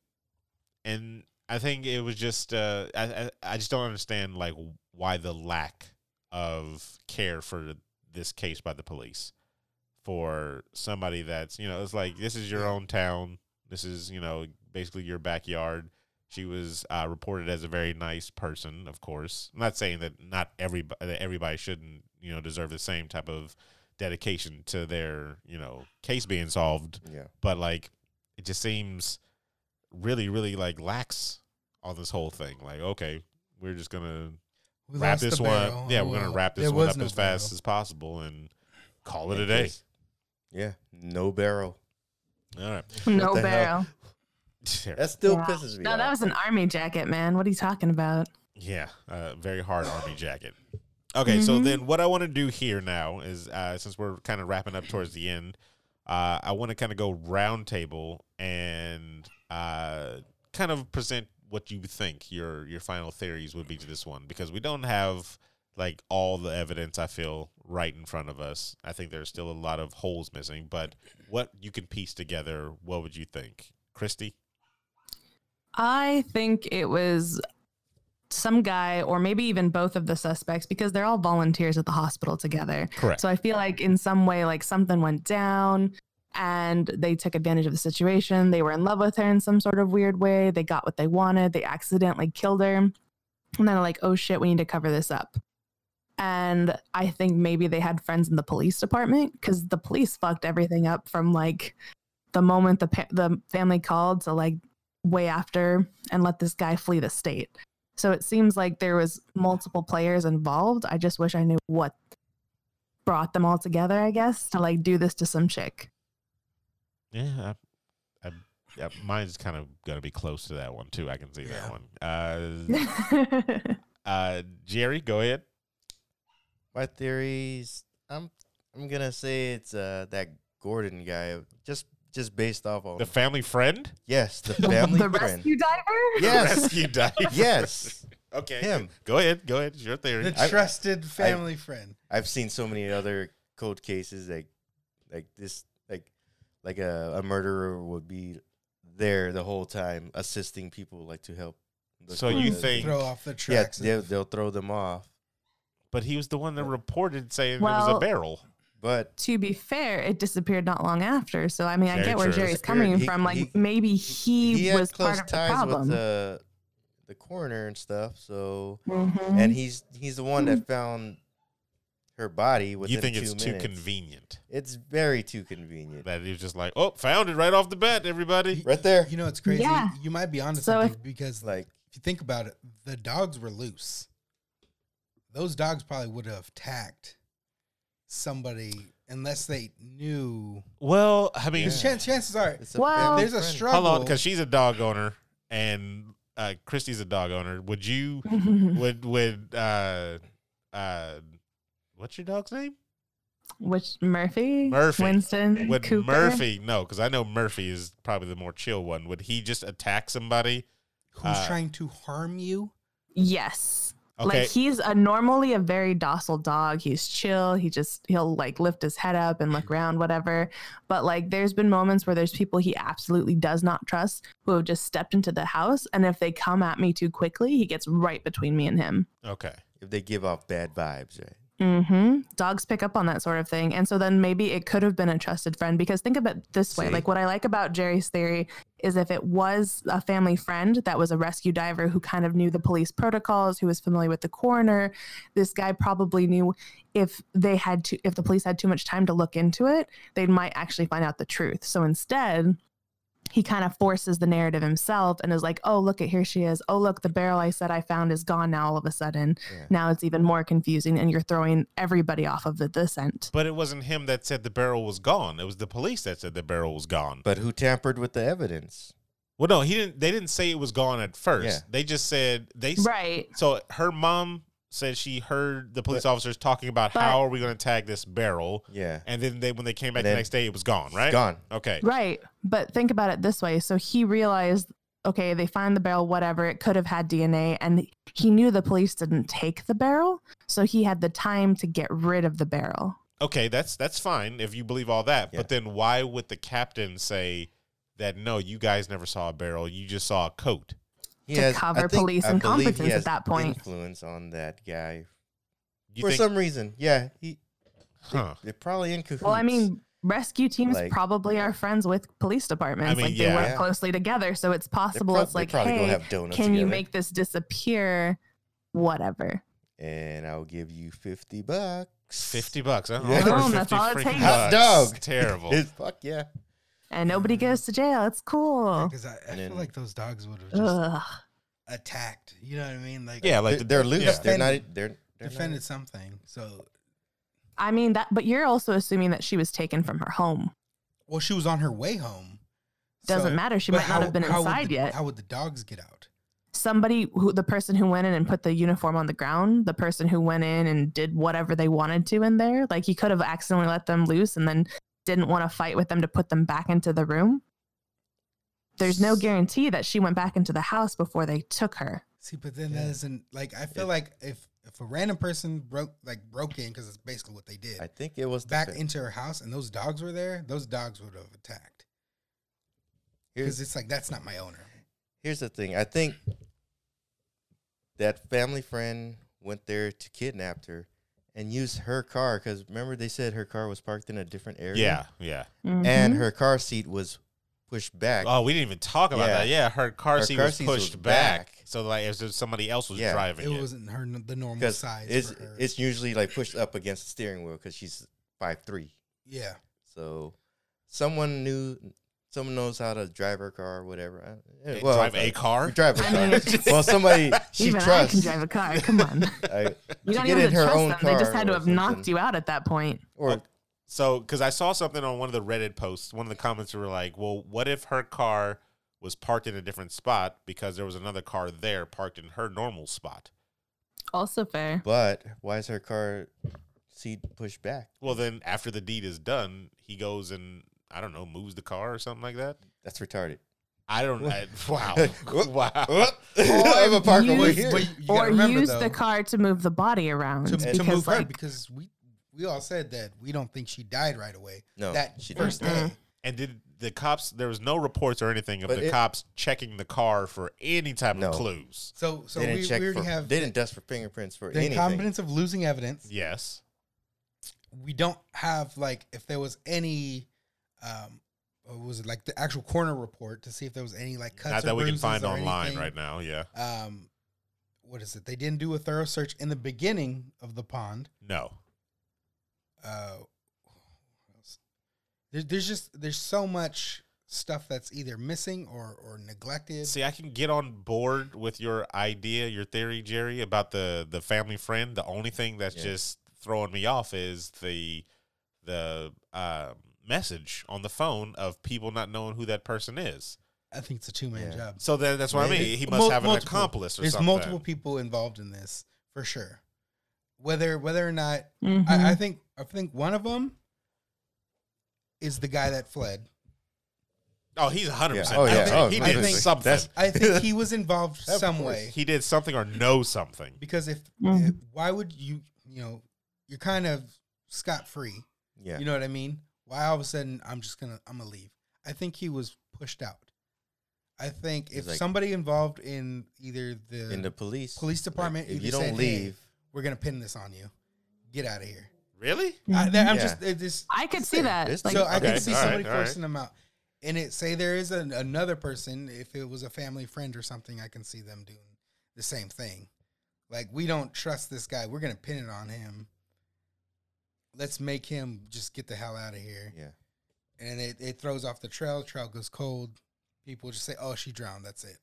[SPEAKER 1] and I think it was just uh, I, I I just don't understand like why the lack of care for this case by the police for somebody that's you know it's like this is your own town. This is you know basically your backyard. She was uh, reported as a very nice person, of course. I'm not saying that not everybody that everybody shouldn't you know deserve the same type of dedication to their you know case being solved,
[SPEAKER 2] Yeah,
[SPEAKER 1] but like it just seems really really like lax on this whole thing. Like okay, we're just gonna
[SPEAKER 4] We
[SPEAKER 1] wrap
[SPEAKER 4] lost the
[SPEAKER 1] this one.
[SPEAKER 4] barrel.
[SPEAKER 1] Yeah,
[SPEAKER 4] Oh,
[SPEAKER 1] we're gonna
[SPEAKER 4] well,
[SPEAKER 1] wrap this
[SPEAKER 4] there
[SPEAKER 1] one
[SPEAKER 4] was
[SPEAKER 1] up
[SPEAKER 4] no
[SPEAKER 1] as fast
[SPEAKER 4] barrel.
[SPEAKER 1] as possible and call it a
[SPEAKER 2] Like
[SPEAKER 1] day.
[SPEAKER 2] this. Yeah, no barrel.
[SPEAKER 1] All right.
[SPEAKER 3] *laughs* no
[SPEAKER 2] What the hell?
[SPEAKER 3] barrel.
[SPEAKER 4] *laughs*
[SPEAKER 2] That still
[SPEAKER 3] Yeah.
[SPEAKER 2] pisses me
[SPEAKER 3] No,
[SPEAKER 2] off.
[SPEAKER 3] that was an army jacket, man. What are you talking about?
[SPEAKER 1] Yeah, uh, very hard army jacket. Okay, so
[SPEAKER 3] Mhm.
[SPEAKER 1] then what I want to do here now is uh, since we're kind of wrapping up towards the end, uh, I want to kind of go round table and uh, kind of present what you think your your final theories would be to this one because we don't have like all the evidence I feel right in front of us. I think there's still a lot of holes missing, but what you can piece together, what would you think, Christy?
[SPEAKER 3] I think it was some guy or maybe even both of the suspects because they're all volunteers at the hospital together.
[SPEAKER 1] Correct.
[SPEAKER 3] So I feel like in some way like something went down and they took advantage of the situation. They were in love with her in some sort of weird way. They got what they wanted. They accidentally killed her. And then they're like, "Oh shit, we need to cover this up." And I think maybe they had friends in the police department cuz the police fucked everything up from like the moment the pa- the family called to like way after and let this guy flee the state. So it seems like there was multiple players involved. I just wish I knew what brought them all together, I guess, to like do this to
[SPEAKER 2] *laughs*
[SPEAKER 3] some chick.
[SPEAKER 1] Yeah, I, I, yeah, mine's kind of gonna be close to that one too. I can see
[SPEAKER 4] Yeah.
[SPEAKER 1] that one.
[SPEAKER 3] I
[SPEAKER 1] Uh, uh, Jerry, go ahead.
[SPEAKER 2] My theories. I'm I'm gonna say it's uh that Gordon guy. Just just based off on
[SPEAKER 1] The family friend, *laughs*
[SPEAKER 2] yes, the family
[SPEAKER 3] *laughs* the
[SPEAKER 2] friend.
[SPEAKER 3] rescue diver?
[SPEAKER 2] Yes, *laughs*
[SPEAKER 1] rescue diver.
[SPEAKER 2] yes.
[SPEAKER 1] Okay.
[SPEAKER 2] Him.
[SPEAKER 1] Go ahead. Go ahead. It's your theory.
[SPEAKER 4] The
[SPEAKER 2] I-
[SPEAKER 4] trusted family friend.
[SPEAKER 2] I've seen so many other cold cases like like this like like a, a murderer would be there the whole time assisting people like to help. the
[SPEAKER 1] So
[SPEAKER 2] cool-
[SPEAKER 1] you
[SPEAKER 2] the-
[SPEAKER 1] think-
[SPEAKER 4] Throw off the
[SPEAKER 2] yeah
[SPEAKER 4] tracks.
[SPEAKER 2] they'll,
[SPEAKER 4] of-
[SPEAKER 2] they'll throw them off.
[SPEAKER 1] But he was the one that reported saying it was a
[SPEAKER 3] Well-
[SPEAKER 1] barrel.
[SPEAKER 2] But
[SPEAKER 3] to be fair, it disappeared not long after. So I mean, I
[SPEAKER 1] Very
[SPEAKER 3] get where
[SPEAKER 1] true.
[SPEAKER 3] Jerry's
[SPEAKER 2] Disappeared.
[SPEAKER 3] coming
[SPEAKER 2] He-
[SPEAKER 3] from. Like
[SPEAKER 2] he-
[SPEAKER 3] maybe he,
[SPEAKER 2] he has
[SPEAKER 3] was part
[SPEAKER 2] close
[SPEAKER 3] of the
[SPEAKER 2] ties with uh,
[SPEAKER 3] problem.
[SPEAKER 2] the the coroner and stuff. So
[SPEAKER 3] Mhm.
[SPEAKER 2] and he's he's the one
[SPEAKER 3] Mm-hmm.
[SPEAKER 2] that found her body within
[SPEAKER 1] You think
[SPEAKER 2] two
[SPEAKER 1] it's too
[SPEAKER 2] minutes.
[SPEAKER 1] convenient.
[SPEAKER 2] It's very too convenient.
[SPEAKER 1] That he was just like, oh, found it right off the bat, everybody.
[SPEAKER 2] Right there,
[SPEAKER 4] you know, it's crazy.
[SPEAKER 3] Yeah.
[SPEAKER 4] You might be onto
[SPEAKER 3] So
[SPEAKER 4] something because, like,
[SPEAKER 2] like
[SPEAKER 4] if you think about it, the dogs were loose. Those dogs probably would have attacked somebody unless they knew.
[SPEAKER 1] Well, I mean,
[SPEAKER 4] 'Cause chan- chances are,
[SPEAKER 2] it's a
[SPEAKER 3] Well-
[SPEAKER 2] family
[SPEAKER 4] there's a
[SPEAKER 2] friend.
[SPEAKER 4] struggle.
[SPEAKER 1] hold on, because she's a dog owner and uh, Christy's a dog owner. Would you, *laughs* would, would, uh, uh, what's your dog's name?
[SPEAKER 3] *laughs* Which Murphy,
[SPEAKER 1] Murphy.
[SPEAKER 3] Winston,
[SPEAKER 1] Would
[SPEAKER 3] Cooper?
[SPEAKER 1] Murphy, no, because I know Murphy is probably the more chill one. Would he just attack somebody?
[SPEAKER 4] who's
[SPEAKER 1] uh,
[SPEAKER 4] trying to harm you?
[SPEAKER 3] Yes.
[SPEAKER 1] Okay.
[SPEAKER 3] Like he's a normally a very docile dog. He's chill. He just he'll like lift his head up and look around, whatever. But like there's been moments where there's people he absolutely does not trust who have just stepped into the house, and if they come at me too quickly, he gets right between me and him.
[SPEAKER 1] okay.
[SPEAKER 2] if they give off bad vibes, right?
[SPEAKER 3] hmm Dogs pick up on that sort of thing. And so then maybe it could have been a trusted friend because think of it this way.
[SPEAKER 2] See?
[SPEAKER 3] Like what I like about Jerry's theory is if it was a family friend that was a rescue diver who kind of knew the police protocols, who was familiar with the coroner, this guy probably knew if they had to if the police had too much time to look into it, they might actually find out the truth. So instead, he kind of forces the narrative himself and is like, "Oh, look at here she is. Oh, look, the barrel I said I found is gone now all of a sudden."
[SPEAKER 2] Yeah.
[SPEAKER 3] now it's even more confusing and you're throwing everybody off of the descent
[SPEAKER 1] But it wasn't him that said the barrel was gone. It was the police that said the barrel was gone.
[SPEAKER 2] But who tampered with the evidence?
[SPEAKER 1] Well, no, he didn't. They didn't say it was gone at first.
[SPEAKER 2] Yeah.
[SPEAKER 1] They just said they. s-
[SPEAKER 3] right
[SPEAKER 1] So her mom said she heard the police
[SPEAKER 2] But-
[SPEAKER 1] officers talking about
[SPEAKER 3] But-
[SPEAKER 1] how are we going to tag this barrel,
[SPEAKER 2] Yeah,
[SPEAKER 1] and then they when they came back
[SPEAKER 2] Then-
[SPEAKER 1] the next day, it was gone. Right.
[SPEAKER 2] gone.
[SPEAKER 1] Okay.
[SPEAKER 3] right but think about it this way so he realized okay they find the barrel whatever it could have had dna and he knew the police didn't take the barrel so he had the time to get rid of the barrel
[SPEAKER 1] Okay. That's that's fine if you believe all that.
[SPEAKER 2] Yeah.
[SPEAKER 1] But then why would the captain say that? No, you guys never saw a barrel. You just saw a coat.
[SPEAKER 2] He
[SPEAKER 3] To cover police
[SPEAKER 2] believe he
[SPEAKER 3] incompetence at
[SPEAKER 2] has
[SPEAKER 3] that point.
[SPEAKER 2] Influence on that guy
[SPEAKER 1] You
[SPEAKER 2] for
[SPEAKER 1] think?
[SPEAKER 2] some reason. Yeah, he
[SPEAKER 1] huh.
[SPEAKER 2] they're probably in cahoots.
[SPEAKER 3] well i mean rescue teams
[SPEAKER 2] Like-
[SPEAKER 3] probably are friends with police departments
[SPEAKER 1] mean,
[SPEAKER 3] like
[SPEAKER 1] yeah.
[SPEAKER 3] they work
[SPEAKER 2] Yeah.
[SPEAKER 3] closely together so it's
[SPEAKER 2] They're
[SPEAKER 3] possible
[SPEAKER 2] prob-
[SPEAKER 3] it's
[SPEAKER 2] they
[SPEAKER 3] like
[SPEAKER 2] probably
[SPEAKER 3] hey
[SPEAKER 2] gonna have donuts
[SPEAKER 3] can you
[SPEAKER 2] together.
[SPEAKER 3] make this disappear whatever
[SPEAKER 2] And I'll give you fifty bucks.
[SPEAKER 1] Fifty bucks. Huh?
[SPEAKER 2] Yeah.
[SPEAKER 1] I'll order
[SPEAKER 3] Boom, that's
[SPEAKER 1] 50
[SPEAKER 3] all it
[SPEAKER 1] freaking
[SPEAKER 3] takes.
[SPEAKER 2] Hot
[SPEAKER 1] bucks.
[SPEAKER 2] dog.
[SPEAKER 1] Terrible.
[SPEAKER 2] *laughs* It's- fuck yeah.
[SPEAKER 3] and nobody goes to jail it's cool
[SPEAKER 4] Because I, I
[SPEAKER 2] And
[SPEAKER 4] feel
[SPEAKER 2] then-
[SPEAKER 4] like those dogs would have just
[SPEAKER 3] Ugh.
[SPEAKER 4] attacked. You know what I mean?
[SPEAKER 1] *laughs*
[SPEAKER 4] Like,
[SPEAKER 1] yeah, like
[SPEAKER 2] Like
[SPEAKER 1] the-
[SPEAKER 2] they're loose.
[SPEAKER 1] yeah.
[SPEAKER 2] They're not. e, They're, they're
[SPEAKER 4] defended
[SPEAKER 2] not,
[SPEAKER 4] something. So,
[SPEAKER 3] I mean that, but you're also assuming that she was taken from her home.
[SPEAKER 4] well, she was on her way home.
[SPEAKER 3] Doesn't
[SPEAKER 4] So-
[SPEAKER 3] matter. She
[SPEAKER 4] but
[SPEAKER 3] might
[SPEAKER 4] how-
[SPEAKER 3] not have been
[SPEAKER 4] how would
[SPEAKER 3] inside
[SPEAKER 4] the-
[SPEAKER 3] yet.
[SPEAKER 4] How would the dogs get out?
[SPEAKER 3] Somebody who the person who went in and put the uniform on the ground, the person who went in and did whatever they wanted to in there, like he could have accidentally let them loose and then didn't want to fight with them to put them back into the room. There's no guarantee that she went back into the house before they took her.
[SPEAKER 4] See, but then
[SPEAKER 2] Yeah.
[SPEAKER 4] that isn't like I feel
[SPEAKER 2] It-
[SPEAKER 4] like if if a random person broke like broke in because it's basically what they did
[SPEAKER 2] I think it was
[SPEAKER 4] back
[SPEAKER 2] defend-
[SPEAKER 4] into her house and those dogs were there, those dogs would have attacked because
[SPEAKER 2] Here's,
[SPEAKER 4] it's like that's not my owner.
[SPEAKER 2] here's the thing. I think that family friend went there to kidnap her and use her car because remember they said her car was parked in a different area.
[SPEAKER 1] yeah, yeah.
[SPEAKER 2] and
[SPEAKER 3] Mhm.
[SPEAKER 2] her car seat was pushed back.
[SPEAKER 1] Oh, we didn't even talk about
[SPEAKER 2] Yeah.
[SPEAKER 1] that. Yeah, her car
[SPEAKER 2] Her
[SPEAKER 1] seat
[SPEAKER 2] car
[SPEAKER 1] was
[SPEAKER 2] seats was
[SPEAKER 1] pushed back.
[SPEAKER 2] back.
[SPEAKER 1] so like as if somebody else was
[SPEAKER 2] Yeah.
[SPEAKER 1] driving it.
[SPEAKER 4] It wasn't her n- the normal
[SPEAKER 2] because
[SPEAKER 4] size.
[SPEAKER 2] it's
[SPEAKER 4] for her.
[SPEAKER 2] it's usually like pushed up against the steering wheel because she's five three.
[SPEAKER 4] yeah.
[SPEAKER 2] So someone knew, someone knows how to drive her car, or whatever. I-
[SPEAKER 1] Hey,
[SPEAKER 2] eh, Well,
[SPEAKER 1] drive a car.
[SPEAKER 2] Drive a
[SPEAKER 3] I
[SPEAKER 2] car.
[SPEAKER 3] mean,
[SPEAKER 2] *laughs* well,
[SPEAKER 3] *laughs*
[SPEAKER 2] somebody she
[SPEAKER 3] Even I can
[SPEAKER 2] trusts.
[SPEAKER 3] drive a car.
[SPEAKER 2] *laughs*
[SPEAKER 3] Come on,
[SPEAKER 2] I-
[SPEAKER 3] you don't
[SPEAKER 2] get in
[SPEAKER 3] even have to
[SPEAKER 2] her
[SPEAKER 3] trust
[SPEAKER 2] own
[SPEAKER 3] them. They just
[SPEAKER 2] car
[SPEAKER 3] had to
[SPEAKER 2] or
[SPEAKER 3] have knocked
[SPEAKER 2] something.
[SPEAKER 3] you out at that point.
[SPEAKER 2] or
[SPEAKER 1] So, because I saw something on one of the Reddit posts, one of the comments were like, "Well, what if her car was parked in a different spot because there was another car there parked in her normal spot?"
[SPEAKER 3] Also fair.
[SPEAKER 2] but why is her car seat pushed back?
[SPEAKER 1] Well, then after the deed is done, he goes and I don't
[SPEAKER 4] *laughs*
[SPEAKER 1] know, moves the car or something like that.
[SPEAKER 2] That's retarded.
[SPEAKER 1] I don't. I, *laughs* wow.
[SPEAKER 2] Whoop.
[SPEAKER 1] wow.
[SPEAKER 2] Whoop. I have a park over
[SPEAKER 3] use-
[SPEAKER 2] here.
[SPEAKER 4] But you
[SPEAKER 3] or
[SPEAKER 4] gotta remember,
[SPEAKER 3] use
[SPEAKER 4] though,
[SPEAKER 3] the car to move the body around.
[SPEAKER 4] to, to
[SPEAKER 3] because,
[SPEAKER 4] move her
[SPEAKER 3] like,
[SPEAKER 4] because we we all said that we don't think she died right away.
[SPEAKER 2] No,
[SPEAKER 4] that
[SPEAKER 2] Oh, she
[SPEAKER 4] first
[SPEAKER 2] didn't
[SPEAKER 4] day.
[SPEAKER 2] die.
[SPEAKER 1] And did the cops? There was no reports or anything of
[SPEAKER 2] But
[SPEAKER 1] the
[SPEAKER 2] it-
[SPEAKER 1] cops checking the car for any type
[SPEAKER 2] No.
[SPEAKER 1] of clues.
[SPEAKER 4] So so
[SPEAKER 2] they
[SPEAKER 4] we,
[SPEAKER 2] didn't
[SPEAKER 4] we
[SPEAKER 2] check
[SPEAKER 4] already
[SPEAKER 2] for,
[SPEAKER 4] have
[SPEAKER 2] they didn't dust for fingerprints for
[SPEAKER 4] the
[SPEAKER 2] anything.
[SPEAKER 4] incompetence of losing evidence.
[SPEAKER 1] Yes,
[SPEAKER 4] We don't have like if there was any. um what was it like the actual coroner report to see if there was any like cuts
[SPEAKER 1] not
[SPEAKER 4] or
[SPEAKER 1] that we can
[SPEAKER 4] bruises
[SPEAKER 1] find
[SPEAKER 4] or
[SPEAKER 1] online
[SPEAKER 4] anything.
[SPEAKER 1] right now. Yeah,
[SPEAKER 4] um what is it they didn't do a thorough search in the beginning of the pond
[SPEAKER 1] no.
[SPEAKER 4] uh there's, there's just there's so much stuff that's either missing or or neglected
[SPEAKER 1] See, I can get on board with your idea, your theory, Jerry, about the the family friend. The only thing that's
[SPEAKER 2] Yeah.
[SPEAKER 1] just throwing me off is the the uh, message on the phone of people not knowing who that person is.
[SPEAKER 4] i think it's a two-man
[SPEAKER 2] Yeah.
[SPEAKER 4] job
[SPEAKER 1] So that, that's what I
[SPEAKER 2] Maybe.
[SPEAKER 1] mean. He must
[SPEAKER 4] Mul-
[SPEAKER 1] have an
[SPEAKER 4] multiple.
[SPEAKER 1] accomplice or
[SPEAKER 4] there's
[SPEAKER 1] something.
[SPEAKER 4] multiple people involved in this for sure whether whether or not
[SPEAKER 3] mhm.
[SPEAKER 4] I, I think i think one of them is the guy that fled
[SPEAKER 1] Oh, he's hundred percent.
[SPEAKER 2] Yeah. Oh, yeah.
[SPEAKER 4] Oh,
[SPEAKER 1] he
[SPEAKER 4] I
[SPEAKER 1] did
[SPEAKER 4] think-
[SPEAKER 1] something.
[SPEAKER 2] that's-
[SPEAKER 4] i think he
[SPEAKER 1] *laughs*
[SPEAKER 4] was involved
[SPEAKER 2] Of
[SPEAKER 4] some
[SPEAKER 2] course.
[SPEAKER 4] way
[SPEAKER 1] he did something or know something.
[SPEAKER 4] because if
[SPEAKER 3] Mhm.
[SPEAKER 4] if- why would you you know you're kind of scot free
[SPEAKER 2] Yeah.
[SPEAKER 4] you know what i mean why all of a sudden i'm just gonna i'm gonna leave i think he was pushed out i think
[SPEAKER 2] He's
[SPEAKER 4] if
[SPEAKER 2] like-
[SPEAKER 4] somebody involved in either the,
[SPEAKER 2] in the police.
[SPEAKER 4] police
[SPEAKER 2] Like,
[SPEAKER 4] department
[SPEAKER 2] if
[SPEAKER 4] either
[SPEAKER 2] you don't
[SPEAKER 4] said, "Hey,
[SPEAKER 2] leave,
[SPEAKER 4] we're gonna pin this on you get out of here
[SPEAKER 1] Really?
[SPEAKER 4] I, that, i'm
[SPEAKER 2] Yeah.
[SPEAKER 4] just it just
[SPEAKER 3] I could see that.
[SPEAKER 2] This-
[SPEAKER 3] Like,
[SPEAKER 4] so i
[SPEAKER 1] Okay,
[SPEAKER 4] could see
[SPEAKER 1] all right,
[SPEAKER 4] somebody
[SPEAKER 1] all right.
[SPEAKER 4] forcing them out and it say there is an, another person if it was a family friend or something i can see them doing the same thing like we don't trust this guy we're gonna pin it on him let's make him just get the hell out of here
[SPEAKER 2] yeah,
[SPEAKER 4] and it, it throws off the trail trail goes cold people just say oh she drowned that's it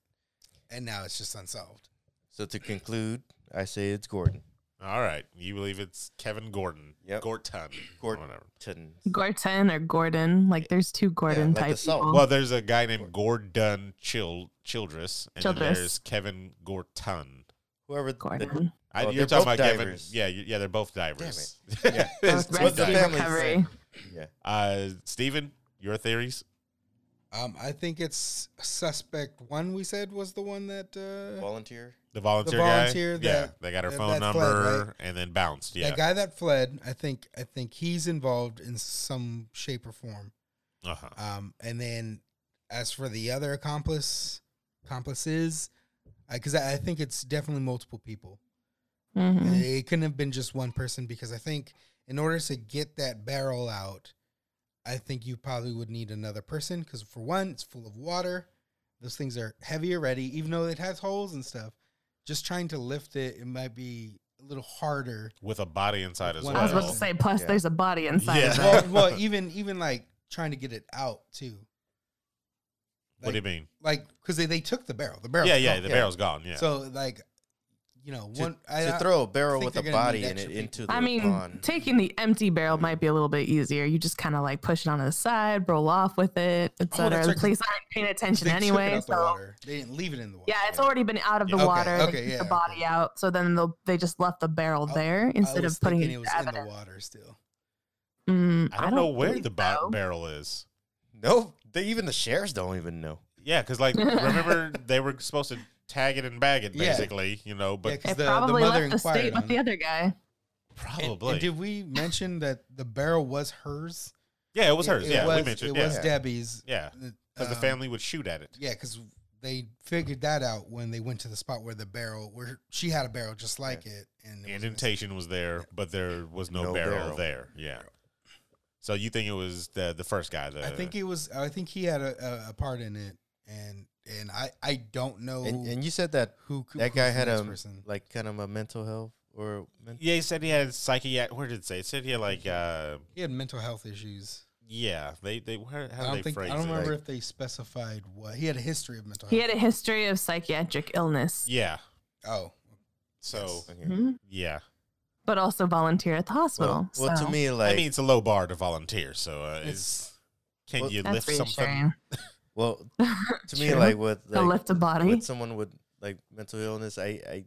[SPEAKER 4] and now it's just unsolved
[SPEAKER 2] So to conclude, I say it's Gordon.
[SPEAKER 1] All right. You believe it's Kevin Gordon.
[SPEAKER 2] Yep.
[SPEAKER 1] Gorton.
[SPEAKER 2] Gort-
[SPEAKER 1] Whatever.
[SPEAKER 2] Titton.
[SPEAKER 3] Gorton or Gordon. Like there's two Gordon
[SPEAKER 2] like the
[SPEAKER 3] type
[SPEAKER 2] salt.
[SPEAKER 3] people.
[SPEAKER 1] Well, there's a guy named Gordon Chil- Childress, and then
[SPEAKER 3] Childress.
[SPEAKER 1] there's Kevin Gorton.
[SPEAKER 2] Whoever
[SPEAKER 3] Gordon.
[SPEAKER 1] I,
[SPEAKER 2] Oh,
[SPEAKER 1] you're
[SPEAKER 2] they're
[SPEAKER 1] talking
[SPEAKER 2] both
[SPEAKER 1] about
[SPEAKER 2] divers.
[SPEAKER 1] Kevin. Yeah, you- yeah, they're both divers. *laughs*
[SPEAKER 2] Yeah.
[SPEAKER 1] It's
[SPEAKER 3] Both
[SPEAKER 1] two
[SPEAKER 2] what the
[SPEAKER 3] rescue
[SPEAKER 1] divers.
[SPEAKER 2] family
[SPEAKER 3] recovery.
[SPEAKER 2] The, yeah,
[SPEAKER 1] uh, Steven, your theories?
[SPEAKER 4] um, i think it's suspect one we said was the one that uh,
[SPEAKER 2] volunteer.
[SPEAKER 1] The volunteer,
[SPEAKER 4] volunteer
[SPEAKER 1] guy. yeah,
[SPEAKER 4] that-
[SPEAKER 1] they got her
[SPEAKER 4] that-
[SPEAKER 1] phone
[SPEAKER 4] that fled,
[SPEAKER 1] number
[SPEAKER 4] right?
[SPEAKER 1] and then bounced. Yeah.
[SPEAKER 4] that guy that fled i think i think he's involved in some shape or form
[SPEAKER 1] uh-huh.
[SPEAKER 4] um, and then as for the other accomplice accomplices because I, I think it's definitely multiple people
[SPEAKER 3] Mhm.
[SPEAKER 4] It couldn't have been just one person because I think in order to get that barrel out, I think you probably would need another person because for one, it's full of water. Those things are heavy already, even though it has holes and stuff. Just trying to lift it, it might be a little harder.
[SPEAKER 1] With a body inside as
[SPEAKER 4] I
[SPEAKER 1] well.
[SPEAKER 3] I was about to say. Plus,
[SPEAKER 2] Yeah.
[SPEAKER 3] there's a body
[SPEAKER 1] *laughs*
[SPEAKER 3] inside.
[SPEAKER 1] Yeah.
[SPEAKER 3] of it.
[SPEAKER 4] Well, well, even even like trying to get it out too,
[SPEAKER 1] what do you mean?
[SPEAKER 4] like because they, they took the barrel, the barrel.
[SPEAKER 1] yeah, yeah, the barrel's gone. Yeah.
[SPEAKER 4] So like, you know,
[SPEAKER 2] To,
[SPEAKER 4] one I,
[SPEAKER 2] to
[SPEAKER 4] I-
[SPEAKER 2] throw a barrel
[SPEAKER 4] think
[SPEAKER 2] with a
[SPEAKER 4] they're gonna
[SPEAKER 2] body
[SPEAKER 4] need
[SPEAKER 2] in it
[SPEAKER 4] extra
[SPEAKER 2] into the
[SPEAKER 3] I mean,
[SPEAKER 2] pond.
[SPEAKER 3] taking the empty barrel might be a little bit easier. You just kind of like push it onto the side, roll off with it,
[SPEAKER 4] that's
[SPEAKER 3] etc.
[SPEAKER 4] right,
[SPEAKER 3] the
[SPEAKER 4] 'cause
[SPEAKER 3] police aren't paying
[SPEAKER 4] they
[SPEAKER 3] attention
[SPEAKER 4] took it
[SPEAKER 3] anyway,
[SPEAKER 4] out the
[SPEAKER 3] so
[SPEAKER 4] water. They didn't leave it in the water.
[SPEAKER 3] yeah, it's already been out of the
[SPEAKER 4] Okay,
[SPEAKER 3] water.
[SPEAKER 4] okay,
[SPEAKER 3] they took
[SPEAKER 4] yeah,
[SPEAKER 3] the
[SPEAKER 4] okay.
[SPEAKER 3] body out, so then they'll, they just left the barrel
[SPEAKER 4] I-
[SPEAKER 3] there instead of putting it, in
[SPEAKER 4] in the water still.
[SPEAKER 3] Mm,
[SPEAKER 1] I, don't know where
[SPEAKER 3] believe
[SPEAKER 1] the bo-
[SPEAKER 3] so.
[SPEAKER 1] barrel is.
[SPEAKER 2] no, they even the sheriffs don't even know.
[SPEAKER 1] Yeah, because
[SPEAKER 3] *laughs*
[SPEAKER 1] like remember they were supposed to tag it and bag it
[SPEAKER 4] Yeah.
[SPEAKER 1] basically, you know. But
[SPEAKER 4] Yeah,
[SPEAKER 3] It
[SPEAKER 4] 'cause the- the
[SPEAKER 3] probably
[SPEAKER 4] mother
[SPEAKER 3] left the
[SPEAKER 4] inquired
[SPEAKER 3] state
[SPEAKER 4] on
[SPEAKER 3] with the
[SPEAKER 4] it.
[SPEAKER 3] other guy.
[SPEAKER 4] And-
[SPEAKER 1] probably,
[SPEAKER 4] And, did we mention that the barrel was hers?
[SPEAKER 1] yeah, it was hers. yeah,
[SPEAKER 4] was,
[SPEAKER 1] we mentioned.
[SPEAKER 4] it
[SPEAKER 1] yeah,
[SPEAKER 4] was Debbie's.
[SPEAKER 1] yeah, because the
[SPEAKER 4] um,
[SPEAKER 1] family would shoot at it.
[SPEAKER 4] Yeah, because they figured that out when they went to the spot where the barrel, where she had a barrel just like it, and it was missing.
[SPEAKER 1] Indentation was there, but there was no,
[SPEAKER 2] No
[SPEAKER 1] barrel,
[SPEAKER 2] barrel.
[SPEAKER 1] there. Yeah. So you think it was the the first guy? The,
[SPEAKER 4] I think it was. I think he had a, a, a part in it, and and I I don't know
[SPEAKER 2] And, and you said that
[SPEAKER 4] who c-
[SPEAKER 2] that
[SPEAKER 4] who's
[SPEAKER 2] guy
[SPEAKER 4] the
[SPEAKER 2] had
[SPEAKER 4] next
[SPEAKER 2] a
[SPEAKER 4] person.
[SPEAKER 2] like kind of a mental health or men-
[SPEAKER 1] yeah, he said he had psychiatric. Where did it say? It said he had like uh,
[SPEAKER 4] He had mental health issues.
[SPEAKER 1] yeah. They they where, how do
[SPEAKER 4] I don't
[SPEAKER 1] they
[SPEAKER 4] think I
[SPEAKER 1] phrase
[SPEAKER 4] don't
[SPEAKER 1] it?
[SPEAKER 4] remember if they specified what he had a history of mental
[SPEAKER 3] He
[SPEAKER 4] health.
[SPEAKER 3] had a history of psychiatric illness,
[SPEAKER 1] yeah.
[SPEAKER 4] oh,
[SPEAKER 1] So
[SPEAKER 2] Okay.
[SPEAKER 3] Mhm.
[SPEAKER 1] yeah,
[SPEAKER 3] but also volunteer at the hospital.
[SPEAKER 2] Well, well,
[SPEAKER 3] so
[SPEAKER 2] to me, like,
[SPEAKER 1] I mean it's a low bar to volunteer. So uh, it's can
[SPEAKER 2] Well,
[SPEAKER 1] you
[SPEAKER 3] that's
[SPEAKER 1] lift something?
[SPEAKER 3] reassuring.
[SPEAKER 2] well,
[SPEAKER 3] *laughs*
[SPEAKER 2] to me,
[SPEAKER 3] True.
[SPEAKER 2] like, with
[SPEAKER 3] To
[SPEAKER 2] like,
[SPEAKER 3] lift a body.
[SPEAKER 2] with someone with like mental illness, I, I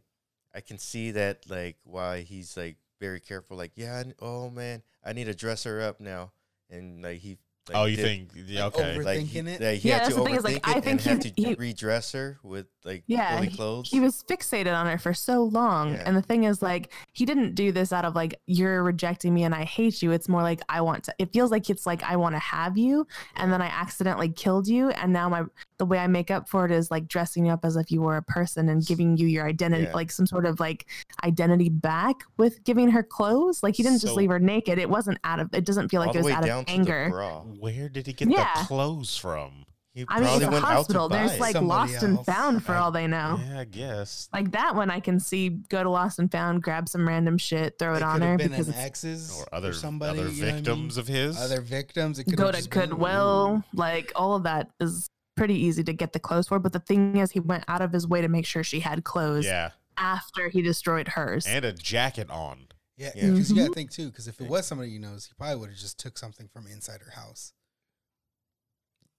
[SPEAKER 2] I can see that like why he's like very careful. Like, yeah, I, n- oh man, I need to dress her up now, and like he Like,
[SPEAKER 1] Oh, you
[SPEAKER 2] did-
[SPEAKER 1] think? Yeah,
[SPEAKER 4] Like,
[SPEAKER 1] okay.
[SPEAKER 4] over-
[SPEAKER 2] like he,
[SPEAKER 4] Overthinking it?
[SPEAKER 2] Like, he
[SPEAKER 3] Yeah,
[SPEAKER 2] had
[SPEAKER 3] that's
[SPEAKER 2] to
[SPEAKER 3] the thing is, like,
[SPEAKER 2] overthink
[SPEAKER 3] I
[SPEAKER 2] it
[SPEAKER 3] think
[SPEAKER 2] and
[SPEAKER 3] he-
[SPEAKER 2] had to
[SPEAKER 3] he-
[SPEAKER 2] redress her with like
[SPEAKER 3] Yeah,
[SPEAKER 2] fully
[SPEAKER 3] he-
[SPEAKER 2] clothes.
[SPEAKER 3] he was fixated on her for so long
[SPEAKER 2] Yeah.
[SPEAKER 3] and the thing is like he didn't do this out of like you're rejecting me and i hate you it's more like i want to it feels like it's like i want to have you and then i accidentally killed you and now my the way i make up for it is like dressing you up as if you were a person and giving you your identity
[SPEAKER 2] Yeah.
[SPEAKER 3] like some sort of like identity back with giving her clothes like he didn't
[SPEAKER 1] So-
[SPEAKER 3] just leave her naked it wasn't out of it doesn't feel like
[SPEAKER 2] all
[SPEAKER 3] it
[SPEAKER 2] the
[SPEAKER 3] was
[SPEAKER 2] way
[SPEAKER 3] out
[SPEAKER 2] down
[SPEAKER 3] of
[SPEAKER 2] to the
[SPEAKER 3] anger
[SPEAKER 2] bra.
[SPEAKER 1] Where did he get the
[SPEAKER 3] Yeah.
[SPEAKER 1] clothes from?
[SPEAKER 2] He
[SPEAKER 3] i mean it's a hospital
[SPEAKER 2] buy
[SPEAKER 3] there's
[SPEAKER 2] it.
[SPEAKER 3] like
[SPEAKER 4] Somebody
[SPEAKER 3] lost and
[SPEAKER 4] else.
[SPEAKER 3] found for
[SPEAKER 4] I-
[SPEAKER 3] all they know
[SPEAKER 1] Yeah, I guess.
[SPEAKER 3] like that one I can see go to Lost and Found, grab some random shit, throw it, on
[SPEAKER 4] could
[SPEAKER 3] her
[SPEAKER 4] have been
[SPEAKER 3] because
[SPEAKER 4] an
[SPEAKER 3] it's
[SPEAKER 4] exes
[SPEAKER 1] Or other
[SPEAKER 4] somebody,
[SPEAKER 1] other
[SPEAKER 4] you know what I
[SPEAKER 1] victims
[SPEAKER 4] mean?
[SPEAKER 1] of his.
[SPEAKER 4] other victims. It could
[SPEAKER 3] go
[SPEAKER 4] have
[SPEAKER 3] to
[SPEAKER 4] just been-
[SPEAKER 3] Goodwill. Like all of that is pretty easy to get the clothes for. But the thing is he went out of his way to make sure she had clothes
[SPEAKER 1] yeah,
[SPEAKER 3] after he destroyed hers.
[SPEAKER 1] and a jacket on.
[SPEAKER 4] Yeah,
[SPEAKER 2] Yeah.
[SPEAKER 4] because
[SPEAKER 3] Mm-hmm.
[SPEAKER 4] you gotta think too. Because if it was somebody you knows, he probably would have just took something from inside her house.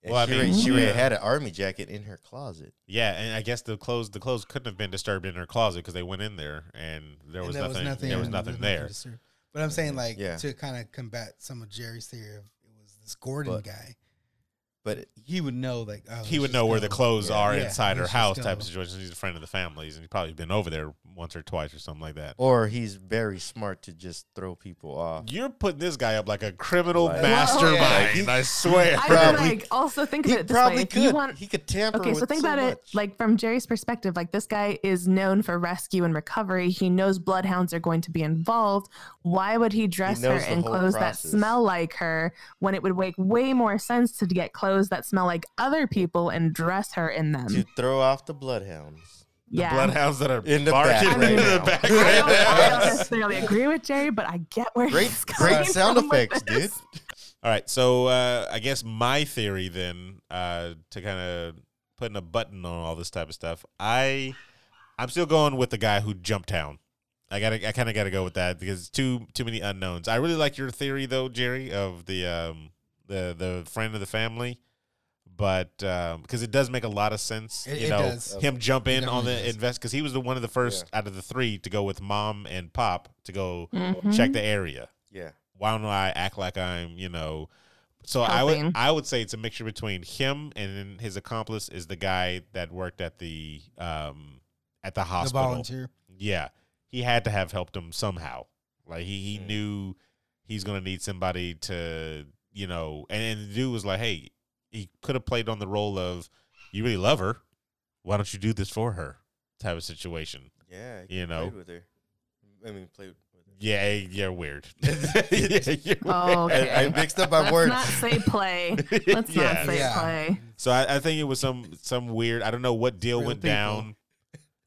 [SPEAKER 2] And
[SPEAKER 1] Well, I
[SPEAKER 2] she already-
[SPEAKER 1] mean,
[SPEAKER 2] she already
[SPEAKER 1] yeah.
[SPEAKER 2] had an army jacket in her closet.
[SPEAKER 1] Yeah, and I guess the clothes the clothes couldn't have been disturbed in her closet because they went in there and there
[SPEAKER 4] and
[SPEAKER 1] was, nothing, There was
[SPEAKER 4] in-
[SPEAKER 1] nothing there.
[SPEAKER 4] disturbed. But I'm saying like
[SPEAKER 2] Yeah.
[SPEAKER 4] to kind of combat some of Jerry's theory of it was this Gordon
[SPEAKER 2] But-
[SPEAKER 4] guy.
[SPEAKER 2] But it-
[SPEAKER 4] He would know like
[SPEAKER 1] He
[SPEAKER 4] oh, let's
[SPEAKER 1] would
[SPEAKER 4] just
[SPEAKER 1] know where
[SPEAKER 4] go.
[SPEAKER 1] the clothes
[SPEAKER 2] Yeah.
[SPEAKER 1] are
[SPEAKER 4] Yeah,
[SPEAKER 1] inside her
[SPEAKER 4] let's
[SPEAKER 1] house
[SPEAKER 4] just
[SPEAKER 1] type
[SPEAKER 4] go.
[SPEAKER 1] situation. He's a friend of the family's and he's probably been over there once or twice or something like that.
[SPEAKER 2] or he's very smart to just throw people off.
[SPEAKER 1] You're putting this guy up like a criminal
[SPEAKER 2] Like-
[SPEAKER 1] mastermind.
[SPEAKER 2] Whoa.
[SPEAKER 1] I swear. *laughs*
[SPEAKER 3] I
[SPEAKER 2] Probably-
[SPEAKER 3] would like also think of
[SPEAKER 2] He
[SPEAKER 3] it this way.
[SPEAKER 2] probably
[SPEAKER 3] If you
[SPEAKER 2] could.
[SPEAKER 3] want
[SPEAKER 2] he could tamper.
[SPEAKER 3] Okay, so
[SPEAKER 2] with
[SPEAKER 3] think about it
[SPEAKER 2] Oh, much.
[SPEAKER 3] like from Jerry's perspective, like this guy is known for rescue and recovery. He knows bloodhounds are going to be involved. Why would he dress her
[SPEAKER 2] knows the
[SPEAKER 3] in
[SPEAKER 2] whole
[SPEAKER 3] clothes that
[SPEAKER 2] process.
[SPEAKER 3] smell like her when it would make way more sense to get clothes that smell like other people and dress her in them?
[SPEAKER 2] to throw off the bloodhounds.
[SPEAKER 1] The
[SPEAKER 3] yeah.
[SPEAKER 1] bloodhounds that are
[SPEAKER 2] In the back
[SPEAKER 1] barking
[SPEAKER 3] right
[SPEAKER 1] in the
[SPEAKER 2] now.
[SPEAKER 1] back
[SPEAKER 3] I
[SPEAKER 1] right
[SPEAKER 3] don't,
[SPEAKER 2] *laughs*
[SPEAKER 3] I don't
[SPEAKER 1] now.
[SPEAKER 3] necessarily agree with Jerry, but I get where
[SPEAKER 2] Great,
[SPEAKER 3] he's coming
[SPEAKER 2] great sound
[SPEAKER 3] from with
[SPEAKER 2] effects, dude.
[SPEAKER 3] this.
[SPEAKER 1] All right, so uh, I guess my theory then uh, to kind of putting a button on all this type of stuff. I I'm still going with the guy who jumped town. I gotta I kind of gotta go with that because it's too too many unknowns. I really like your theory though, Jerry, of the um, the the friend of the family, but um, because it does make a lot of sense.
[SPEAKER 4] It-
[SPEAKER 1] you
[SPEAKER 4] it
[SPEAKER 1] know,
[SPEAKER 4] does.
[SPEAKER 1] him jump in on
[SPEAKER 4] definitely
[SPEAKER 1] the
[SPEAKER 4] does.
[SPEAKER 1] invest because he was the one of the first out of the three to go with mom and pop to go
[SPEAKER 3] Mhm.
[SPEAKER 1] check the area
[SPEAKER 2] Yeah,
[SPEAKER 1] why don't I act like I'm, you know? So I would
[SPEAKER 3] Helping.
[SPEAKER 1] I would say it's a mixture between him and then his accomplice is the guy that worked at the um at the
[SPEAKER 4] the
[SPEAKER 1] hospital.
[SPEAKER 4] volunteer.
[SPEAKER 1] Yeah. He had to have helped him somehow. Like he, he
[SPEAKER 2] Mm.
[SPEAKER 1] knew he's gonna need somebody to, you know, and, and the dude was like, Hey, he could have played on the role of you really love her. Why don't you do this for her? type of situation.
[SPEAKER 2] yeah.
[SPEAKER 1] You know.
[SPEAKER 2] played with her. I mean, played with her.
[SPEAKER 1] Yeah, you're weird. *laughs* yeah, you're
[SPEAKER 3] Oh,
[SPEAKER 2] *laughs*
[SPEAKER 3] Okay.
[SPEAKER 2] I, I mixed up my
[SPEAKER 3] Let's
[SPEAKER 2] words.
[SPEAKER 3] not say play.
[SPEAKER 2] *laughs*
[SPEAKER 1] weird.
[SPEAKER 3] *laughs* Let's
[SPEAKER 1] Yeah.
[SPEAKER 3] not say
[SPEAKER 4] Yeah.
[SPEAKER 3] play.
[SPEAKER 1] So I, I think it was some some weird. I don't know what deal
[SPEAKER 4] Real
[SPEAKER 1] went
[SPEAKER 4] people.
[SPEAKER 1] down.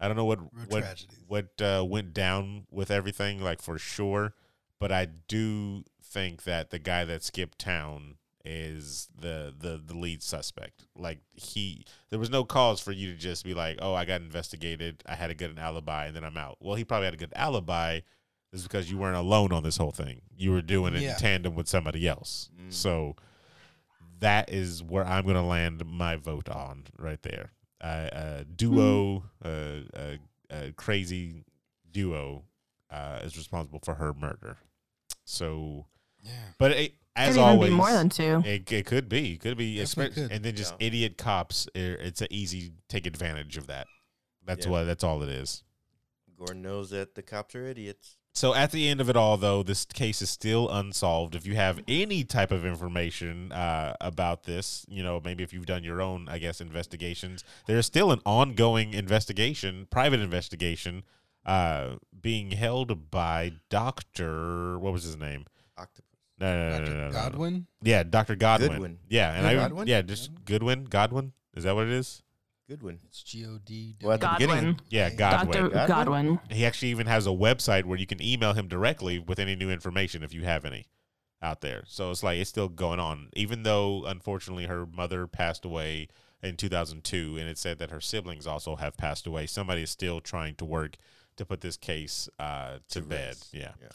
[SPEAKER 1] I don't know what
[SPEAKER 4] Real
[SPEAKER 1] what
[SPEAKER 4] tragedies.
[SPEAKER 1] what uh, went down with everything, like for sure. But I do think that the guy that skipped town is the the the lead suspect. Like he, there was no cause for you to just be like, "Oh, I got investigated. I had a good alibi, and then I'm out." Well, he probably had a good alibi. Is because you weren't alone on this whole thing. You were doing it
[SPEAKER 4] Yeah.
[SPEAKER 1] in tandem with somebody else.
[SPEAKER 2] Mm.
[SPEAKER 1] So that is where I'm going to land my vote on right there. Uh, uh, duo,
[SPEAKER 3] Hmm.
[SPEAKER 1] uh, uh, uh, crazy duo, uh, is responsible for her murder. So,
[SPEAKER 4] Yeah.
[SPEAKER 1] but it, as
[SPEAKER 3] Could even
[SPEAKER 1] always,
[SPEAKER 3] be more than two.
[SPEAKER 1] it, it could be, could be,
[SPEAKER 4] Definitely
[SPEAKER 1] expe-
[SPEAKER 4] could.
[SPEAKER 1] and then just
[SPEAKER 2] Yeah.
[SPEAKER 1] idiot cops. i- It's an easy take advantage of that. That's
[SPEAKER 2] Yeah.
[SPEAKER 1] what. That's all it is.
[SPEAKER 2] Gordon knows that the cops are idiots.
[SPEAKER 1] So at the end of it all, though, this case is still unsolved. If you have any type of information uh, about this, you know, maybe if you've done your own, I guess, investigations, there's still an ongoing investigation, private investigation, uh, being held by Doctor. What was his name?
[SPEAKER 2] Octopus.
[SPEAKER 1] No, no, no, no,
[SPEAKER 4] Dr.
[SPEAKER 1] no, no, no.
[SPEAKER 4] Godwin.
[SPEAKER 1] Yeah, Doctor Godwin.
[SPEAKER 2] Goodwin.
[SPEAKER 1] Yeah, and
[SPEAKER 2] Yeah,
[SPEAKER 1] I
[SPEAKER 2] Godwin?
[SPEAKER 1] yeah, just Goodwin. Godwin. Is that what it is?
[SPEAKER 2] Good one.
[SPEAKER 4] It's G O D.
[SPEAKER 2] Well, at the beginning,
[SPEAKER 3] Godwin.
[SPEAKER 1] Yeah,
[SPEAKER 4] Yeah.
[SPEAKER 1] Godwin.
[SPEAKER 3] Dr.
[SPEAKER 2] Godwin?
[SPEAKER 3] Godwin.
[SPEAKER 1] He actually even has a website where you can email him directly with any new information if you have any out there. So it's like it's still going on, even though unfortunately her mother passed away in 2002, and it said that her siblings also have passed away. Somebody is still trying to work to put this case uh, to,
[SPEAKER 2] To
[SPEAKER 1] bed.
[SPEAKER 2] rest.
[SPEAKER 1] Yeah.
[SPEAKER 2] Yeah.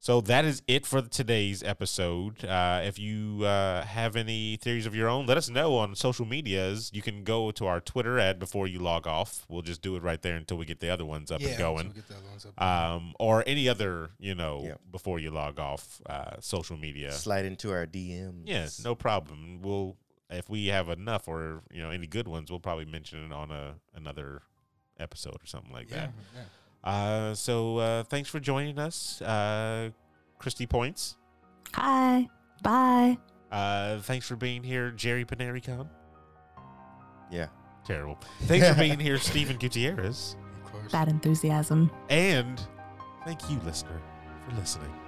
[SPEAKER 1] So that is it for today's episode. Uh, if you uh, have any theories of your own, let us know on social medias. You can go to our Twitter ad before you log off. We'll just do it right there until we get the other ones up and
[SPEAKER 4] once
[SPEAKER 1] going
[SPEAKER 4] we get the other ones up.
[SPEAKER 1] um, or any other, you know,
[SPEAKER 2] Yeah.
[SPEAKER 1] before you log off uh, social media.
[SPEAKER 2] Slide into our DMs.
[SPEAKER 1] Yeah, no problem. We'll if we have enough or you know any good ones, we'll probably mention it on a another episode or something like
[SPEAKER 4] yeah, yeah.
[SPEAKER 1] that. Uh, so uh, thanks for joining us, uh, Christy Points.
[SPEAKER 3] Hi. Bye.
[SPEAKER 1] Uh, thanks for being here, Jerry Panaricon.
[SPEAKER 2] Yeah.
[SPEAKER 1] Terrible. Thanks for being here, Stephen Gutierrez,
[SPEAKER 4] Of course.
[SPEAKER 3] That enthusiasm.
[SPEAKER 1] and thank you, listener, for listening.